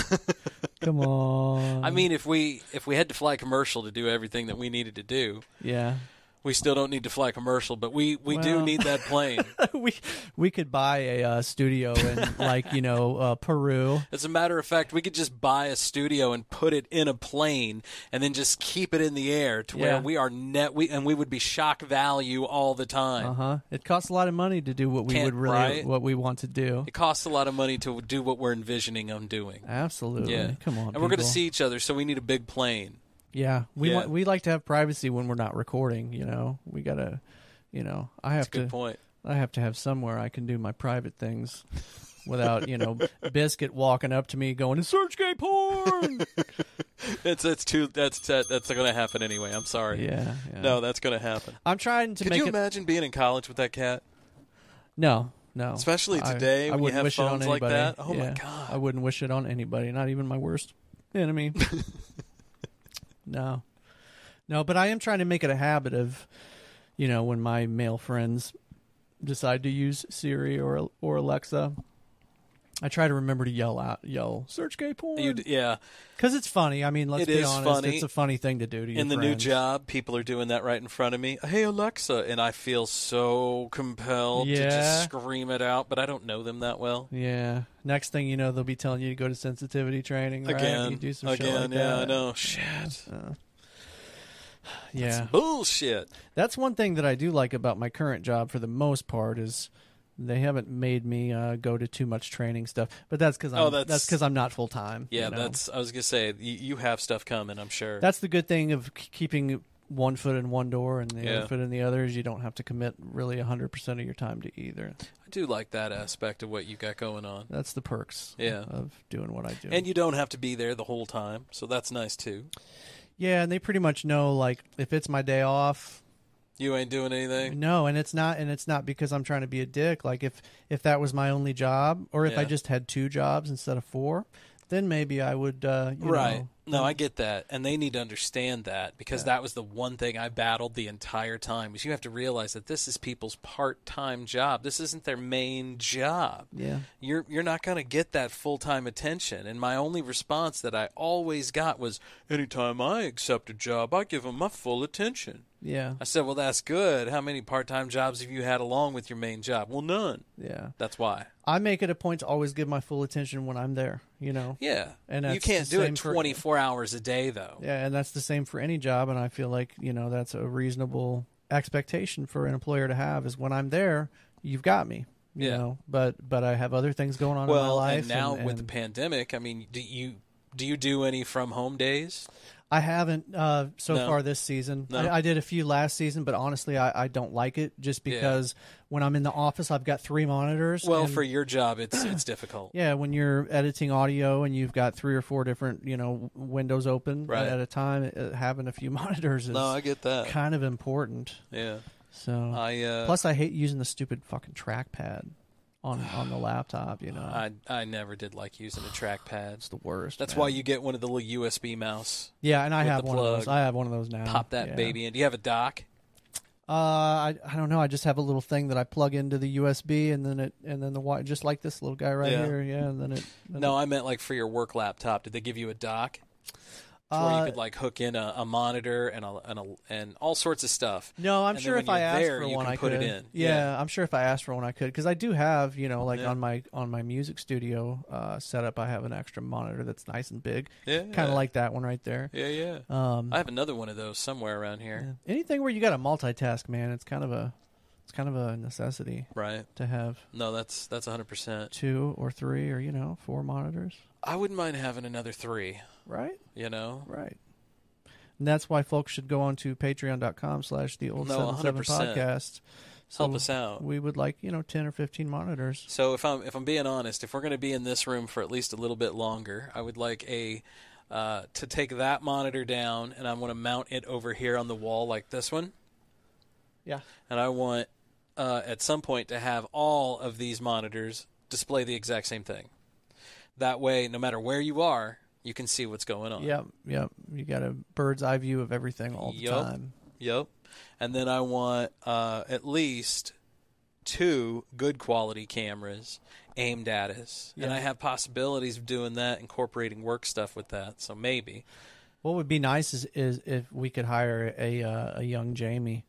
come on.
I mean, if we if we had to fly commercial to do everything that we needed to do,
yeah,
we still don't need to fly commercial, but we we do
Well.
need that plane.
we we could buy a uh, studio in like you know uh, Peru.
As a matter of fact, we could just buy a studio and put it in a plane and then just keep it in the air to
Yeah.
where we are net we and we would be shock value all the time.
Uh huh. It costs a lot of money to do what we
Can't-
would really
right?
what we want to do.
It costs a lot of money to do what we're envisioning on doing.
Absolutely.
Yeah.
Come on.
And we're going to
people.
see each other, so we need a big plane.
Yeah, we
Yeah.
want we like to have privacy when we're not recording. You know, we gotta, you know, I have
Good
to
point.
I have to have somewhere I can do my private things without you know biscuit walking up to me going search gay porn.
That's that's too that's that, that's going to happen anyway. I'm sorry.
yeah, yeah.
No, that's going to happen.
I'm trying to
Could
make
you
it.
imagine being in college with that cat?
no, no.
Especially
I-
today
I,
when you
wouldn't
have
wish
phones
it on
like
anybody.
that. Oh my
Yeah,
God.
I wouldn't wish it on anybody, not even my worst enemy. no, no. But I am trying to make it a habit of, you know, when my male friends decide to use Siri or or Alexa. I try to remember to yell out, yell, search gay
You
porn,
d- yeah.
because it's funny. I mean, let's
It
be
is
honest,
funny.
it's a funny thing to do to your
in the new
friends.
job, people are doing that right in front of me. Hey Alexa, and I feel so compelled to
Yeah.
just scream it out, but I don't know them that well.
Yeah. Next thing you know, they'll be telling you to go to sensitivity training. Right?
Again,
You do some shit
again,
like
yeah, I
that. Uh,
know. Shit,
Yeah.
bullshit.
That's one thing that I do like about my current job for the most part is they haven't made me uh, go to too much training stuff. But that's because I'm,
Oh,
that's
that's-
'cause I'm not full time.
Yeah, that's. I was gonna say you, you have stuff coming. I'm sure.
that's the good thing of k- keeping one foot in one door and the
Yeah.
other foot in the other is you don't have to commit really 100% of your time to either.
I do like that aspect of what you got going on,
That's the perks
Yeah.
of doing what I do.
and you don't have to be there the whole time, so that's nice too.
yeah, and they pretty much know like if it's my day off,
You ain't doing anything.
No, and it's not and it's not because I'm trying to be a dick. Like if if that was my only job or if I
Yeah.
just had two jobs instead of four, then maybe I would uh you
Right.
know,
No, I get that, and they need to understand that because that was the one thing I battled the entire time. Is you have to realize that this is people's part-time job. This isn't their main job.
yeah.
You're you're not going to get that full-time attention. And my only response that I always got was, "Anytime I accept a job, I give them my full attention."
Yeah.
I said, "Well, that's good. How many part-time jobs have you had along with your main job?" Well, none.
Yeah.
That's why.
I make it a point to always give my full attention when I'm there, you know.
Yeah.
And
you
that's
can't
the
do
same
it
for-
24 hours a day though.
Yeah, and that's the same for any job and I feel like, you know, that's a reasonable expectation for an employer to have is when I'm there, you've got me. You
Yeah.
know, but but I have other things going on in my
well,
life.
and now
and-
with the
and-
pandemic, I mean, do you do you do any from home days?
I haven't uh, so
No.
far this season.
No.
I, I did a few last season, but honestly, I, I don't like it just because when I'm in the office, I've got three monitors.
Well,
and-
for your job, it's it's difficult.
yeah, when you're editing audio and you've got three or four different you know windows open
Right.
at a time, uh, having a few monitors is
No, I get that.
kind of important.
Yeah,
So
I uh,
plus, I hate using the stupid fucking trackpad on on the laptop. You know,
I I never did like using a trackpad.
it's the worst.
That's
man.
why you get one of the little USB mouse.
Yeah, and I
with
have
the
one of those.
plug.
I have one of those now.
Pop that
Yeah.
baby in. Do you have a dock?
Uh, I, I don't know. I just have a little thing that I plug into the USB, and then it, and then the wi- just like this little guy right
Yeah.
here, yeah. And then it. then
No, I meant like for your work laptop. Did they give you a dock? To where
Uh,
you could like hook in a, a monitor and a, and a, and all sorts of stuff.
No, I'm
And then
sure
when
if I
you're
asked
there,
for
you
one,
can
I
put
could.
it in.
Yeah, I'm sure if I asked for one, I could because I do have, you know, like
Yeah.
on my on my music studio uh, setup, I have an extra monitor that's nice and big.
Yeah.
kind of like that one right there.
Yeah, yeah.
Um,
I have another one of those somewhere around here.
anything where you got to multitask, man, it's kind of a it's kind of a necessity,
Right.
To have
No, that's that's 100%.
two or three or you know four monitors.
I wouldn't mind having another 3.
Right?
You know.
Right. And that's why folks should go on to patreon.com slash the old
No,
77
100%.
podcast.
Help us out.
We would like, you know, 10 or 15 monitors.
So if I'm if I'm being honest, if we're going to be in this room for at least a little bit longer, I would like a uh, to take that monitor down and I want to mount it over here on the wall like this one.
Yeah.
And I want uh, at some point to have all of these monitors display the exact same thing. That way, no matter where you are, you can see what's going on.
Yep. Yep. You got a bird's eye view of everything all the
Yep.
time.
Yep. And then I want uh, at least two good quality cameras aimed at us. And
Yeah.
I have possibilities of doing that, incorporating work stuff with that. So maybe.
What would be nice is, is if we could hire a uh, a young Jamie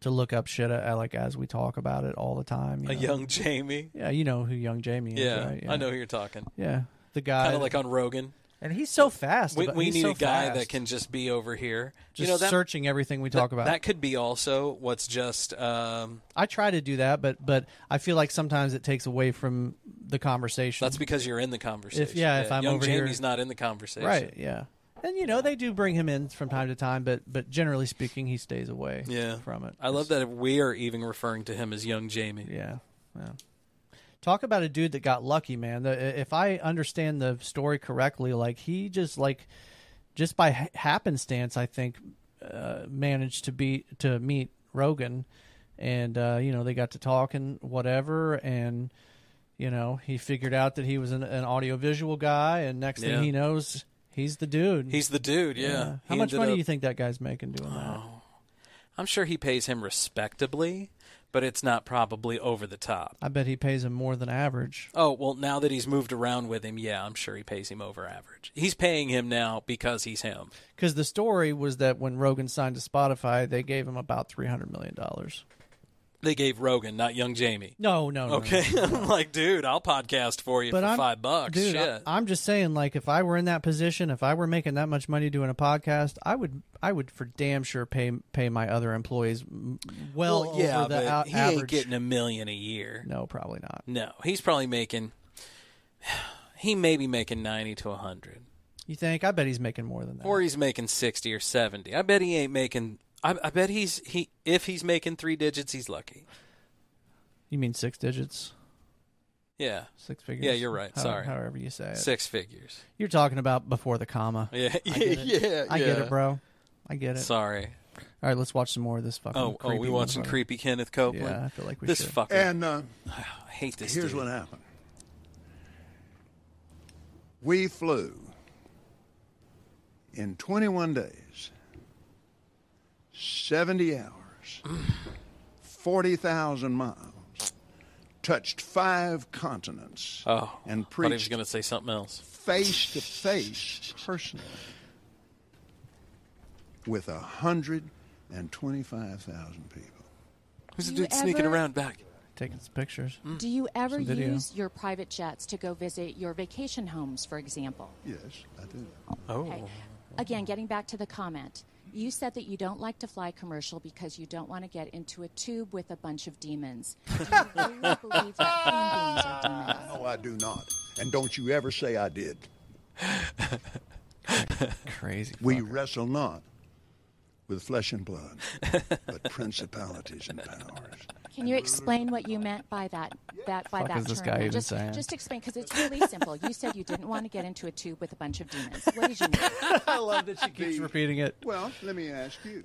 to look up shit at, like as we talk about it all the time. you
A
know?
young Jamie?
Yeah, you know who young Jamie is.
Yeah,
right?
Uh, I know who you're talking.
Yeah, the guy.
Kind of like on Rogan.
and he's so fast.
We,
about-
we
he's
need
so
a guy
fast.
that can just be over here.
just
you know, that,
searching everything we
that-
talk about.
That could be also what's just. Um,
I try to do that, but but I feel like sometimes it takes away from the conversation.
that's because you're in the conversation.
If- yeah, if I'm
young
over here-
Jamie's not in the conversation.
right. Yeah, and you know they do bring him in from time to time, but but generally speaking, he stays away.
Yeah.
from it.
I love that we are even referring to him as young Jamie.
Yeah. yeah. Talk about a dude that got lucky, man. The, if I understand the story correctly, like he just like just by ha- happenstance, I think uh, managed to be to meet Rogan, and uh, you know they got to talking whatever, and you know he figured out that he was an, an audiovisual guy, and next
Yeah.
thing he knows, he's the dude.
He's the dude, yeah.
How
He
much
ended
money
up- Oh.
do you think that guy's making doing that?
I'm sure he pays him respectably, but it's not probably over the top.
I bet he pays him more than average.
Oh, well, now that he's moved around with him, yeah, I'm sure he pays him over average. He's paying him now because he's him.
Because the story was that when Rogan signed to Spotify, they gave him about three hundred million dollars.
They gave Rogan, not young Jamie.
No, no, no,
Okay.
no,
I'm like, dude, I'll podcast for you
But
for
I'm
five bucks.
dude.
Shit.
I, am just saying, like, if I were in that position, if I were making that much money doing a podcast, I would, I would for damn sure pay pay my other employees m- well,
yeah,
over the
but
out-
he
average.
ain't getting a million a year.
no, probably not.
No, he's probably making. He may be making ninety to hundred,
You think? I bet he's making more than that.
or he's making sixty or seventy. I bet he ain't making. I, I bet he's he if he's making three digits, he's lucky.
You mean six digits,
Yeah,
six figures?
Yeah, you're right.
How-
Sorry,
however you say it.
six figures.
You're talking about before the comma.
Yeah,
I get it.
yeah,
I get
yeah.
it, bro. I get it.
Sorry.
All right, let's watch some more of this fucking.
Oh, oh,
creepy
we watching
motherfucker.
creepy Kenneth Copeland.
Yeah, I feel like we
this
should.
fucker.
And uh,
I hate this.
here's
dude.
what happened. We flew in 21 days, 70 hours, 40,000 miles, touched five continents,
Oh,
and
I thought he was
preached
going to say something else.
face to face personally with 125,000 people.
Who's the
Do you
dude sneaking
ever-
around back?
taking some pictures.
Mm.
Do you ever
Some video.
use your private jets to go visit your vacation homes, for example?
Yes, I do.
Oh,
Okay. Again, getting back to the comment, you said that you don't like to fly commercial because you don't want to get into a tube with a bunch of demons. Do you really believe that human beings are demons?
No, I do not. And don't you ever say I did.
Crazy.
We wrestle not with flesh and blood, but principalities and powers.
Can you explain what you meant by that? That by
Fuck
that
is this
term?
guy
there?
even
just,
saying?
just explain because it's really simple. You said you didn't want to get into a tube with a bunch of demons. What did you mean?
I love that she
Keeps repeating it
Well, let me ask you.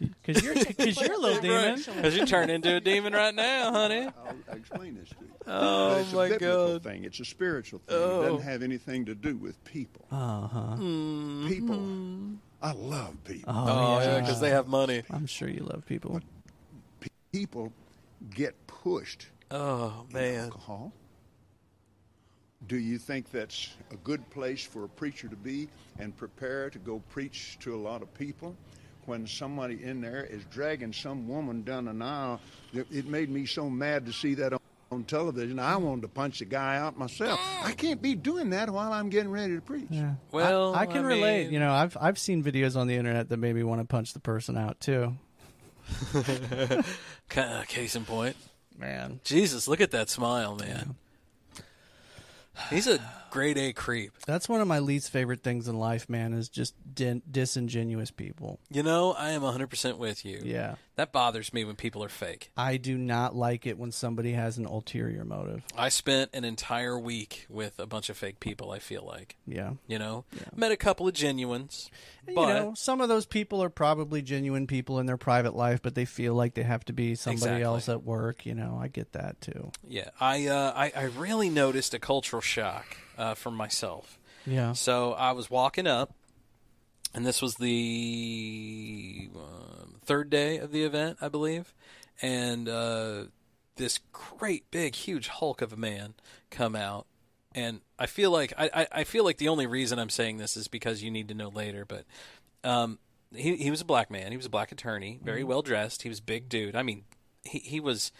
because you're because you're a little demon.
because you turn into a demon right now, honey.
I'll explain this to you. Oh it's
my
a biblical
God. Oh.
Thing. It's a spiritual thing. It doesn't have anything to do with people. Uh
Uh-huh.
huh.
Mm-hmm.
People. I love people.
Oh yeah, because they have money.
I'm sure you love people.
people get pushed
oh man
alcohol do you think that's a good place for a preacher to be and prepare to go preach to a lot of people when somebody in there is dragging some woman down an aisle? It it made me so mad to see that on- on television. I wanted to punch the guy out myself.
Oh.
I can't be doing that while I'm getting ready to preach.
Yeah.
Well,
I, I can
I
relate.
mean-
You know, I've I've seen videos on the internet that made me want to punch the person out too.
Ca- Case in point,
man.
Jesus, look at that smile, man. He's a grade A creep.
That's one of my least favorite things in life, man. Is just din- disingenuous people.
You know, I am 100% with you.
Yeah.
That bothers me when people are fake.
I do not like it when somebody has an ulterior motive.
I spent an entire week with a bunch of fake people, I feel like.
Yeah.
You know? Met a couple of genuines.
And,
but
you know, some of those people are probably genuine people in their private life, but they feel like they have to be somebody
Exactly.
else at work. You know, I get that too.
Yeah, I, uh, I I really noticed a cultural shock uh, for myself.
Yeah.
So I was walking up, and this was the um, third day of the event, I believe, and uh, this great big huge hulk of a man come out, and I feel like I, I, I feel like the only reason I'm saying this is because you need to know later, but. Um, he, he was a black man. He was a black attorney, very well dressed. He was a big dude. I mean, he, he was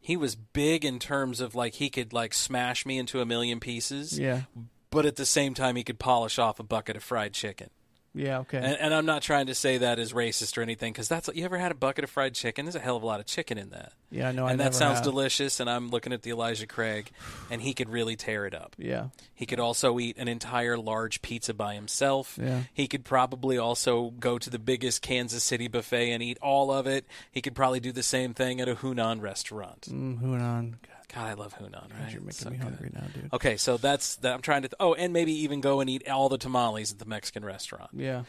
he was big in terms of like he could like smash me into a million pieces.
Yeah.
But at the same time, he could polish off a bucket of fried chicken.
Yeah. Okay.
And, and I'm not trying to say that is racist or anything, because that's you ever had a bucket of fried chicken? There's a hell of a lot of chicken in that.
Yeah, no, I
And that
never
sounds
have.
delicious. And I'm looking at the Elijah Craig, and he could really tear it up.
Yeah.
He could also eat an entire large pizza by himself.
Yeah.
He could probably also go to the biggest Kansas City buffet and eat all of it. He could probably do the same thing at a Hunan restaurant.
Mm, who on?
God, I love Hunan. Right?
you're making
So
me
good.
hungry now, dude.
Okay, so that's that. I'm trying to. Th- oh, and maybe even go and eat all the tamales at the Mexican restaurant.
Yeah.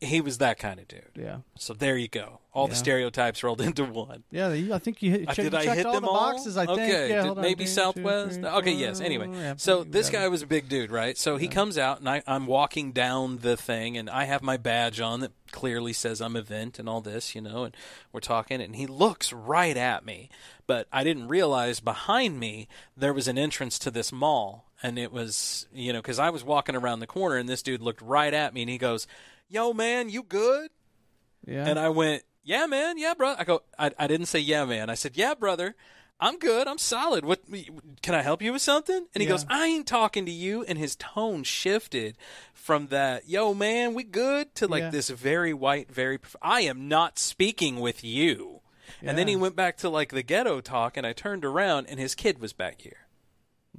He was that kind of dude.
Yeah.
So there you go. All the
Yeah.
stereotypes rolled into one.
Yeah, you- I think you hit.
Uh,
check-
did
you
I
checked
hit
all
them
the boxes? I think.
Okay,
Yeah,
did-
hold on.
maybe
One, two,
Southwest.
three,
okay,
four.
yes. Anyway,
Yeah,
so
you
this
got it.
guy was a big dude, right? So he comes out, and I, I'm walking down the thing, and I have my badge on that clearly says I'm event and all this, you know. And we're talking, and he looks right at me, but I didn't realize behind me there was an entrance to this mall, and it was you know because I was walking around the corner, and this dude looked right at me, and he goes, "Yo, man, you good?"
Yeah.
And I went, "Yeah, man. Yeah, bro." I go, I, I didn't say yeah, man. I said, "Yeah, brother. I'm good. I'm solid. What can I help you with something?" And he
Yeah.
goes, "I ain't talking to you." And his tone shifted from that, "Yo, man, we good?" to like
Yeah.
this very white, very prof- I am not speaking with you. And then
Yeah.
he went back to like the ghetto talk and I turned around and his kid was back here.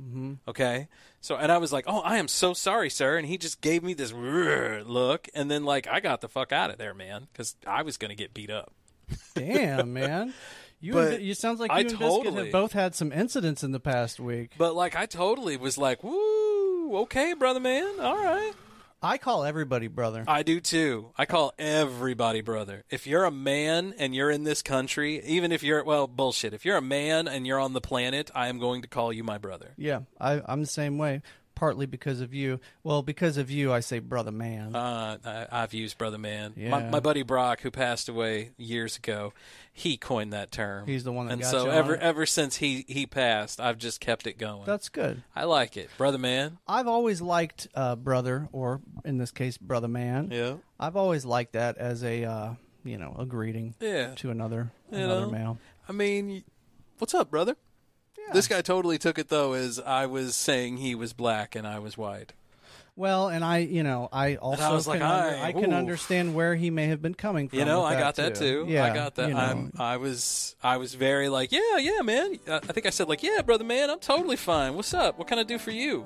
Mm-hmm.
Okay. So, and I was like, oh, I am so sorry, sir. And he just gave me this "Rrr" look. And then, like, I got the fuck out of there, man, because I was going to get beat up.
Damn, man. You,
But
and, Bi- you sounds like you
I
and Biscuit
totally-
have both had some incidents in the past week.
But, like, I totally was like, woo, okay, brother man. All right.
I call everybody brother.
I do too. I call everybody brother. If you're a man and you're in this country, even if you're, well, bullshit. If you're a man and you're on the planet, I am going to call you my brother.
yeah, I, I'm the same way. Partly because of you. Well, because of you, I say brother man.
Uh, I, I've used brother man.
Yeah.
My, my buddy Brock, who passed away years ago, he coined that term.
He's the one that
and
got
so
you on
ever
it.
ever since he he passed, I've just kept it going.
That's good.
I like it, brother man.
I've always liked uh, brother, or in this case, brother man.
Yeah.
I've always liked that as a uh, you know a greeting.
Yeah.
To another
You
another
know?
male.
I mean, what's up, brother? This guy totally took it though as I was saying he was black and I was white.
Well, and I, you know, I also
was like,
can under-
"Hi,
I can
ooh."
understand where he may have been coming from.
You know,
with
I got that too.
Yeah,
I got that.
you know.
I'm, I was I was very like, yeah, yeah, man. I I think I said like, yeah, brother man, I'm totally fine. What's up? What can I do for you?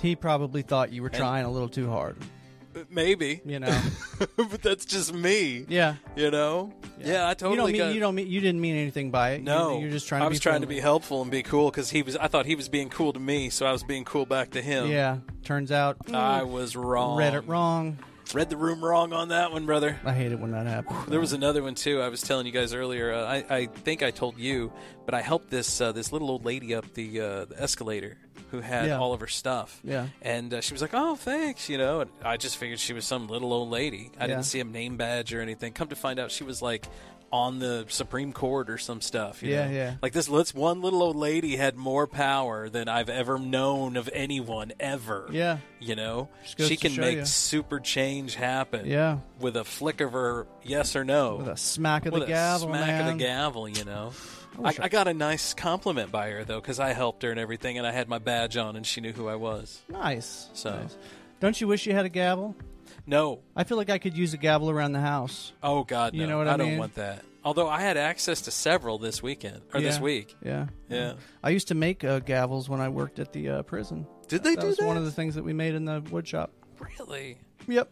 He probably thought you were trying a little too hard.
Uh, Maybe.
You know.
but that's just me.
Yeah.
You know? Yeah, I totally
you don't mean
got-
you don't mean you didn't mean anything by it. You-
No,
you're just trying.
I
to
was
be
trying to
friendly.
be helpful and be cool because he was. I thought he was being cool to me, so I was being cool back to him.
Yeah. Turns out
I
mm,
was wrong.
Read it wrong.
Read the room wrong on that one, brother.
I hate it when that happens.
There was another one too. I was telling you guys earlier. Uh, I, I think I told you, but I helped this uh, this little old lady up the, uh, the escalator who had
Yeah.
all of her stuff.
Yeah.
and uh, she was like, "Oh, thanks," you know. And I just figured she was some little old lady. I
Yeah.
didn't see a name badge or anything. Come to find out, she was like on the Supreme Court or some stuff. you
Yeah,
know?
yeah.
Like this, let's one little old lady had more power than I've ever known of anyone ever.
Yeah.
you know,
Just goes
she
to
can
show
make
you.
super change happen.
Yeah.
with a flick of her yes or no,
With a smack of the
With a
gavel,
smack of
man.
the gavel. You know, I,
wish I-
I got a nice compliment by her though because I helped her and everything, and I had my badge on, and she knew who I was.
Nice.
So.
Nice. Don't you wish you had a gavel?
No,
I feel like I could use a gavel around the house.
Oh God, no.
You know what I
don't
mean?
want that. Although I had access to several this weekend or this
Yeah.
week.
Yeah.
Yeah.
I used to make uh, gavels when I worked at the uh, prison.
Did they
that
do
was one
that?
of the things that we made in the wood shop.
Really?
Yep.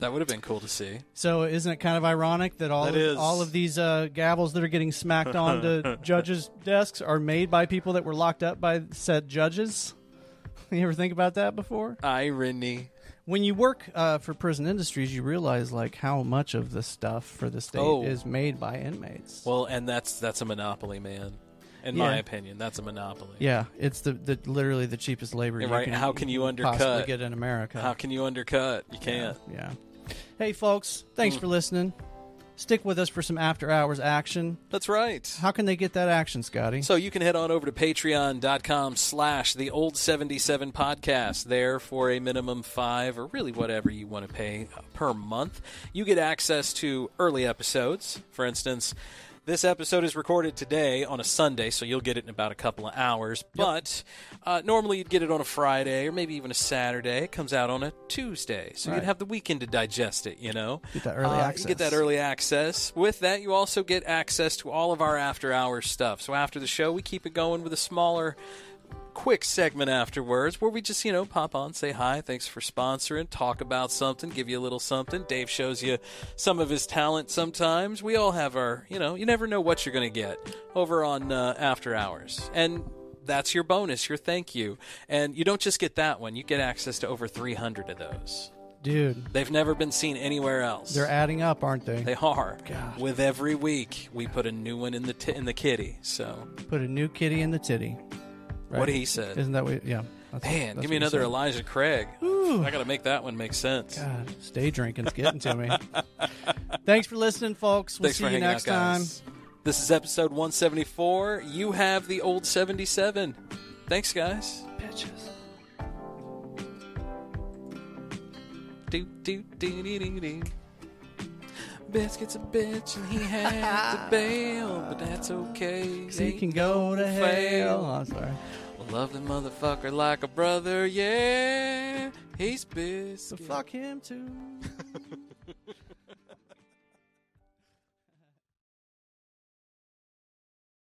That would have been cool to see.
So isn't it kind of ironic that all
That
of,
is.
all of these uh, gavels that are getting smacked onto judges' desks are made by people that were locked up by said judges? You ever think about that before?
Irony.
When you work uh, for prison industries, you realize like how much of the stuff for the state
Oh.
is made by inmates.
Well, and that's that's a monopoly, man. In my
Yeah.
opinion, that's a monopoly.
yeah, it's the, the literally the cheapest labor. you
Right? How can you
possibly
undercut?
get in America?
How can you undercut? You Hmm.
Yeah,
can't.
Yeah. Hey, folks, thanks for listening. Stick with us for some after hours action.
That's right.
How can they get that action, Scotty?
So you can head on over to patreon.com slash the old 77 podcast there for a minimum five or really whatever you want to pay uh, per month. You get access to early episodes. For instance, this episode is recorded today on a Sunday, so you'll get it in about a couple of hours. But uh, normally you'd get it on a Friday or maybe even a Saturday. It comes out on a Tuesday, so
Right.
you'd have the weekend to digest it, you know?
Get that early
Uh, You get that
access.
early access. With that, you also get access to all of our after hours stuff. So after the show, we keep it going with a smaller quick segment afterwards where we just, you know, pop on, say hi, thanks for sponsoring, talk about something, give you a little something. Dave shows you some of his talent sometimes. We all have our, you know, you never know what you're going to get over on uh, After Hours. And that's your bonus, your thank you. And you don't just get that one, you get access to over 300 of those.
Dude,
They've never been seen anywhere else.
they're adding up, aren't they?
They are.
God.
With every week, we put a new one in the t- in the kitty. So
Put a new kitty in the titty. Right?
what he said.
Isn't that what? Yeah. That's,
Man,
that's
give me
what he
another
said.
Elijah Craig.
Ooh.
I got to make that one make sense.
God, stay drinking's getting to me. Thanks for listening, folks. We'll
Thanks
see
for
you
hanging
next
out,
time.
guys. This is episode 174. You have the old 77. Thanks, guys.
Bitches.
Do do do do do do. Biscuit's a bitch and he had to bail, but that's okay.
He
Ain't
can go to hell.
fail.
Oh, sorry.
Love the motherfucker like a brother, yeah. He's
So
biscuit.
fuck him too.